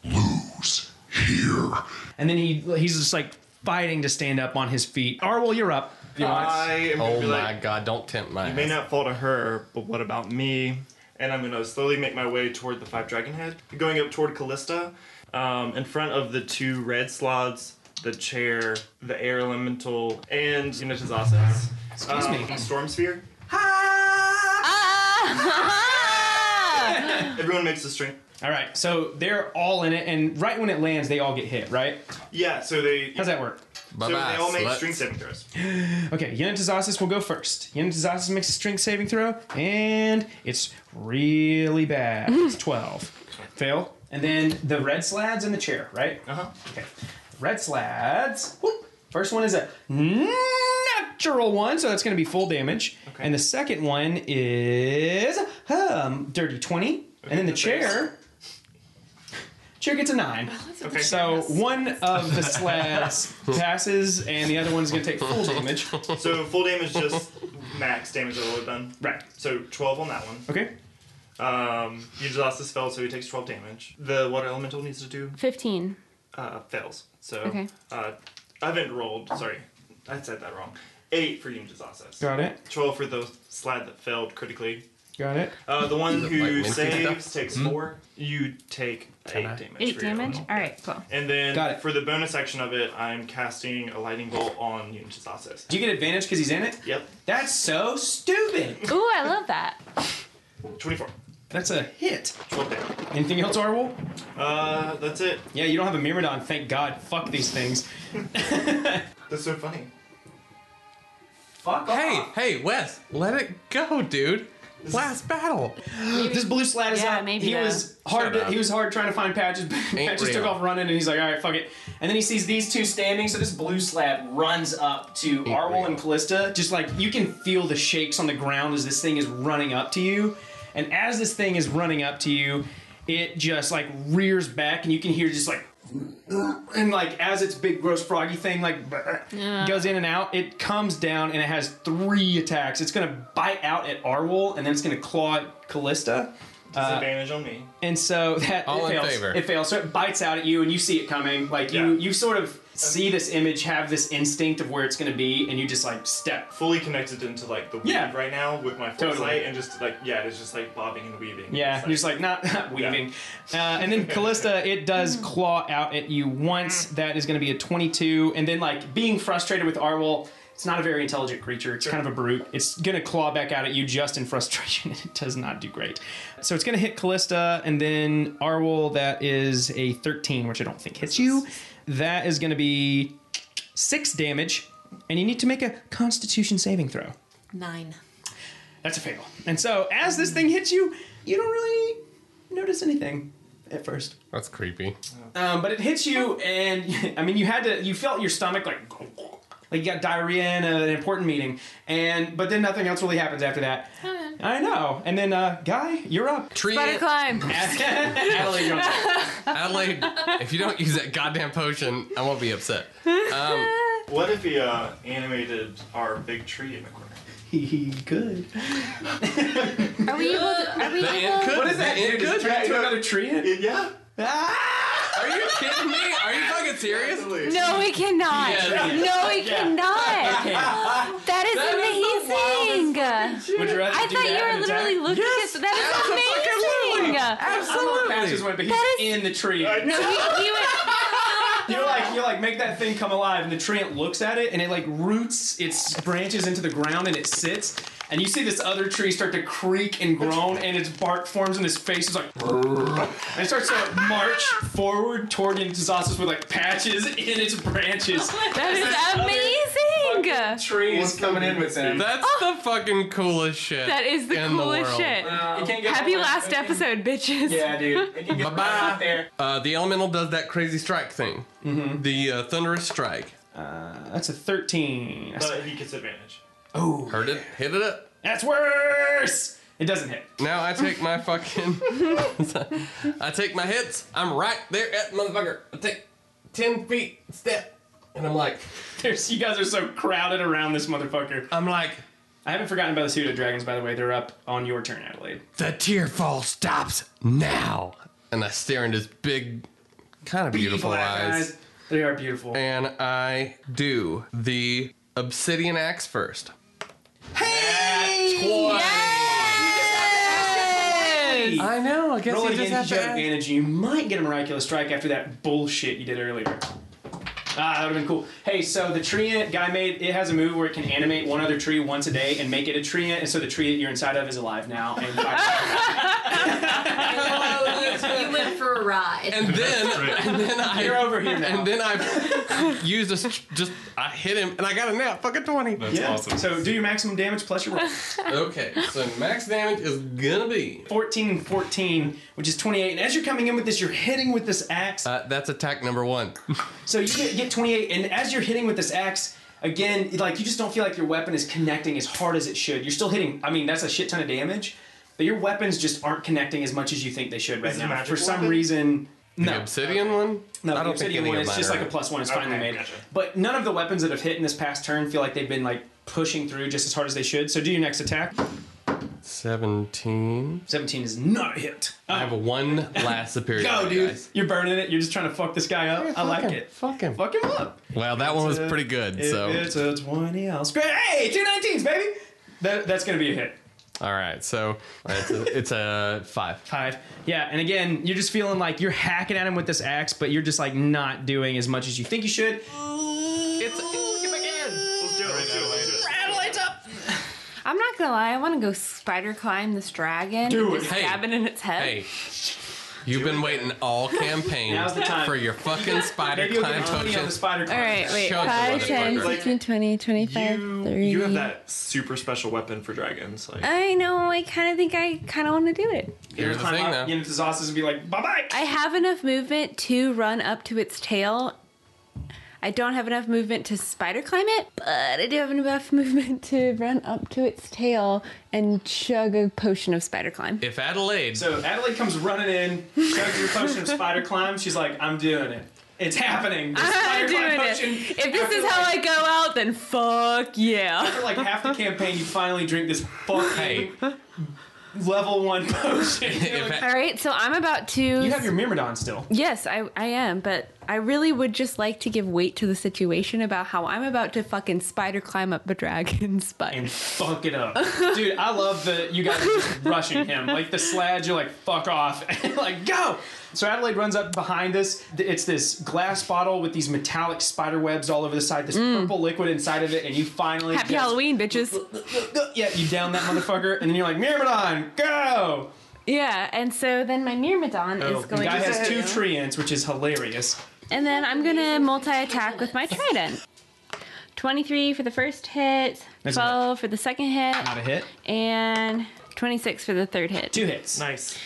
Speaker 9: lose here.
Speaker 1: and then he he's just like fighting to stand up on his feet. Arwell, you're up. If you want.
Speaker 5: I am gonna
Speaker 3: oh
Speaker 5: be
Speaker 3: my
Speaker 5: like,
Speaker 3: god, don't tempt my.
Speaker 5: You may
Speaker 3: ass.
Speaker 5: not fall to her, but what about me? And I'm gonna slowly make my way toward the five dragon head, going up toward Callista, um, in front of the two red sloths, the chair, the air elemental, and Unitazasis.
Speaker 11: Excuse me.
Speaker 5: Um, Storm sphere. Everyone makes the strength.
Speaker 1: All right, so they're all in it, and right when it lands, they all get hit, right?
Speaker 5: Yeah. So they.
Speaker 1: How's that work?
Speaker 5: so they all make strength saving throws.
Speaker 1: Okay, Yenitazasis will go first. Yenitazasis makes a strength saving throw, and it's really bad. It's 12. Fail. And then the red slads in the chair, right? Uh huh. Okay. Red slads. Whoop. First one is a natural one, so that's going to be full damage. Okay. And the second one is um, dirty 20. and then the chair. Chair gets a nine. Okay. So one of the slads passes, and the other one's going to take full damage.
Speaker 5: So full damage just max damage that I've done.
Speaker 1: Right.
Speaker 5: So 12 on that one.
Speaker 1: Okay.
Speaker 5: Um, you just lost the spell, so he takes 12 damage. The water elemental needs to do
Speaker 4: Fifteen.
Speaker 5: uh, fails. So
Speaker 4: Okay.
Speaker 5: uh, I haven't rolled. Sorry, I said that wrong. Eight for Yunja's Assess.
Speaker 1: Got it.
Speaker 5: Twelve for the slide that failed critically.
Speaker 1: Got it.
Speaker 5: Uh, the one
Speaker 1: Is it like
Speaker 5: who
Speaker 1: minty
Speaker 5: saves
Speaker 1: stuff?
Speaker 5: takes
Speaker 1: Hmm?
Speaker 5: four. You take eight damage.
Speaker 4: Eight
Speaker 5: for your
Speaker 4: damage.
Speaker 5: elemental.
Speaker 4: All right, cool.
Speaker 5: And then
Speaker 1: Got it.
Speaker 5: for the bonus section of it, I'm casting a lightning bolt on Yunja's Assess.
Speaker 1: Do you get advantage because he's in it?
Speaker 5: Yep.
Speaker 1: That's so stupid.
Speaker 4: Ooh, I love that.
Speaker 5: 24.
Speaker 1: That's a hit.
Speaker 5: 12 damage.
Speaker 1: Anything else, Arwol?
Speaker 5: Uh, that's it.
Speaker 1: Yeah, you don't have a Myrmidon. Thank God. Fuck these things.
Speaker 5: That's so funny.
Speaker 1: Fuck
Speaker 3: Hey, hey, Wes, let it go, dude. Last battle.
Speaker 1: this blue slat is
Speaker 4: Yeah,
Speaker 1: out.
Speaker 4: maybe
Speaker 1: he
Speaker 4: though.
Speaker 1: was hard.
Speaker 3: Shut up.
Speaker 1: He was hard trying to find patches. but
Speaker 3: Ain't
Speaker 1: patches took
Speaker 3: real.
Speaker 1: off running, and he's like, "All right, fuck it." And then he sees these two standing, so this blue slat runs up to Arwol and Callista. Just like you can feel the shakes on the ground as this thing is running up to you, and as this thing is running up to you, it just like rears back, and you can hear just like. And like as its big gross froggy thing like
Speaker 11: Yeah.
Speaker 1: goes in and out, it comes down and it has three attacks. It's gonna bite out at Arwol and then it's gonna claw at Callista. Uh,
Speaker 5: Disadvantage on me.
Speaker 1: And so that
Speaker 5: All
Speaker 1: it
Speaker 5: in
Speaker 1: fails.
Speaker 5: favor.
Speaker 1: It fails. So it bites out at you, and you see it coming. Like you, you sort of see this image, have this instinct of where it's going to be, and you just like step
Speaker 5: fully connected into like the
Speaker 1: yeah.
Speaker 5: right now with my foresight
Speaker 1: Totally.
Speaker 5: and just like yeah, it's just like bobbing and weaving.
Speaker 1: Yeah,
Speaker 5: It's
Speaker 1: you're just like not, not weaving. Uh, and then Callista, it does claw out at you once. That is going to be a 22. And then like being frustrated with Arwol, it's not a very intelligent creature. It's kind of a brute. It's going to claw back out at you just in frustration. It does not do great. So it's going to hit Callista and then Arwol. That is a 13, which I don't think hits you. That is going to be six damage, and you need to make a Constitution saving throw.
Speaker 6: Nine.
Speaker 1: That's a fail. And so as this thing hits you, you don't really notice anything at first.
Speaker 3: That's creepy.
Speaker 1: Um, but it hits you, and I mean, you had to, you felt your stomach like, like you got diarrhea in an important meeting, and but then nothing else really happens after that. I know. And then, uh, guy, you're up.
Speaker 3: Tree
Speaker 1: Spider
Speaker 6: climb.
Speaker 1: Adelaide, you're on top.
Speaker 3: Adelaide, if you don't use that goddamn potion, I won't be upset. Um,
Speaker 5: what if he uh, animated our big tree in the corner?
Speaker 1: He could.
Speaker 4: Are we able to? Are we
Speaker 5: The
Speaker 4: able?
Speaker 5: ant could. What is that? The ant
Speaker 1: Just
Speaker 5: could.
Speaker 1: drag to another tree?
Speaker 5: Yeah.
Speaker 1: Ah!
Speaker 3: Are you kidding me? Are you fucking serious?
Speaker 4: No, we cannot.
Speaker 3: Yeah.
Speaker 4: No, we
Speaker 3: Yeah.
Speaker 4: cannot.
Speaker 3: Okay.
Speaker 4: That is
Speaker 3: That is the
Speaker 4: amazing.
Speaker 1: Would you rather
Speaker 4: I
Speaker 1: do
Speaker 4: thought
Speaker 1: that
Speaker 4: you
Speaker 1: than
Speaker 4: were
Speaker 1: attack?
Speaker 4: literally looking at that. Is amazing.
Speaker 1: Patches went, but he's
Speaker 4: That
Speaker 1: in the tree.
Speaker 4: No, he, he went.
Speaker 1: You're like you like make that thing come alive, and the tree ant looks at it, and it like roots its branches into the ground, and it sits. And you see this other tree start to creak and groan, and its bark forms, and its face is like, and it starts to march forward toward Intesossus with like patches in its branches.
Speaker 4: That is amazing.
Speaker 1: Tree is coming in with them.
Speaker 3: That's the fucking coolest shit.
Speaker 4: That is the
Speaker 3: in
Speaker 4: coolest
Speaker 3: world.
Speaker 4: shit.
Speaker 1: It can't get
Speaker 4: Happy
Speaker 1: more-
Speaker 4: last episode, bitches.
Speaker 1: Yeah, dude. It can get
Speaker 3: Bye-bye.
Speaker 1: out there. Mm-hmm.
Speaker 3: Uh, the elemental does that crazy strike thing. The uh, thunderous strike.
Speaker 1: Uh, that's a 13.
Speaker 5: But he gets advantage.
Speaker 1: Oh.
Speaker 3: Heard it? Hit it up.
Speaker 1: That's worse! It doesn't hit.
Speaker 3: Now I take my fucking. I take my hits. I'm right there at the motherfucker. I take 10 feet step. And I'm like,
Speaker 1: There's, you guys are so crowded around this motherfucker.
Speaker 3: I'm like,
Speaker 1: I haven't forgotten about the pseudo dragons, by the way. They're up on your turn, Adelaide.
Speaker 3: the tear fall stops now. And I stare into his big, kind of beautiful eyes.
Speaker 1: They are beautiful.
Speaker 3: And I do the obsidian axe first.
Speaker 1: I
Speaker 3: know. I guess
Speaker 1: Roll
Speaker 3: you
Speaker 1: it
Speaker 3: just
Speaker 1: again
Speaker 3: have
Speaker 1: to
Speaker 3: to
Speaker 1: show
Speaker 3: add-
Speaker 1: advantage. You might get a miraculous strike after that bullshit you did earlier. Ah, that would have been cool. Hey, so the tree ant guy made it has a move where it can animate one other tree once a day and make it a tree ant, and so the tree that you're inside of is alive now. And
Speaker 6: Oh,
Speaker 10: you went for a ride.
Speaker 3: And then, and then I,
Speaker 1: You're over here now.
Speaker 3: And then I used a, s- just I hit him and I got a nat fucking twenty. Oh, That's
Speaker 1: Yeah. awesome. So do your maximum damage plus your roll.
Speaker 3: okay, so max damage is gonna be
Speaker 1: 14, 14, which is 28. And as you're coming in with this, you're hitting with this axe.
Speaker 3: uh, that's attack number one.
Speaker 1: So you get, get 28, and as you're hitting with this axe, again, it- like you just don't feel like your weapon is connecting as hard as it should. You're still hitting. I mean, that's a shit ton of damage, but your weapons just aren't connecting as much as you think they should right
Speaker 3: Is it a
Speaker 1: now.
Speaker 3: magic
Speaker 1: For some
Speaker 3: weapon?
Speaker 1: reason,
Speaker 3: The
Speaker 1: no.
Speaker 3: obsidian one.
Speaker 1: No,
Speaker 3: I
Speaker 1: the
Speaker 3: don't think
Speaker 1: obsidian
Speaker 3: any
Speaker 1: one.
Speaker 3: of
Speaker 1: It's
Speaker 3: mine
Speaker 1: just
Speaker 3: are.
Speaker 1: like a plus one. It's
Speaker 3: Okay,
Speaker 1: finally made.
Speaker 3: gotcha.
Speaker 1: But none of the weapons that have hit in this past turn feel like they've been like pushing through just as hard as they should. So do your next attack.
Speaker 3: Seventeen.
Speaker 1: Seventeen is not a hit.
Speaker 3: I have a one last superior.
Speaker 1: Go, dude! You're burning it. You're just trying to fuck this guy up.
Speaker 3: Yeah,
Speaker 1: I like
Speaker 3: fuck him.
Speaker 1: it.
Speaker 3: Fuck him.
Speaker 1: Fuck him up.
Speaker 3: Well, that one was pretty good.
Speaker 1: If
Speaker 3: so
Speaker 1: it's a twenty. I'll scream. Hey, two 19s, baby. That, that's gonna be a hit.
Speaker 3: all right, so it's a, it's a five.
Speaker 1: Five. Yeah, and again, you're just feeling like you're hacking at him with this axe, but you're just like not doing as much as you think you should. It's get back
Speaker 5: Let's do it. Let's do it. Let's do it.
Speaker 1: Adelaide's up.
Speaker 4: I'm not gonna lie. I want to go spider climb this dragon.
Speaker 3: Do
Speaker 4: and
Speaker 3: it.
Speaker 4: just
Speaker 3: Hey.
Speaker 4: Stab it in its head.
Speaker 3: Hey, You've been waiting all campaign
Speaker 1: Now's the time.
Speaker 3: for your fucking spider
Speaker 1: Maybe you'll
Speaker 3: climb
Speaker 1: get a twenty on
Speaker 3: token.
Speaker 1: the spider
Speaker 4: All
Speaker 1: climb.
Speaker 4: right, wait. uh,
Speaker 3: Shove the
Speaker 4: 5,
Speaker 3: motherfucker.
Speaker 4: 10,
Speaker 3: Like,
Speaker 4: 15, 20, 25, 30.
Speaker 5: You have that super special weapon for dragons. Like
Speaker 4: I know. I kind of think I kind of want to do it.
Speaker 5: here's
Speaker 1: the thing, though. Into Zostas and be like, bye bye.
Speaker 4: I have enough movement to run up to its tail. I don't have enough movement to spider climb it, but I do have enough movement to run up to its tail and chug a potion of spider climb.
Speaker 3: If Adelaide.
Speaker 1: So Adelaide comes running in, chugs your potion of spider climb. She's like, I'm doing it. It's happening. The
Speaker 4: I'm
Speaker 1: spider climb
Speaker 4: doing it.
Speaker 1: potion.
Speaker 4: If this is how I go out, then fuck yeah.
Speaker 1: After like half the campaign, you finally drink this fucking level one potion. You're like,
Speaker 4: All right, so I'm about to.
Speaker 1: you have your Myrmidon still.
Speaker 4: Yes, I, I am, but I really would just like to give weight to the situation about how I'm about to fucking spider climb up a dragon spider.
Speaker 1: Fuck it up. Dude, I love that you guys are just rushing him. Like the sled, you're like, fuck off. And like, go! So Adelaide runs up behind us. Th- It's this glass bottle with these metallic spider webs all over the side, this purple liquid inside of it, and you finally
Speaker 4: Happy
Speaker 1: just-
Speaker 4: Halloween, bitches.
Speaker 1: Yeah, you down that motherfucker, and then you're like, Myrmidon, go!
Speaker 4: Yeah, and so then my Myrmidon
Speaker 1: Oh,
Speaker 4: is
Speaker 1: the
Speaker 4: going
Speaker 1: guy
Speaker 4: to.
Speaker 1: has two tree ants, which is hilarious.
Speaker 4: And then I'm gonna multi attack with my trident. 23 for the first hit,
Speaker 1: That's
Speaker 4: 12 for the second hit,
Speaker 1: Not a hit.
Speaker 4: and 26 for the third hit.
Speaker 1: Two hits. Nice.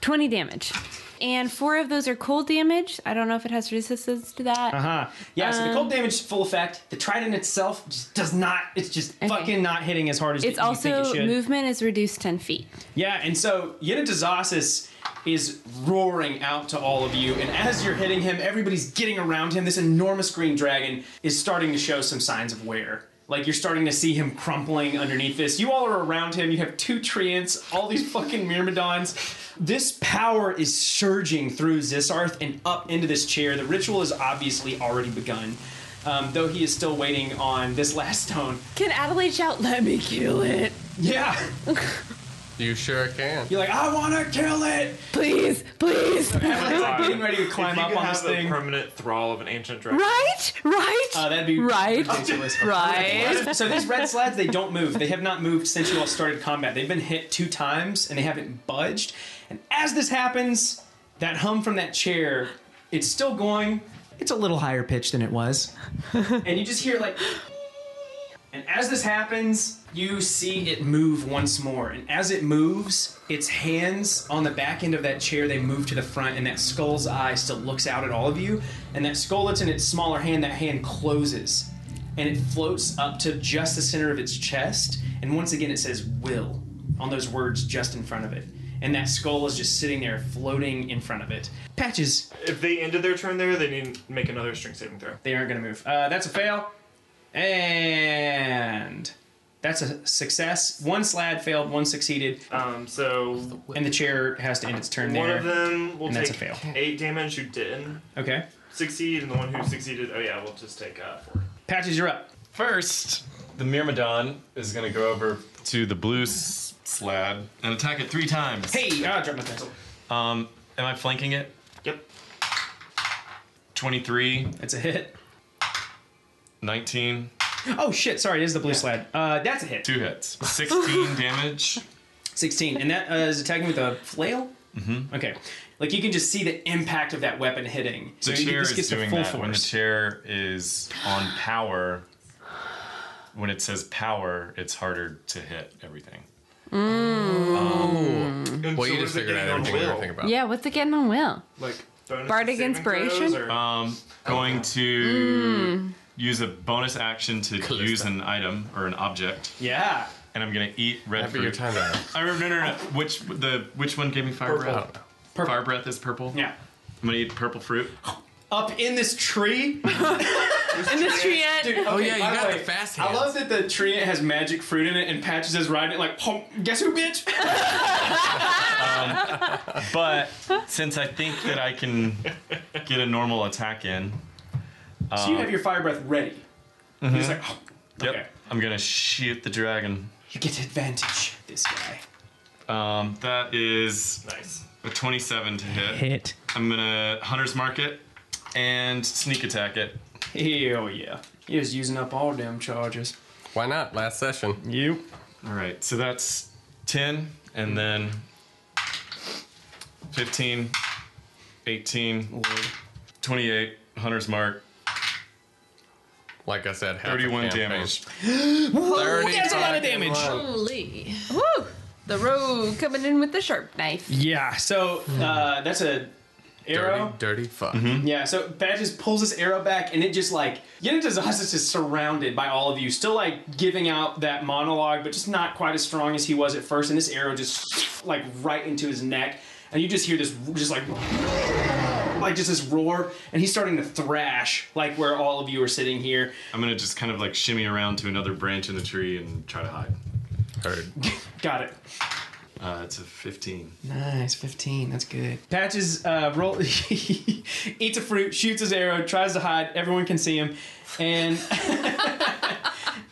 Speaker 4: 20 damage. And four of those are cold damage. I don't know if it has resistance to that.
Speaker 1: Uh huh. Yeah. so the
Speaker 4: Um,
Speaker 1: cold damage is full effect. The trident itself just does not. It's just fucking not hitting as hard as
Speaker 4: It's
Speaker 1: you
Speaker 4: also
Speaker 1: think it should.
Speaker 4: movement is reduced 10 feet.
Speaker 1: Yeah, and so Yenitazasis is roaring out to all of you, and as you're hitting him, everybody's getting around him. This enormous green dragon is starting to show some signs of wear. Like you're starting to see him crumpling underneath this. You all are around him. You have two treants, all these fucking myrmidons. This power is surging through Zisarth and up into this chair. The ritual is obviously already begun, um, though he is still waiting on this last stone.
Speaker 4: Can Adelaide shout, let me kill it?
Speaker 1: Yeah.
Speaker 3: You sure can.
Speaker 1: You're like, "Ah, I want to kill it.
Speaker 4: Please, please.
Speaker 1: like getting ready to climb
Speaker 5: if you
Speaker 1: up
Speaker 5: could
Speaker 1: on
Speaker 5: have
Speaker 1: this
Speaker 5: a
Speaker 1: thing.
Speaker 5: permanent thrall of an ancient dragon.
Speaker 4: Right? Right?
Speaker 1: Uh, that'd be
Speaker 4: right.
Speaker 1: ridiculous.
Speaker 4: Right.
Speaker 1: So these red sleds, they don't move. They have not moved since you all started combat. They've been hit two times and they haven't budged. And as this happens, that hum from that chair, it's still going. It's a little higher pitched than it was. and you just hear like and as this happens, you see it move once more. And as it moves, its hands on the back end of that chair, they move to the front, and that skull's eye still looks out at all of you. And that skull that's in its smaller hand, that hand closes. And it floats up to just the center of its chest. And once again, it says will on those words just in front of it. And that skull is just sitting there floating in front of it. Patches.
Speaker 5: If they ended their turn there, they need to make another strength saving throw.
Speaker 1: They aren't going to move. Uh, that's a fail. And that's a success. One slad failed, one succeeded.
Speaker 5: Um, so
Speaker 1: and the chair has to end its turn
Speaker 5: One
Speaker 1: there.
Speaker 5: of them will
Speaker 1: and
Speaker 5: take
Speaker 1: that's a fail.
Speaker 5: eight damage. Who didn't
Speaker 1: Okay.
Speaker 5: succeed, and the one who succeeded, oh yeah, we'll just take uh, four.
Speaker 1: Patches, you're up.
Speaker 2: First, the Myrmidon is going to go over to the blue s- slab and attack it three times.
Speaker 1: Hey, ah, I dropped my pencil.
Speaker 2: Um, am I flanking it?
Speaker 5: Yep.
Speaker 2: 23.
Speaker 1: That's a hit.
Speaker 2: 19.
Speaker 1: Oh shit! Sorry, it is the blue slab. Uh, that's a hit.
Speaker 2: Two hits. 16 damage.
Speaker 1: 16, and that uh, is attacking with a flail. Mm-hmm. Okay, like you can just see the impact of that weapon hitting.
Speaker 2: The
Speaker 1: you-
Speaker 2: chair
Speaker 1: this
Speaker 2: is
Speaker 1: gets the
Speaker 2: doing
Speaker 1: full
Speaker 2: that. When the chair is on power, when it says power, it's harder to hit everything.
Speaker 4: Mm.
Speaker 5: Oh. And
Speaker 2: Well, you
Speaker 5: what
Speaker 2: just
Speaker 5: is it
Speaker 2: figured out
Speaker 5: getting on
Speaker 2: everything we were
Speaker 5: will?
Speaker 2: thinking
Speaker 4: Yeah, what's it getting on Will?
Speaker 5: Like bonus
Speaker 4: Bardic
Speaker 5: saving
Speaker 4: inspiration? Mm.
Speaker 5: throws, or-
Speaker 2: Um, going to use a bonus action to use an item or an object.
Speaker 1: Yeah.
Speaker 2: And I'm gonna eat red
Speaker 3: Happy
Speaker 2: fruit.
Speaker 3: your time out.
Speaker 2: I remember no, no, no. which the which one gave me fire
Speaker 1: Purple.
Speaker 2: breath? Fire breath is purple.
Speaker 1: Yeah.
Speaker 2: I'm gonna eat purple fruit.
Speaker 1: Up in this tree.
Speaker 4: In this tree yet?
Speaker 1: Dude, okay,
Speaker 3: Oh, yeah, you
Speaker 1: by
Speaker 3: got
Speaker 1: way,
Speaker 3: the fast
Speaker 1: I
Speaker 3: hands.
Speaker 1: love that the tree has magic fruit in it, and Patches is riding it like, oh, guess who, bitch?
Speaker 2: Um, But since I think that I can get a normal attack in,
Speaker 1: so
Speaker 2: Um,
Speaker 1: you have your fire breath ready. And He's
Speaker 2: mm-hmm.
Speaker 1: like, oh,
Speaker 2: yep,
Speaker 1: okay.
Speaker 2: I'm gonna shoot the dragon.
Speaker 1: you get advantage. This guy.
Speaker 2: Um, that is
Speaker 5: Nice.
Speaker 2: a 27 to hit.
Speaker 1: Hit.
Speaker 2: I'm gonna hunter's mark it and sneak attack it.
Speaker 1: Hell yeah. He was using up all them charges.
Speaker 3: Why not? Last session.
Speaker 1: You.
Speaker 2: All right, so that's 10, and then 15, 18, 28, Hunter's Mark.
Speaker 3: Like I said, half a
Speaker 2: 31
Speaker 3: campaign.
Speaker 2: damage.
Speaker 8: Whoa,
Speaker 1: that's a lot of damage.
Speaker 8: Holy. Woo! The rogue coming in with the sharp knife.
Speaker 1: Yeah, so uh, that's a arrow.
Speaker 3: Dirty, dirty fuck.
Speaker 1: Yeah, so Bat just pulls this arrow back, and it just like Yenitazasis is surrounded by all of you, still like giving out that monologue, but just not quite as strong as he was at first. And this arrow just like right into his neck, and you just hear this just like like just this roar, and he's starting to thrash like where all of you are sitting here.
Speaker 2: I'm gonna just kind of like shimmy around to another branch in the tree and try to hide.
Speaker 3: Heard.
Speaker 1: Got it.
Speaker 2: Uh, it's a 15.
Speaker 1: Nice, 15. That's good. Patches uh, roll, eats a fruit, shoots his arrow, tries to hide. Everyone can see him, and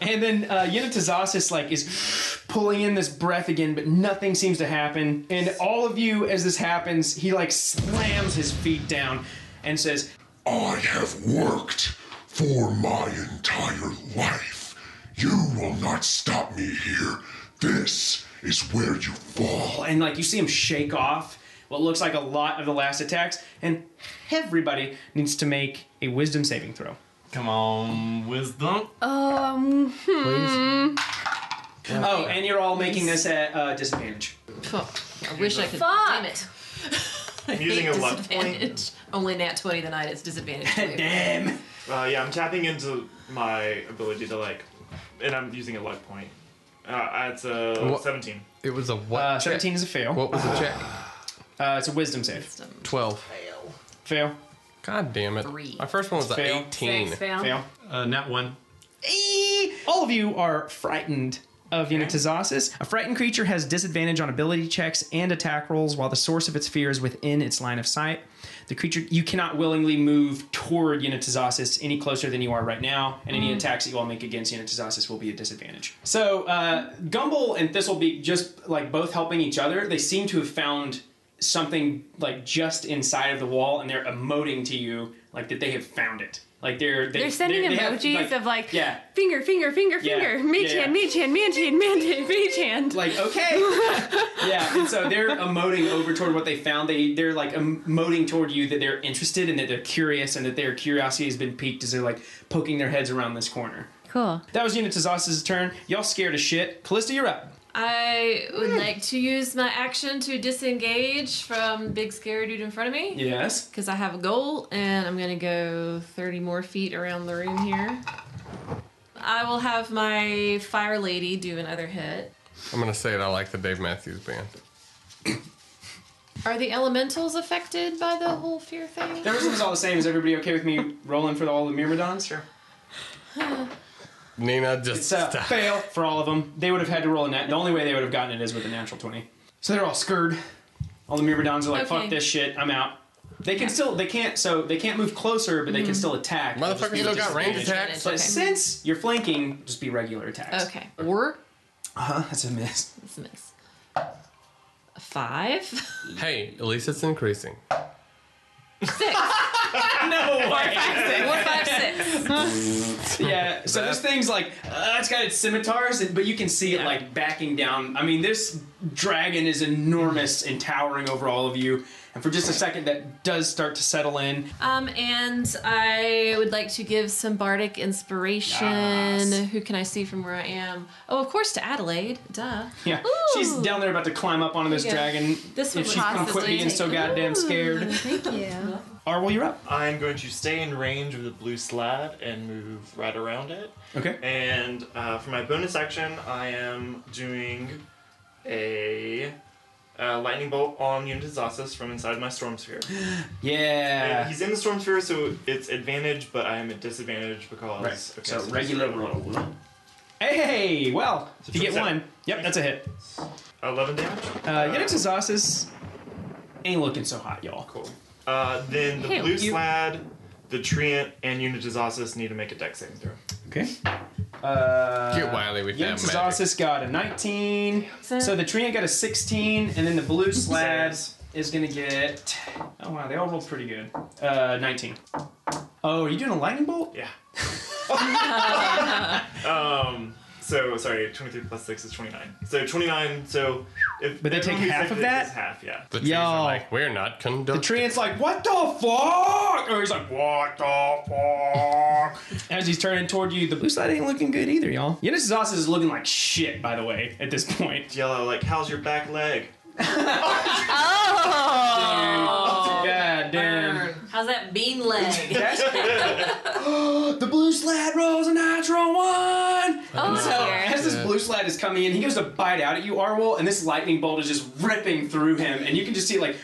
Speaker 1: and then uh, Yenitazasis like is pulling in this breath again, but nothing seems to happen. And all of you, as this happens, he like slams his feet down and says,
Speaker 9: I have worked for my entire life. You will not stop me here. This is where you fall.
Speaker 1: and like you see him shake off what looks like a lot of the last attacks, and everybody needs to make a wisdom saving throw.
Speaker 2: Come on, wisdom.
Speaker 8: Um. Hmm.
Speaker 1: Oh, and you're all making this at uh, disadvantage.
Speaker 10: I wish I could.
Speaker 8: Fuck.
Speaker 10: Damn it. I
Speaker 5: Using
Speaker 10: hate
Speaker 5: a luck
Speaker 10: disadvantage. Only nat 20 the night is disadvantage.
Speaker 1: Damn.
Speaker 5: Uh, yeah, I'm tapping into my ability to like, and I'm using a luck point. Uh, it's a
Speaker 3: What-
Speaker 5: 17.
Speaker 3: It was a what?
Speaker 1: Uh, 17 is a fail.
Speaker 3: What was the check?
Speaker 1: Uh, it's a wisdom save.
Speaker 3: 12.
Speaker 1: Fail.
Speaker 3: God damn it.
Speaker 1: Three.
Speaker 3: My first one was a
Speaker 1: Fail.
Speaker 3: 18.
Speaker 1: Six, fail. Fail.
Speaker 2: Uh, nat 1.
Speaker 1: All of you are frightened of Unitazosis. A frightened creature has disadvantage on ability checks and attack rolls while the source of its fear is within its line of sight. The creature you cannot willingly move toward Unitazosis any closer than you are right now, and any
Speaker 2: Mm.
Speaker 1: attacks that you all make against Unitazosis will be a disadvantage. So uh, Gumble and Thistlebeak just like both helping each other. They seem to have found something like just inside of the wall, and they're emoting to you like that they have found it. Like they're they,
Speaker 4: They're sending
Speaker 1: they have,
Speaker 4: emojis of like
Speaker 1: yeah.
Speaker 4: finger, finger, finger,
Speaker 1: Yeah,
Speaker 4: finger,
Speaker 1: yeah,
Speaker 4: mage
Speaker 1: yeah.
Speaker 4: hand, mage hand, mage hand, mage hand, mage hand.
Speaker 1: Like okay, yeah. And so they're emoting over toward what they found. They they're like emoting toward you that they're interested and that they're curious and that their curiosity has been piqued as they're like poking their heads around this corner.
Speaker 4: Cool.
Speaker 1: That was Unitazosa's turn. Y'all scared as shit. Callista, you're up.
Speaker 6: I would like to use my action to disengage from big scary dude in front of me.
Speaker 1: Yes.
Speaker 6: Because I have a goal, and I'm gonna go 30 more feet around the room here. I will have my fire lady do another hit.
Speaker 3: I'm going to say it. I like the Dave Matthews band.
Speaker 6: Are the elementals affected by the whole fear thing?
Speaker 1: Everything was all the same. Is everybody okay with me rolling for all the Myrmidons? Sure.
Speaker 3: Nina just
Speaker 1: It's a fail for all of them. They would have had to roll a nat. The only way they would have gotten it is with a natural twenty. So they're all scurred. All the Myrmidons are like,
Speaker 6: Okay.
Speaker 1: "Fuck this shit, I'm out." They can still, they can't, so they can't move closer, but they can still attack. They'll just
Speaker 3: Motherfuckers
Speaker 1: be
Speaker 3: still
Speaker 1: at
Speaker 3: got range
Speaker 1: disadvantage.
Speaker 3: attacks.
Speaker 1: But
Speaker 3: Okay.
Speaker 1: since you're flanking, just be regular attacks.
Speaker 6: Okay. Or
Speaker 1: Uh huh. That's a miss.
Speaker 6: That's a miss. A five.
Speaker 3: Hey, at least it's increasing.
Speaker 6: Six.
Speaker 1: no way.
Speaker 6: Four, five, six.
Speaker 1: yeah. So this thing's like uh, it's got its scimitars, and, but you can see it like backing down. I mean, this dragon is enormous and towering over all of you. And for just a second, that does start to settle in.
Speaker 6: Um, and I would like to give some bardic inspiration. Who can I see from where I am? Oh, of course, to Adelaide. Duh.
Speaker 1: Yeah, she's down there about to climb up onto this
Speaker 6: Yeah.
Speaker 1: dragon.
Speaker 6: This would
Speaker 1: if she's gonna quit
Speaker 6: possibly
Speaker 1: being so
Speaker 6: take-
Speaker 1: goddamn scared.
Speaker 5: Thank you.
Speaker 1: Arwell, you're up.
Speaker 5: I'm going to stay in range of the blue slide and move right around it.
Speaker 1: Okay.
Speaker 5: And uh, for my bonus action, I am doing a uh, lightning bolt on Unitazosis from inside my storm sphere.
Speaker 1: Yeah.
Speaker 5: And he's in the storm sphere, so it's advantage, but I am at disadvantage because.
Speaker 1: Right.
Speaker 5: okay,
Speaker 1: So
Speaker 5: this
Speaker 1: regular
Speaker 5: is-
Speaker 1: roll. Hey, well,
Speaker 5: So
Speaker 1: if you get
Speaker 5: twenty-seven.
Speaker 1: one, yep, that's a hit.
Speaker 5: 11 damage.
Speaker 1: Uh, Yenitazosis ain't looking so hot, y'all.
Speaker 5: Cool. Uh, then the
Speaker 1: Hey,
Speaker 5: blue
Speaker 1: you-
Speaker 5: slad, the treant, and Unitazosis need to make a deck saving throw.
Speaker 1: Okay. Uh,
Speaker 3: Get wily with that magic.
Speaker 1: Yenitazosis got a 19. So the Treant got a 16, and then the blue slab is gonna get. Oh wow, they all rolled pretty good. Uh, 19. Oh, are you doing a lightning bolt?
Speaker 5: Yeah. um, so sorry, 23 plus 6 is 29. So 29, so If
Speaker 1: But they take
Speaker 5: everyone who's
Speaker 1: half of
Speaker 5: affected
Speaker 1: that?
Speaker 5: is half, yeah.
Speaker 3: The trees are like, we're not conducting.
Speaker 1: The treant's like, what the fuck? Or he's like, what the fuck? As he's turning toward you, the blue side ain't looking good either, y'all. Yenis Zas is looking like shit, by the way, at this point.
Speaker 5: Yellow, like, how's your back leg?
Speaker 11: Oh.
Speaker 1: God damn.
Speaker 11: How's that bean leg?
Speaker 1: the blue slad rolls a natural one.
Speaker 11: Oh,
Speaker 1: and so
Speaker 11: dear.
Speaker 1: as this blue slad is coming in, he goes to bite out at you, Arwol, and this lightning bolt is just ripping through him, and you can just see like,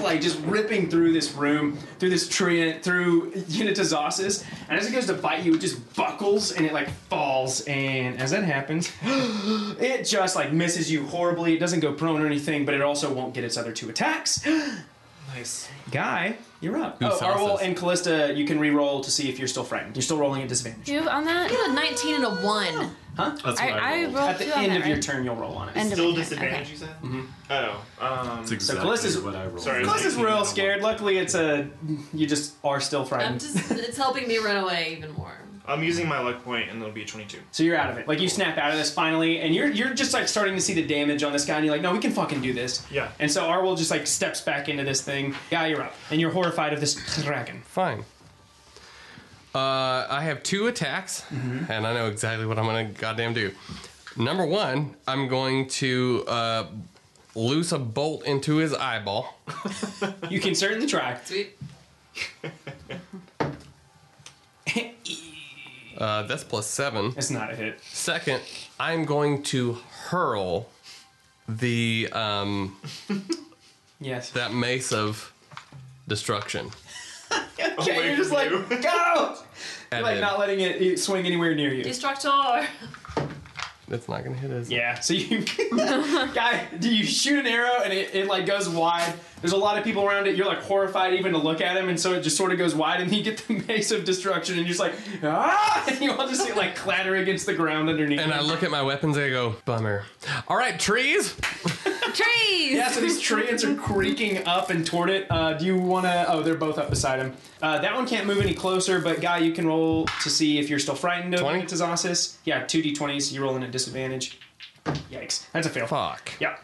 Speaker 1: like just ripping through this room, through this tree, through Unitazosis, and as it goes to bite you, it just buckles and it like falls, and as that happens, it just like misses you horribly. It doesn't go prone or anything, but it also won't get its other two attacks.
Speaker 5: nice.
Speaker 1: Guy, you're up.
Speaker 3: Who
Speaker 1: oh,
Speaker 3: sauces?
Speaker 1: Arwol and Callista, you can re-roll to see if you're still frightened. You're still rolling at disadvantage.
Speaker 8: You on that?
Speaker 6: You had a 19 and a 1.
Speaker 1: Huh?
Speaker 6: That's what I I- I rolled. rolled
Speaker 1: At
Speaker 6: two
Speaker 1: the
Speaker 6: on
Speaker 1: end
Speaker 6: that,
Speaker 1: of your
Speaker 6: right?
Speaker 1: turn, you'll roll on it.
Speaker 6: End of Still my turn, disadvantage, okay.
Speaker 5: you said? Oh. Um,
Speaker 1: So Callista's,
Speaker 5: Sorry,
Speaker 1: Callista's
Speaker 5: nineteen.
Speaker 1: real scared. Luckily, it's a you just are still
Speaker 10: I'm
Speaker 1: frightened.
Speaker 10: just, it's helping me run away even more.
Speaker 5: I'm using my luck point, and it'll be a 22.
Speaker 1: So you're out of it. Like you snap out of this finally, and you're you're just like starting to see the damage on this guy, and you're like, no, we can fucking do this.
Speaker 5: Yeah.
Speaker 1: And so Arwol just like steps back into this thing. Guy, you're up, and you're horrified of this dragon.
Speaker 3: Fine. Uh, I have two attacks,
Speaker 1: Mm-hmm.
Speaker 3: and I know exactly what I'm gonna goddamn do. Number one, I'm going to uh, loose a bolt into his eyeball.
Speaker 1: you can certainly try.
Speaker 10: Sweet.
Speaker 3: Uh, that's plus seven.
Speaker 1: It's not a hit.
Speaker 3: Second, I'm going to hurl the um,
Speaker 1: yes
Speaker 3: that mace of destruction.
Speaker 1: Okay, you're just like go. You're
Speaker 3: And
Speaker 1: like
Speaker 3: then-
Speaker 1: not letting it, it swing anywhere near you.
Speaker 10: Destructor.
Speaker 3: That's not gonna hit us.
Speaker 1: Yeah. So you, guy, do you shoot an arrow and it, it like goes wide? There's a lot of people around it. You're like horrified even to look at him, and so it just sort of goes wide, and you get the mace of destruction, and you're just like ah, and you all just see it like clatter against the ground underneath.
Speaker 3: And I look at my weapons and I go, bummer. All right, trees.
Speaker 6: Trees.
Speaker 1: Yeah. So these treants are creaking up and toward it. Uh, do you want to? Oh, they're both up beside him. Uh, that one can't move any closer, but guy, you can roll to see if you're still frightened of Tazasis. Yeah, two d20s. You're rolling at disadvantage. Oh, Yikes. That's a fail.
Speaker 3: Fuck.
Speaker 1: Yep.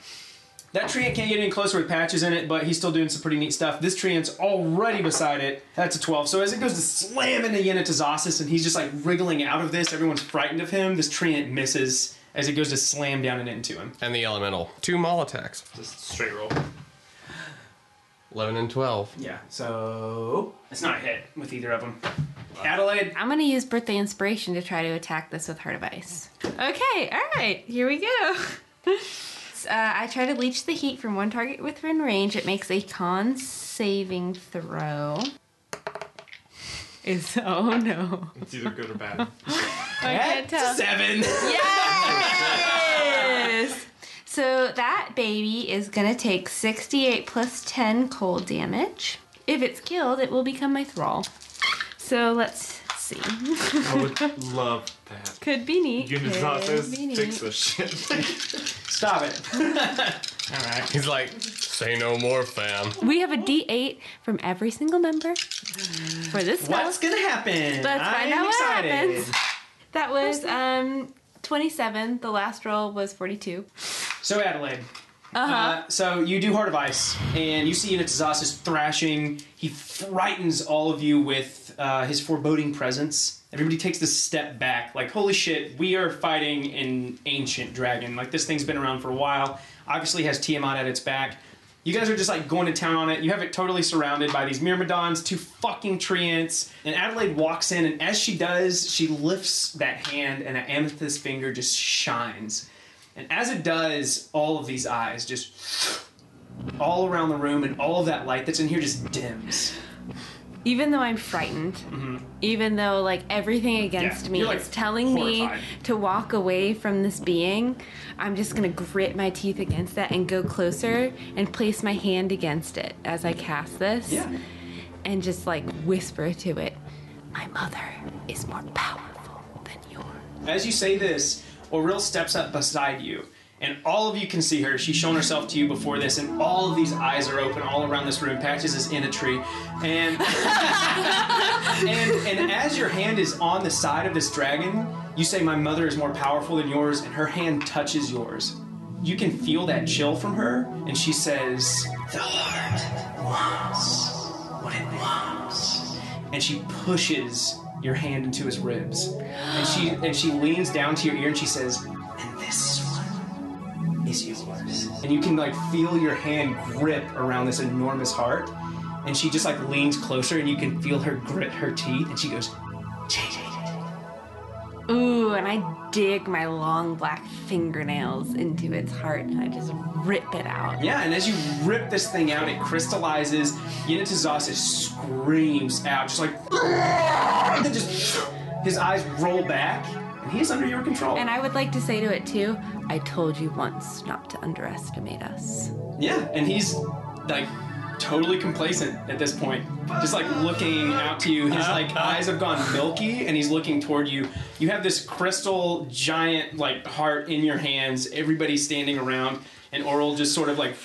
Speaker 1: That treant can't get any closer with patches in it, but he's still doing some pretty neat stuff. This treant's already beside it. That's a 12. So as it goes to slam into Yenitazosis and he's just like wriggling out of this, everyone's frightened of him. This treant misses as it goes to slam down and into him.
Speaker 3: And the elemental. Two maul attacks.
Speaker 5: Just straight roll.
Speaker 3: 11 and 12.
Speaker 1: Yeah, so it's not a hit with either of them. Adelaide.
Speaker 4: I'm gonna use birthday inspiration to try to attack this with heart of ice. Okay, all right, here we go. S- uh, I try to leech the heat from one target within range. It makes a con saving throw. Is oh no.
Speaker 5: It's either good or bad.
Speaker 4: I can't tell.
Speaker 1: Seven.
Speaker 4: Yes. so that baby is gonna take 68 plus 10 cold damage. If it's killed, it will become my thrall. So let's see.
Speaker 5: I would love that.
Speaker 4: Could be neat. Could
Speaker 5: Unit
Speaker 4: be
Speaker 5: says,
Speaker 4: neat.
Speaker 5: takes the shit.
Speaker 1: Stop it. All right.
Speaker 3: He's like, say no more, fam.
Speaker 4: We have a D8 from every single member for this spell.
Speaker 1: What's gonna happen?
Speaker 4: Let's find
Speaker 1: I'm
Speaker 4: out what
Speaker 1: excited.
Speaker 4: happens. That was um 27. The last roll was 42.
Speaker 1: So Adelaide.
Speaker 4: Uh-huh.
Speaker 1: Uh, so you do Heart of Ice, and you see Unitazas is thrashing. He frightens all of you with uh, his foreboding presence. Everybody takes this step back, like, holy shit, we are fighting an ancient dragon. Like, this thing's been around for a while. Obviously has Tiamat at its back. You guys are just like going to town on it. You have it totally surrounded by these myrmidons, two fucking treants. And Adelaide walks in, and as she does, she lifts that hand, and an amethyst finger just shines. And as it does, all of these eyes just all around the room, and all of that light that's in here just dims.
Speaker 4: Even though I'm frightened, even though like everything against
Speaker 1: Mm-hmm. Yeah,
Speaker 4: me
Speaker 1: you're, like,
Speaker 4: is telling
Speaker 1: horrified.
Speaker 4: me to walk away from this being, I'm just gonna grit my teeth against that and go closer and place my hand against it as I cast this.
Speaker 11: Yeah.
Speaker 4: And just like whisper to it, my mother is more powerful.
Speaker 1: As you say this, Oril steps up beside you, and all of you can see her. She's shown herself to you before this, and all of these eyes are open all around this room. Patches is in a tree, and and and as your hand is on the side of this dragon, you say, "My mother is more powerful than yours," and her hand touches yours. you can feel that chill from her, and she says, The heart wants what it wants. And she pushes your hand into his ribs. And she and she leans down to your ear and she says, And this one is yours. And you can like feel your hand grip around this enormous heart. And she just like leans closer and you can feel her grit her teeth and she goes,
Speaker 4: Ooh, and I dig my long black fingernails into its heart and I just rip it out.
Speaker 1: Yeah, and as you rip this thing out, it crystallizes. Yenitazasis screams out, just like. and then just, his eyes roll back, and he is under your control.
Speaker 4: And I would like to say to it too, I told you once not to underestimate us.
Speaker 1: yeah, and he's like totally complacent at this point. Just like looking out to you. His like eyes have gone milky, and he's looking toward you. You have this crystal giant like heart in your hands. Everybody's standing around, and Oral just sort of like.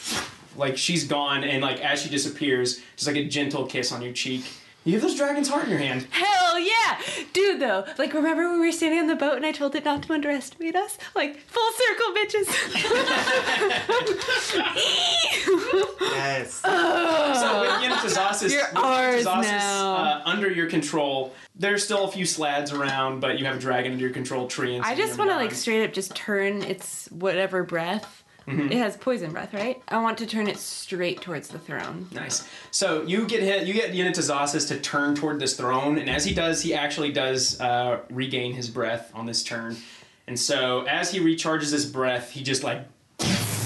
Speaker 1: Like she's gone, and like as she disappears, just like a gentle kiss on your cheek. You have this dragon's heart in your hand.
Speaker 4: Hell yeah! Dude, though, like remember when we were standing on the boat and I told it not to underestimate us? Like, full circle, bitches!
Speaker 1: Yes.
Speaker 4: Ugh.
Speaker 1: So with Yenitazasis,
Speaker 4: You're
Speaker 1: with
Speaker 4: ours
Speaker 1: Yenitazasis,
Speaker 4: now.
Speaker 1: Uh, under your control, there's still a few slads around, but you have a dragon under your control tree. And
Speaker 4: I just want to like straight up just turn its whatever breath.
Speaker 1: Mhm.
Speaker 4: It has poison breath, right? I want to turn it straight towards the throne.
Speaker 1: Nice. So you get hit. You get Yenitazasis to turn toward this throne, and as he does, he actually does uh, regain his breath on this turn. And so as he recharges his breath, he just like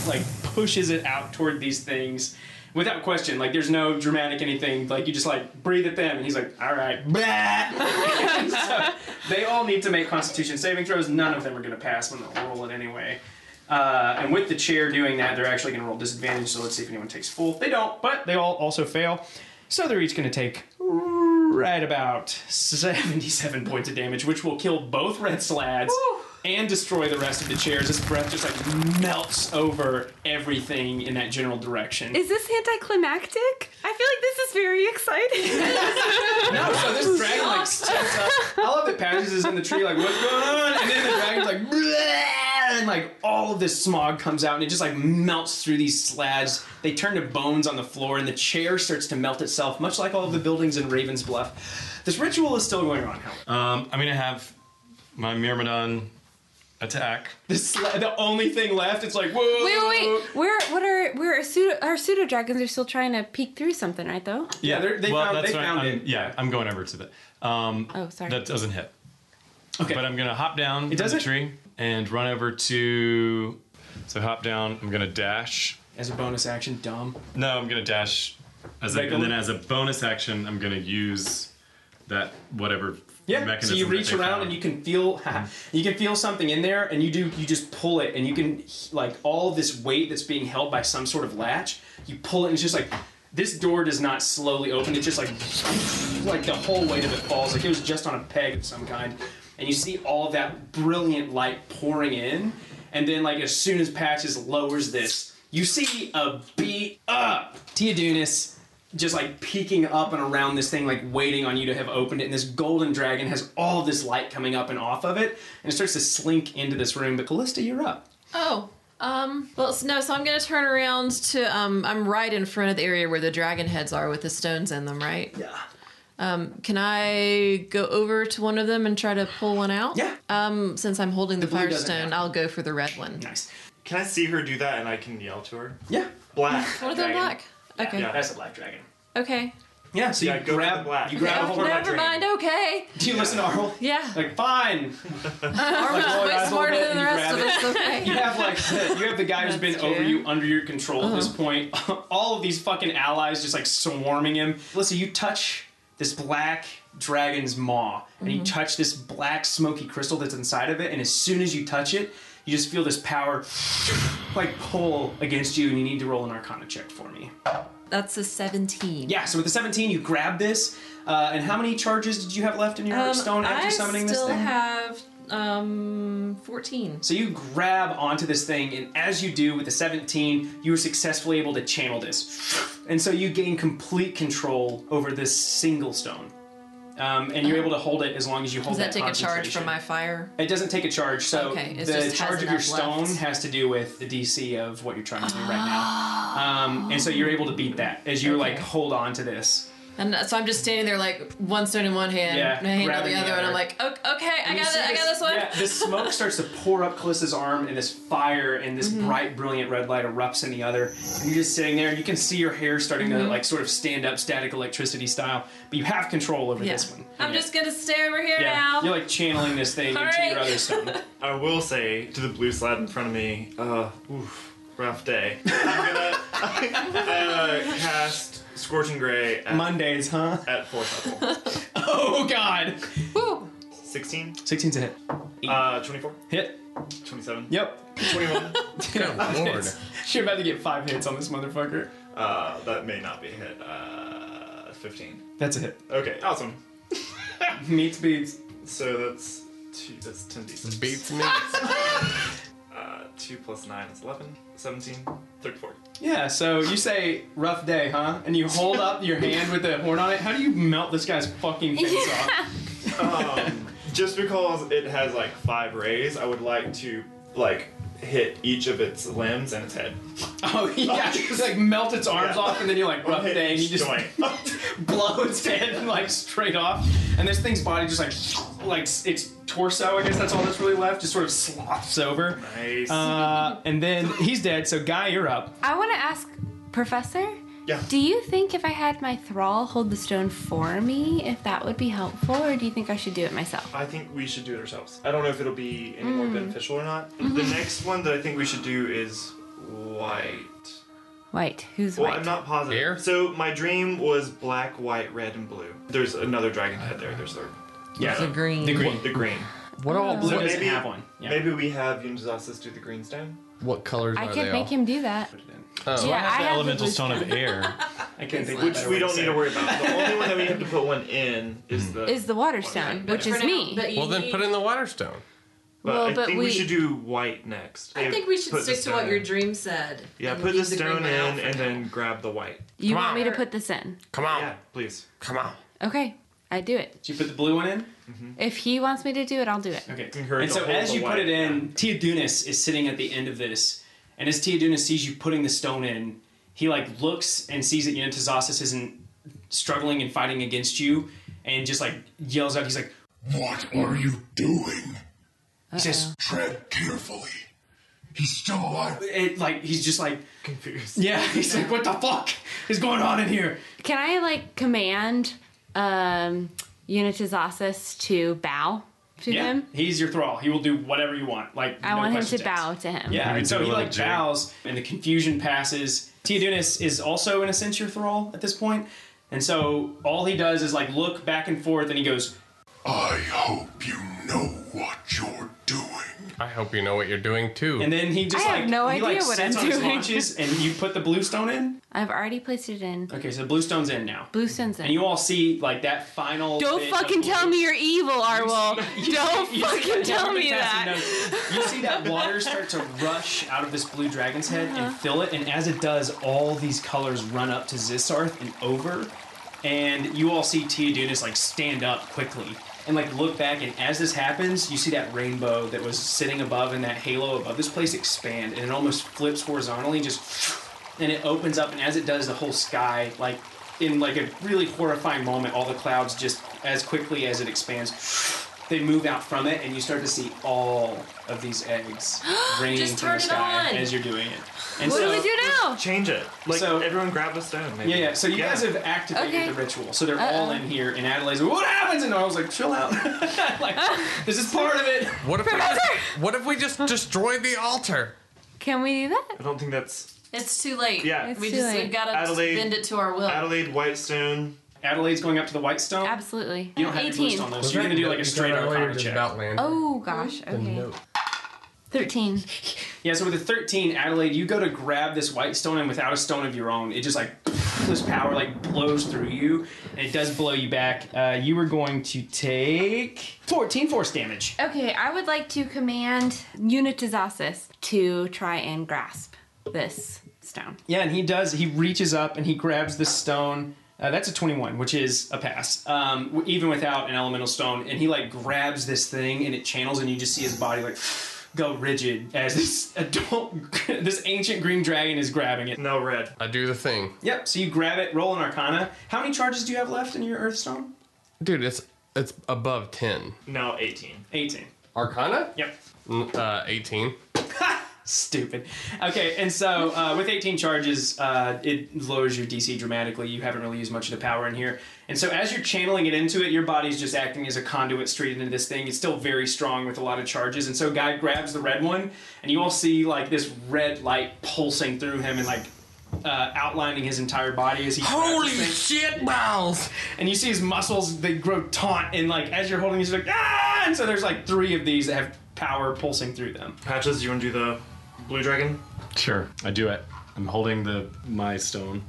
Speaker 1: like pushes it out toward these things. Without question, like there's no dramatic anything. Like you just like breathe at them, and he's like, "All right, blah." So, they all need to make Constitution saving throws. None of them are going to pass when they roll it anyway. Uh, and with the chair doing that, they're actually going to roll disadvantage. So let's see if anyone takes full. They don't, but they all also fail. So they're each going to take right about 77 points of damage, which will kill both red slads and destroy the rest of the chairs. This breath just like melts over everything in that general direction.
Speaker 4: Is this anticlimactic? I feel like this is very exciting.
Speaker 1: No, so this dragon like sticks up. I love that Patches is in the tree, like, what's going on? And then the dragon's like, "Bleh," and like all of this smog comes out and it just like melts through these slabs. They turn to bones on the floor and the chair starts to melt itself, much like all of the buildings in Raven's Bluff. This ritual is still going on, however.
Speaker 2: Um, I'm gonna have my Myrmidon attack.
Speaker 1: The, sla- the only thing left, it's like, whoa.
Speaker 4: Wait, wait, wait. We're what are we're our pseudo our pseudo dragons are still trying to peek through something, right though?
Speaker 1: Yeah, they're- they
Speaker 2: well,
Speaker 1: found-
Speaker 2: that's
Speaker 1: they
Speaker 2: right.
Speaker 1: found
Speaker 2: I'm,
Speaker 1: it.
Speaker 2: Yeah, I'm going over to that. Um,
Speaker 4: Oh, sorry.
Speaker 2: That doesn't hit. Okay. But I'm gonna hop down it does the tree and run over to. So hop down. I'm gonna dash.
Speaker 1: As a bonus action, dumb.
Speaker 2: No, I'm gonna dash. As a,
Speaker 1: Regular?
Speaker 2: and then as a bonus action, I'm gonna use that whatever
Speaker 1: Yeah. so
Speaker 2: mechanism.
Speaker 1: you
Speaker 2: that
Speaker 1: reach
Speaker 2: they Mm-hmm.
Speaker 1: around and you can feel you can feel something in there, and you do you just pull it, and you can like all this weight that's being held by some sort of latch. You pull it, and it's just like this door does not slowly open. It's just like like the whole weight of it falls. Like it was just on a peg of some kind, and you see all that brilliant light pouring in, and then like as soon as Patches lowers this, you see a beat up Tia Dunas just like peeking up and around this thing, like waiting on you to have opened it. And this golden dragon has all this light coming up and off of it, and it starts to slink into this room. But Callista, you're up.
Speaker 6: Oh, um, well, s- no, so I'm gonna turn around to, um, I'm right in front of the area where the dragon heads are with the stones in them, right?
Speaker 1: Yeah.
Speaker 6: Um, can I go over to one of them and try to pull one out? Yeah. Um, since I'm holding the,
Speaker 5: blue
Speaker 6: fire
Speaker 5: doesn't
Speaker 6: stone, I'll go for the red one.
Speaker 1: Nice.
Speaker 5: Can I see her do that and I can yell to her?
Speaker 1: Yeah.
Speaker 5: Black.
Speaker 6: What are they
Speaker 5: dragon.
Speaker 6: black? Okay.
Speaker 5: Yeah, that's a black dragon.
Speaker 6: Okay.
Speaker 1: Yeah, so you grab black. You grab a hold of that
Speaker 6: Never
Speaker 1: dragon.
Speaker 6: mind. Okay.
Speaker 1: Do you listen to Arl?
Speaker 6: Yeah.
Speaker 1: Like fine. Like,
Speaker 6: Arl's
Speaker 1: roll your
Speaker 6: way
Speaker 1: eyes a
Speaker 6: smarter
Speaker 1: little bit
Speaker 6: than the
Speaker 1: and
Speaker 6: rest
Speaker 1: you
Speaker 6: of us,
Speaker 1: grab it.
Speaker 6: okay.
Speaker 1: You have like the, you have the guy who's been over you, under your control at this
Speaker 6: Uh-huh.
Speaker 1: point. All of these fucking allies just like swarming him. Listen, you touch this black dragon's maw, and
Speaker 6: Mm-hmm.
Speaker 1: you
Speaker 5: Mhm.
Speaker 1: touch this black smoky crystal that's inside of it, and as soon as you touch it, you just feel this power like pull against you, and you need to roll an Arcana check for me.
Speaker 6: That's a 17.
Speaker 1: Yeah, so with the 17, you grab this. Uh, and how many charges did you have left in your
Speaker 6: Um,
Speaker 1: stone after
Speaker 6: I
Speaker 1: summoning this
Speaker 6: still
Speaker 1: thing?
Speaker 6: have um 14.
Speaker 1: So you grab onto this thing, and as you do with the 17, you are successfully able to channel this. And so you gain complete control over this single stone. um, and you're able to hold it as long as you hold
Speaker 6: Uh-huh. Does that take a charge
Speaker 1: concentration.
Speaker 6: from my fire?
Speaker 1: It doesn't take a charge, so
Speaker 6: Okay, it
Speaker 1: the
Speaker 6: just has
Speaker 1: charge of your
Speaker 6: enough
Speaker 1: stone
Speaker 6: left.
Speaker 1: has to do with the DC of what you're trying to do right now. Um, and so you're able to beat that as you like hold on to this.
Speaker 6: And so I'm just standing there like one stone in one hand,
Speaker 1: Yeah,
Speaker 6: and a hand on
Speaker 1: grabbing
Speaker 6: the
Speaker 1: the
Speaker 6: other, and I'm
Speaker 1: other.
Speaker 6: like, okay, okay I
Speaker 1: And you
Speaker 6: got
Speaker 1: see
Speaker 6: it, I got this one.
Speaker 1: Yeah, the smoke starts to pour up Calissa's arm, and this fire and this
Speaker 6: Mhm.
Speaker 1: bright, brilliant red light erupts in the other. And you're just sitting there, and you can see your hair starting to
Speaker 6: Mhm.
Speaker 1: like sort of stand up, static electricity style. But you have control over
Speaker 6: Yeah.
Speaker 1: this one.
Speaker 6: I'm just gonna stay over here
Speaker 1: yeah,
Speaker 6: now.
Speaker 1: you're like channeling this thing
Speaker 6: All
Speaker 1: into your
Speaker 6: right.
Speaker 1: other stone.
Speaker 5: I will say to the blue slab in front of me, uh, oof, rough day. I'm gonna uh, cast Scorching Gray at
Speaker 1: Mondays, huh?
Speaker 5: At fourth level.
Speaker 1: oh God.
Speaker 6: Woo.
Speaker 5: 16,
Speaker 1: 16's a hit.
Speaker 5: uh, 24,
Speaker 1: Hit.
Speaker 5: 27.
Speaker 1: Yep.
Speaker 5: 21.
Speaker 1: Good lord. You're about to get five hits on this motherfucker.
Speaker 5: Uh, that may not be a hit. Uh, 15.
Speaker 1: That's a hit.
Speaker 5: Okay, awesome.
Speaker 1: Meets beats.
Speaker 5: So that's two, that's 10 d6.
Speaker 3: Beats me.
Speaker 5: uh, 2 plus 9 is 11, 17, 34.
Speaker 1: Yeah, so you say rough day, huh? And you hold up your hand with the horn on it. How do you melt this guy's fucking face off?
Speaker 5: um, just because it has like five rays, I would like to like hit each of its limbs and its head.
Speaker 1: Oh yeah, just like melt its arms
Speaker 5: Yeah.
Speaker 1: off, and then you're like rough day, and you just
Speaker 5: joint.
Speaker 1: blow its head like straight off. And this thing's body just like like its torso. I guess that's all that's really left. Just sort of slops over.
Speaker 5: Nice.
Speaker 1: Uh, and then he's dead. So guy, you're up.
Speaker 4: I want to ask, Professor.
Speaker 5: Yeah.
Speaker 4: Do you think if I had my thrall hold the stone for me, if that would be helpful, or do you think I should do it myself?
Speaker 5: I think we should do it ourselves. I don't know if it'll be any more
Speaker 1: Hmm.
Speaker 4: Mm.
Speaker 5: beneficial or not.
Speaker 1: Mm-hmm.
Speaker 5: The next one that I think we should do is white.
Speaker 4: White. Who's
Speaker 5: Well,
Speaker 4: white?
Speaker 5: I'm not positive. So my dream was black, white, red, and blue. There's another dragon head there. There's third.
Speaker 1: Yeah. The green. The
Speaker 5: The green.
Speaker 1: green.
Speaker 5: The green.
Speaker 3: What all
Speaker 5: So
Speaker 3: blue?
Speaker 5: maybe- Maybe we have Unizasis do the green stone.
Speaker 3: What colors
Speaker 4: I
Speaker 3: are
Speaker 4: could
Speaker 3: they
Speaker 4: make
Speaker 3: all?
Speaker 4: him do that.
Speaker 3: Oh.
Speaker 4: Yeah, I have the blue
Speaker 3: stone of air.
Speaker 1: I can't think.
Speaker 5: Which we don't need to worry about. The only one that we have to put one in
Speaker 3: Hmm.
Speaker 5: is the.
Speaker 4: Is the water stone, which
Speaker 5: for
Speaker 4: is
Speaker 5: now,
Speaker 4: me.
Speaker 3: Well, then put in the water stone.
Speaker 5: But
Speaker 4: Well,
Speaker 5: I
Speaker 4: but
Speaker 5: think we,
Speaker 4: we-
Speaker 5: should do white next.
Speaker 11: I
Speaker 5: Yeah,
Speaker 11: think we should
Speaker 5: put the
Speaker 11: stick to what
Speaker 5: stone
Speaker 11: your
Speaker 5: in.
Speaker 11: dream said.
Speaker 5: Yeah,
Speaker 11: and
Speaker 5: put the
Speaker 11: leave green
Speaker 5: stone
Speaker 11: one out
Speaker 5: in
Speaker 11: for
Speaker 5: and
Speaker 11: now.
Speaker 5: then grab the white.
Speaker 4: You want me to put this in?
Speaker 3: Come on.
Speaker 5: Yeah, please.
Speaker 3: Come on.
Speaker 4: Okay, I do it.
Speaker 1: Did you put the blue one in?
Speaker 5: Mm-hmm.
Speaker 4: If he wants me to do it, I'll do it.
Speaker 1: Okay.
Speaker 5: Encourage
Speaker 1: and
Speaker 5: the
Speaker 1: so
Speaker 5: whole
Speaker 1: as you
Speaker 5: Hawaii.
Speaker 1: put it in, Tia Dunas is sitting at the end of this, and as Tia Dunas sees you putting the stone in, he like looks and sees that Yentazasis isn't struggling and fighting against you, and just like yells out. He's like,
Speaker 9: What are you doing?
Speaker 1: he says,
Speaker 9: Tread carefully. He's still alive.
Speaker 1: it, like he's just like
Speaker 5: confused.
Speaker 1: Yeah, he's like, what the fuck is going on in here?
Speaker 4: Can I like command um Unitazosis to bow to
Speaker 1: yeah,
Speaker 4: him?
Speaker 1: he's your thrall. He will do whatever you want. Like
Speaker 4: I
Speaker 1: no
Speaker 4: want him to
Speaker 1: questions asked.
Speaker 4: bow to him.
Speaker 1: Yeah, and so
Speaker 5: do a
Speaker 1: he
Speaker 5: little
Speaker 1: like
Speaker 5: jig.
Speaker 1: bows, and the confusion passes. Teodunis is also in a sense your thrall at this point, and so all he does is like look back and forth, and he goes,
Speaker 9: I hope you know what you're
Speaker 3: I hope you know what you're doing too.
Speaker 1: and then he just
Speaker 4: I
Speaker 1: like
Speaker 4: have no
Speaker 1: he, like,
Speaker 4: idea what
Speaker 1: sits
Speaker 4: I'm
Speaker 1: on his
Speaker 4: doing.
Speaker 1: haunches, and you put the blue stone in.
Speaker 4: I've already placed it in.
Speaker 1: Okay, so the blue stone's in now,
Speaker 4: Blue stone's
Speaker 1: and
Speaker 4: in.
Speaker 1: you all see like that final.
Speaker 4: Don't
Speaker 1: bit of
Speaker 4: fucking
Speaker 1: blue.
Speaker 4: tell me you're evil, Arwol.
Speaker 1: You
Speaker 4: Don't
Speaker 1: see- you see
Speaker 4: fucking
Speaker 1: that- yeah,
Speaker 4: tell
Speaker 1: I'm
Speaker 4: me
Speaker 1: gonna pass
Speaker 4: that.
Speaker 1: some notes. You see that water start to rush out of this blue dragon's head
Speaker 4: Uh-huh.
Speaker 1: and fill it, and as it does, all these colors run up to Zissarth and over, and you all see Teodunas like stand up quickly and like look back, and as this happens, you see that rainbow that was sitting above and that halo above this place expand, and it almost flips horizontally, just and it opens up, and as it does, the whole sky like. In like a really horrifying moment, all the clouds just as quickly as it expands they move out from it, and you start to see all of these eggs raining
Speaker 5: Just
Speaker 1: from
Speaker 5: turn
Speaker 1: the
Speaker 5: it
Speaker 1: sky
Speaker 5: on.
Speaker 1: as you're doing it. And
Speaker 4: What
Speaker 1: so,
Speaker 4: do we do now?
Speaker 5: Change it. Like
Speaker 1: So-
Speaker 5: everyone grab a stone. Maybe.
Speaker 1: Yeah, yeah. So you guys have activated
Speaker 4: Okay.
Speaker 1: the ritual. So they're all
Speaker 4: Uh-oh.
Speaker 1: in here, and Adelaide's like, "What happens?" And I was like, "Chill out. like, this is part of it."
Speaker 3: What if we, what if we just destroy the altar?
Speaker 4: Can we do that?
Speaker 5: I don't think that's
Speaker 6: It's too late.
Speaker 5: Yeah. It's
Speaker 6: we
Speaker 4: too
Speaker 6: just
Speaker 4: late.
Speaker 6: we've gotta
Speaker 5: Adelaide-
Speaker 6: bend it to our will.
Speaker 5: Adelaide Whitestone.
Speaker 1: Adelaide's going up to the white stone.
Speaker 4: Absolutely.
Speaker 1: You don't have your blue
Speaker 4: 18.
Speaker 1: stone though, so you're gonna do like a straight arcana check.
Speaker 4: Oh gosh. Okay. Thirteen.
Speaker 1: Yeah, so with the 13, Adelaide, you go to grab this white stone, and without a stone of your own, it just like this power like blows through you, and it does blow you back. Uh, you were going to take 14 force damage.
Speaker 4: Okay, I would like to command Unitazosis to try and grasp this stone.
Speaker 1: Yeah, and he does. He reaches up and he grabs the stone, Uh, that's a 21, which is a pass, um, w- even without an elemental stone. And he like grabs this thing and it channels, and you just see his body like go rigid as this adult, this ancient green dragon is grabbing it.
Speaker 5: No red.
Speaker 3: I do the thing.
Speaker 1: Yep. So you grab it, roll an Arcana. How many charges do you have left in your Earthstone?
Speaker 3: Dude, it's it's above 10.
Speaker 5: No, 18.
Speaker 1: 18.
Speaker 3: Arcana?
Speaker 1: Yep.
Speaker 3: Mm, Uh, 18.
Speaker 1: Stupid. Okay, and so uh, with 18 charges, uh, it lowers your DC dramatically. You haven't really used much of the power in here. And so as you're channeling it into it, your body's just acting as a conduit straight into this thing. It's still very strong with a lot of charges. And so Guy grabs the red one, and you all see like this red light pulsing through him and like uh, outlining his entire body as he. Holy
Speaker 3: shit balls!
Speaker 1: And you see his muscles they grow taut and like as you're holding, he's like ah! And so there's like three of these that have power pulsing through them.
Speaker 5: Patches, you want to do the blue dragon?
Speaker 2: Sure, I do it. I'm holding the my stone.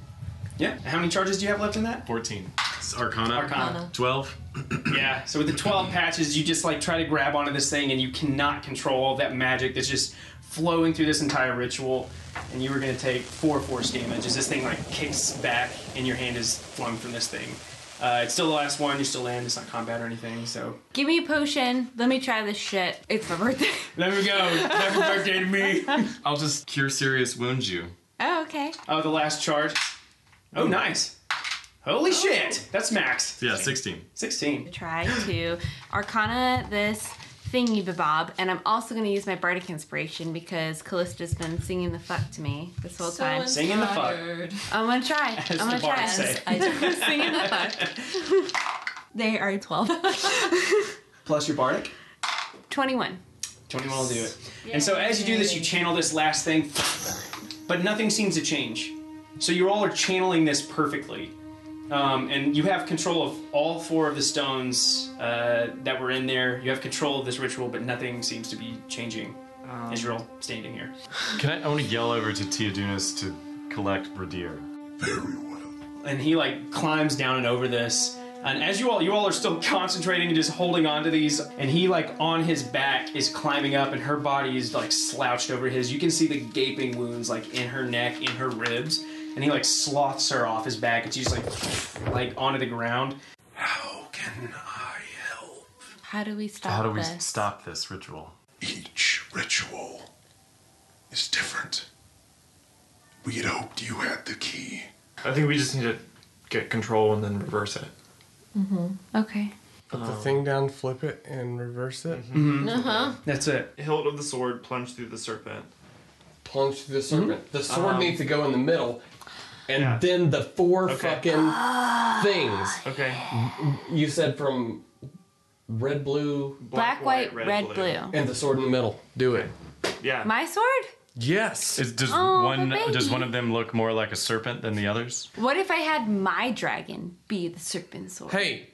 Speaker 1: Yeah. How many charges do you have left in that?
Speaker 2: 14. It's Arcana.
Speaker 1: Arcana.
Speaker 2: 12.
Speaker 1: yeah. So with the 12 patches, you just like try to grab onto this thing and you cannot control all that magic that's just flowing through this entire ritual. And you were going to take four force damage as this thing like kicks back and your hand is flung from this thing. Uh, it's still the last one. You still land. It's not combat or anything. So
Speaker 4: Give me a potion. Let me try this shit. It's my birthday.
Speaker 1: there we go. Happy birthday to me.
Speaker 2: I'll just cure serious wounds you.
Speaker 4: Oh, okay.
Speaker 1: Oh, the last charge. Oh, nice. Holy shit. That's max.
Speaker 2: Yeah, 16.
Speaker 1: 16.
Speaker 4: Try to arcana this thingy bob, and I'm also gonna use my bardic inspiration because Callista's been singing the fuck to me this whole
Speaker 10: So
Speaker 4: time.
Speaker 1: Singing the fuck. inspired.
Speaker 4: I'm gonna try.
Speaker 1: As
Speaker 4: I'm
Speaker 1: the
Speaker 4: gonna
Speaker 1: bard
Speaker 4: try.
Speaker 1: say.
Speaker 4: singing the fuck. They are 12.
Speaker 1: Plus your bardic.
Speaker 4: 21.
Speaker 1: 21 will do it. And so as you do this, you channel this last thing, but nothing seems to change. So you all are channeling this perfectly. Um, and you have control of all four of the stones uh, that were in there. You have control of this ritual, but nothing seems to be changing as you're all standing here.
Speaker 2: Can I? I want to yell over to Teodunas to collect Bradir.
Speaker 1: and he like climbs down and over this and as you all you all are still concentrating and just holding on to these and he like on his back is climbing up and her body is like slouched over his you can see the gaping wounds like in her neck in her ribs and he like sloths her off his back and she's like like onto the ground
Speaker 4: How do we stop
Speaker 2: How do we
Speaker 4: this?
Speaker 2: stop this ritual?
Speaker 9: Each ritual is different. We had hoped you had the key.
Speaker 5: I think we just need to get control and then reverse it.
Speaker 4: Mm-hmm. Okay.
Speaker 3: Put the
Speaker 5: Um,
Speaker 3: thing down, flip it, and reverse it.
Speaker 5: Uh-huh.
Speaker 1: That's it.
Speaker 5: Hilt of the sword, plunge through the serpent.
Speaker 3: Plunge through the serpent. The sword
Speaker 5: Um,
Speaker 3: needs to go in the middle, and then the four fucking
Speaker 8: Ah.
Speaker 3: things.
Speaker 5: Okay.
Speaker 3: You said from red, blue,
Speaker 4: Black, white, red, blue.
Speaker 3: and the sword in the middle. Do it.
Speaker 5: Yeah.
Speaker 4: My sword?
Speaker 3: Yes.
Speaker 2: Is, does
Speaker 4: Oh,
Speaker 2: one
Speaker 4: but
Speaker 2: does one
Speaker 4: baby.
Speaker 2: of them look more like a serpent than the others?
Speaker 4: What if I had my dragon be the serpent sword?
Speaker 3: Hey.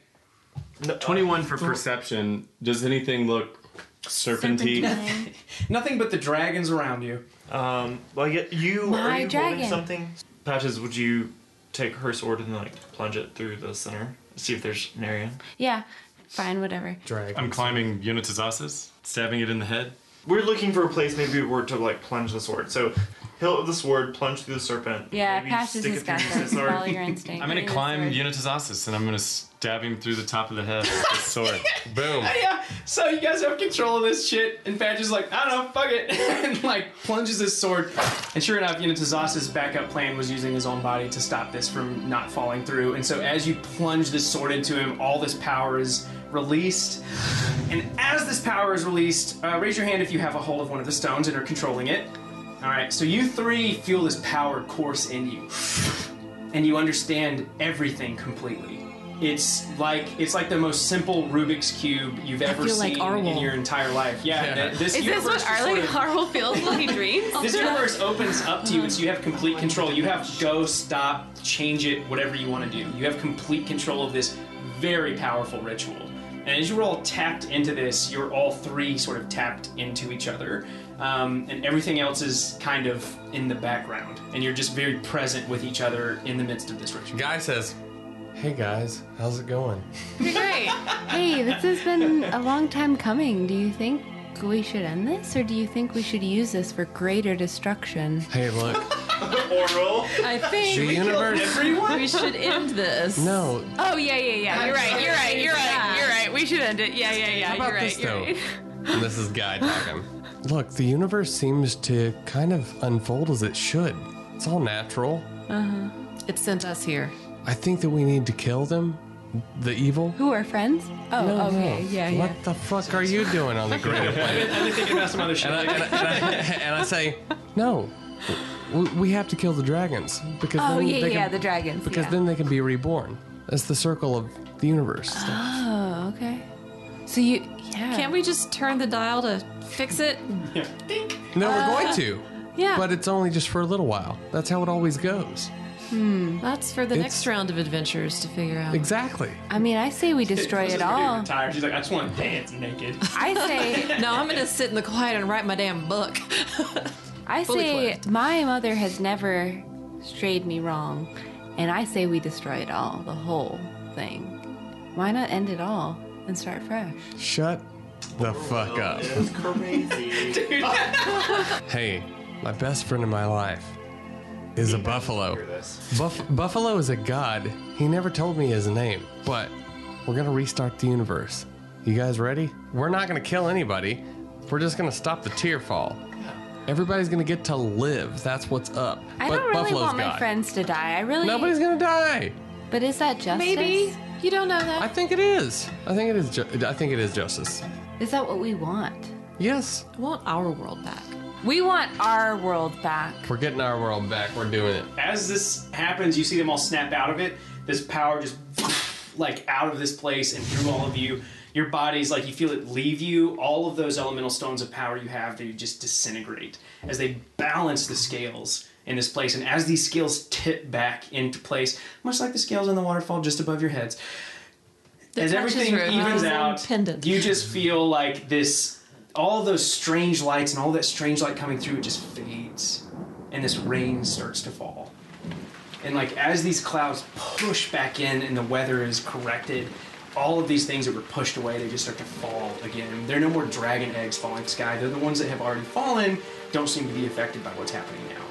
Speaker 2: Twenty-one for perception. Does anything look
Speaker 4: Serpentine.
Speaker 1: nothing but the dragons around you
Speaker 5: um like it- you
Speaker 4: My
Speaker 5: are you
Speaker 4: dragon.
Speaker 5: holding something patches would you take her sword and like plunge it through the center see if there's an area
Speaker 4: Yeah. Fine, whatever.
Speaker 3: Drag.
Speaker 2: I'm climbing Unitazasis, stabbing it in the head.
Speaker 5: we're looking for a place maybe where to like plunge the sword so hilt of the sword plunge through the serpent
Speaker 4: Yeah,
Speaker 5: maybe
Speaker 4: Patches
Speaker 5: stick
Speaker 4: has
Speaker 5: it
Speaker 4: got
Speaker 5: through
Speaker 4: that.
Speaker 5: the sword.
Speaker 4: Follow your instinct.
Speaker 2: I'm gonna
Speaker 4: Maybe the
Speaker 2: climb
Speaker 4: sword.
Speaker 2: Unitazasis and I'm gonna stab him through the top of the head with the sword. Boom.
Speaker 1: Oh, yeah. So you guys have control of this shit, and Badge is like, I don't know, fuck it, and like plunges his sword. And sure enough, you know, Tazasa's backup plan was using his own body to stop this from not falling through. And so as you plunge this sword into him, all this power is released. And as this power is released, uh, raise your hand if you have a hold of one of the stones and are controlling it. All right. So you three feel this power course in you and you understand everything completely. It's like it's like the most simple Rubik's cube you've ever
Speaker 6: feel like
Speaker 1: seen in
Speaker 6: Arwol.
Speaker 1: your entire life. Yeah, th- this
Speaker 6: Is this
Speaker 1: universe
Speaker 6: what
Speaker 1: is sort
Speaker 6: Arlen
Speaker 1: of-
Speaker 6: Harwell feels when he dreams?
Speaker 1: this universe opens up to you, and so you have complete control. You have go, stop, change it, whatever you want to do. You have complete control of this very powerful ritual. And as you're all tapped into this, you're all three sort of tapped into each other, um, and everything else is kind of in the background, and you're just very present with each other in the midst of this ritual.
Speaker 3: Guy says, "Hey guys, how's it going?"
Speaker 4: Pretty great. hey, this has been a long time coming. Do you think we should end this, or do you think we should use this for greater destruction?
Speaker 3: Hey, look.
Speaker 5: Oral.
Speaker 6: I think
Speaker 3: The
Speaker 6: we killed
Speaker 3: universe-
Speaker 6: everyone. we should end this.
Speaker 3: No.
Speaker 6: Oh yeah, yeah, yeah.
Speaker 8: You're right, you're right, you're right, you're right.
Speaker 6: We should end it. Yeah, yeah, yeah.
Speaker 8: How
Speaker 3: about
Speaker 8: you're
Speaker 3: this,
Speaker 8: right, you're
Speaker 3: though?
Speaker 8: right.
Speaker 3: And this is Guy talking. Look, the universe seems to kind of unfold as it should. It's all natural.
Speaker 8: Uh-huh.
Speaker 6: It sent us here.
Speaker 3: I think that we need to kill them, the evil.
Speaker 8: Who are friends? Oh,
Speaker 3: No,
Speaker 8: okay.
Speaker 3: no.
Speaker 8: Yeah,
Speaker 3: What
Speaker 8: yeah.
Speaker 3: the fuck are you doing on the greater planet?
Speaker 1: I've been thinking about some other shit.
Speaker 3: And I, and, I, and I- and I say, no, we, we have to kill the dragons because
Speaker 8: Oh,
Speaker 3: then
Speaker 8: yeah,
Speaker 3: they
Speaker 8: yeah,
Speaker 3: can,
Speaker 8: the dragons,
Speaker 3: because
Speaker 8: yeah.
Speaker 3: then they can be reborn. That's the circle of the universe.
Speaker 6: Oh, okay. So you yeah. Can't we just turn the dial to fix it?
Speaker 3: No, we're
Speaker 6: Uh,
Speaker 3: going to.
Speaker 6: yeah.
Speaker 3: But it's only just for a little while. That's how it always goes.
Speaker 6: Hmm. That's for the
Speaker 3: It's-
Speaker 6: next round of adventures to figure
Speaker 8: Oh.
Speaker 6: out.
Speaker 3: Exactly.
Speaker 8: I mean, I say we destroy it all.
Speaker 1: Tired. She's like, I just want to dance naked.
Speaker 8: I say
Speaker 6: no. I'm gonna sit in the quiet and write my damn book.
Speaker 8: I
Speaker 6: Fully
Speaker 8: say my mother has never strayed me wrong, and I say we destroy it all, the whole thing. Why not end it all and start fresh?
Speaker 3: Shut the fuck up.
Speaker 5: Crazy.
Speaker 3: Hey, my best friend in my life is a buffalo. Buff- buffalo is a god. He never told me his name, but we're gonna restart the universe. You guys ready? We're not gonna kill anybody. We're just gonna stop the tear fall. Everybody's gonna get to live. That's what's up.
Speaker 8: I
Speaker 3: but
Speaker 8: don't really
Speaker 3: Buffalo's
Speaker 8: want my
Speaker 3: god.
Speaker 8: friends to die. I really
Speaker 3: Nobody's gonna die.
Speaker 8: But is that justice?
Speaker 6: Maybe. You don't know that.
Speaker 3: I think it is. I think it is. Ju- I think it is justice.
Speaker 8: Is that what we want?
Speaker 3: Yes.
Speaker 6: I want our world back.
Speaker 8: We want our world back.
Speaker 3: We're getting our world back. We're doing it.
Speaker 1: As this happens, you see them all snap out of it. This power just like out of this place and through all of you. Your body's like you feel it leave you. All of those elemental stones of power you have, they just disintegrate as they balance the scales in this place. And as these scales tip back into place, much like the scales in the waterfall just above your heads,
Speaker 6: The
Speaker 1: as
Speaker 6: touch is
Speaker 1: everything
Speaker 6: real.
Speaker 1: evens
Speaker 6: Wow.
Speaker 1: out,
Speaker 6: Pendant.
Speaker 1: you just feel like this, all those strange lights and all that strange light coming through, it just fades, and this rain starts to fall. And like as these clouds push back in and the weather is corrected, all of these things that were pushed away, they just start to fall again. There are no more dragon eggs falling to sky. They're the ones that have already fallen, don't seem to be affected by what's happening now.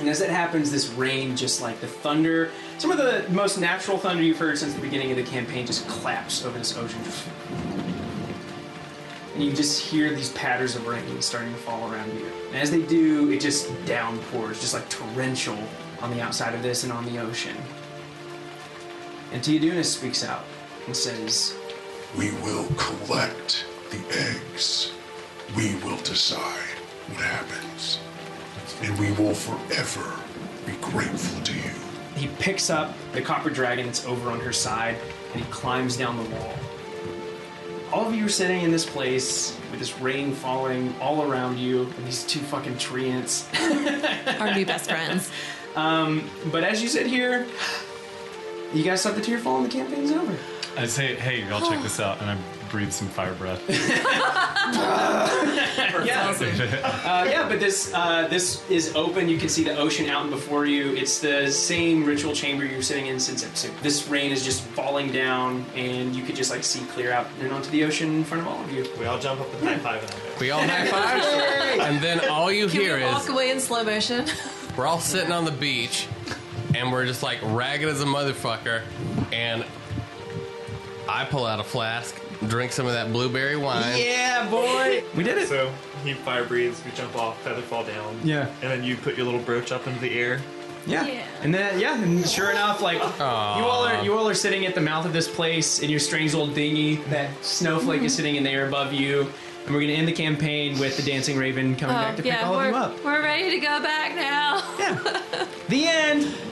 Speaker 1: And as that happens, this rain, just like the thunder, some of the most natural thunder you've heard since the beginning of the campaign, just claps over this ocean. And you just hear these patters of rain starting to fall around you. And as they do, it just downpours, just like torrential on the outside of this and on the ocean. And Teodunas speaks out and says,
Speaker 9: We will collect the eggs. We will decide what happens. And we will forever be grateful to you.
Speaker 1: He picks up the copper dragon that's over on her side and he climbs down the wall. All of you are sitting in this place with this rain falling all around you and these two fucking tree ants.
Speaker 6: Our new best friends.
Speaker 1: Um, but as you sit here, you guys stop the tear fall and the campaign's over.
Speaker 2: I say, hey, y'all check this out, and I breathe some fire breath.
Speaker 1: yeah. Uh, yeah, but this uh, this is open. You can see the ocean out before you. It's the same ritual chamber you were sitting in since episode. This rain is just falling down, and you could just like see clear out and onto the ocean in front of all of you. We all jump up with high five.
Speaker 3: We all high five, and then all you
Speaker 6: Can
Speaker 3: hear
Speaker 6: we
Speaker 3: is
Speaker 6: walk away in slow motion?
Speaker 3: We're all sitting on the beach, and we're just like ragged as a motherfucker. And I pull out a flask, drink some of that blueberry wine.
Speaker 1: Yeah, boy.
Speaker 5: We did it. So he fire breathes, we jump off, feather fall down.
Speaker 1: Yeah.
Speaker 5: And then you put your little brooch up into the air.
Speaker 1: Yeah. And then yeah, and sure enough, like you all are you all are sitting at the mouth of this place in your strange little dinghy. That snowflake is sitting in the air above you, and we're gonna end the campaign with the dancing Oh, raven coming back to pick all of
Speaker 6: Oh,
Speaker 1: you
Speaker 6: we're,
Speaker 1: up.
Speaker 6: we're ready to go back now.
Speaker 1: The end.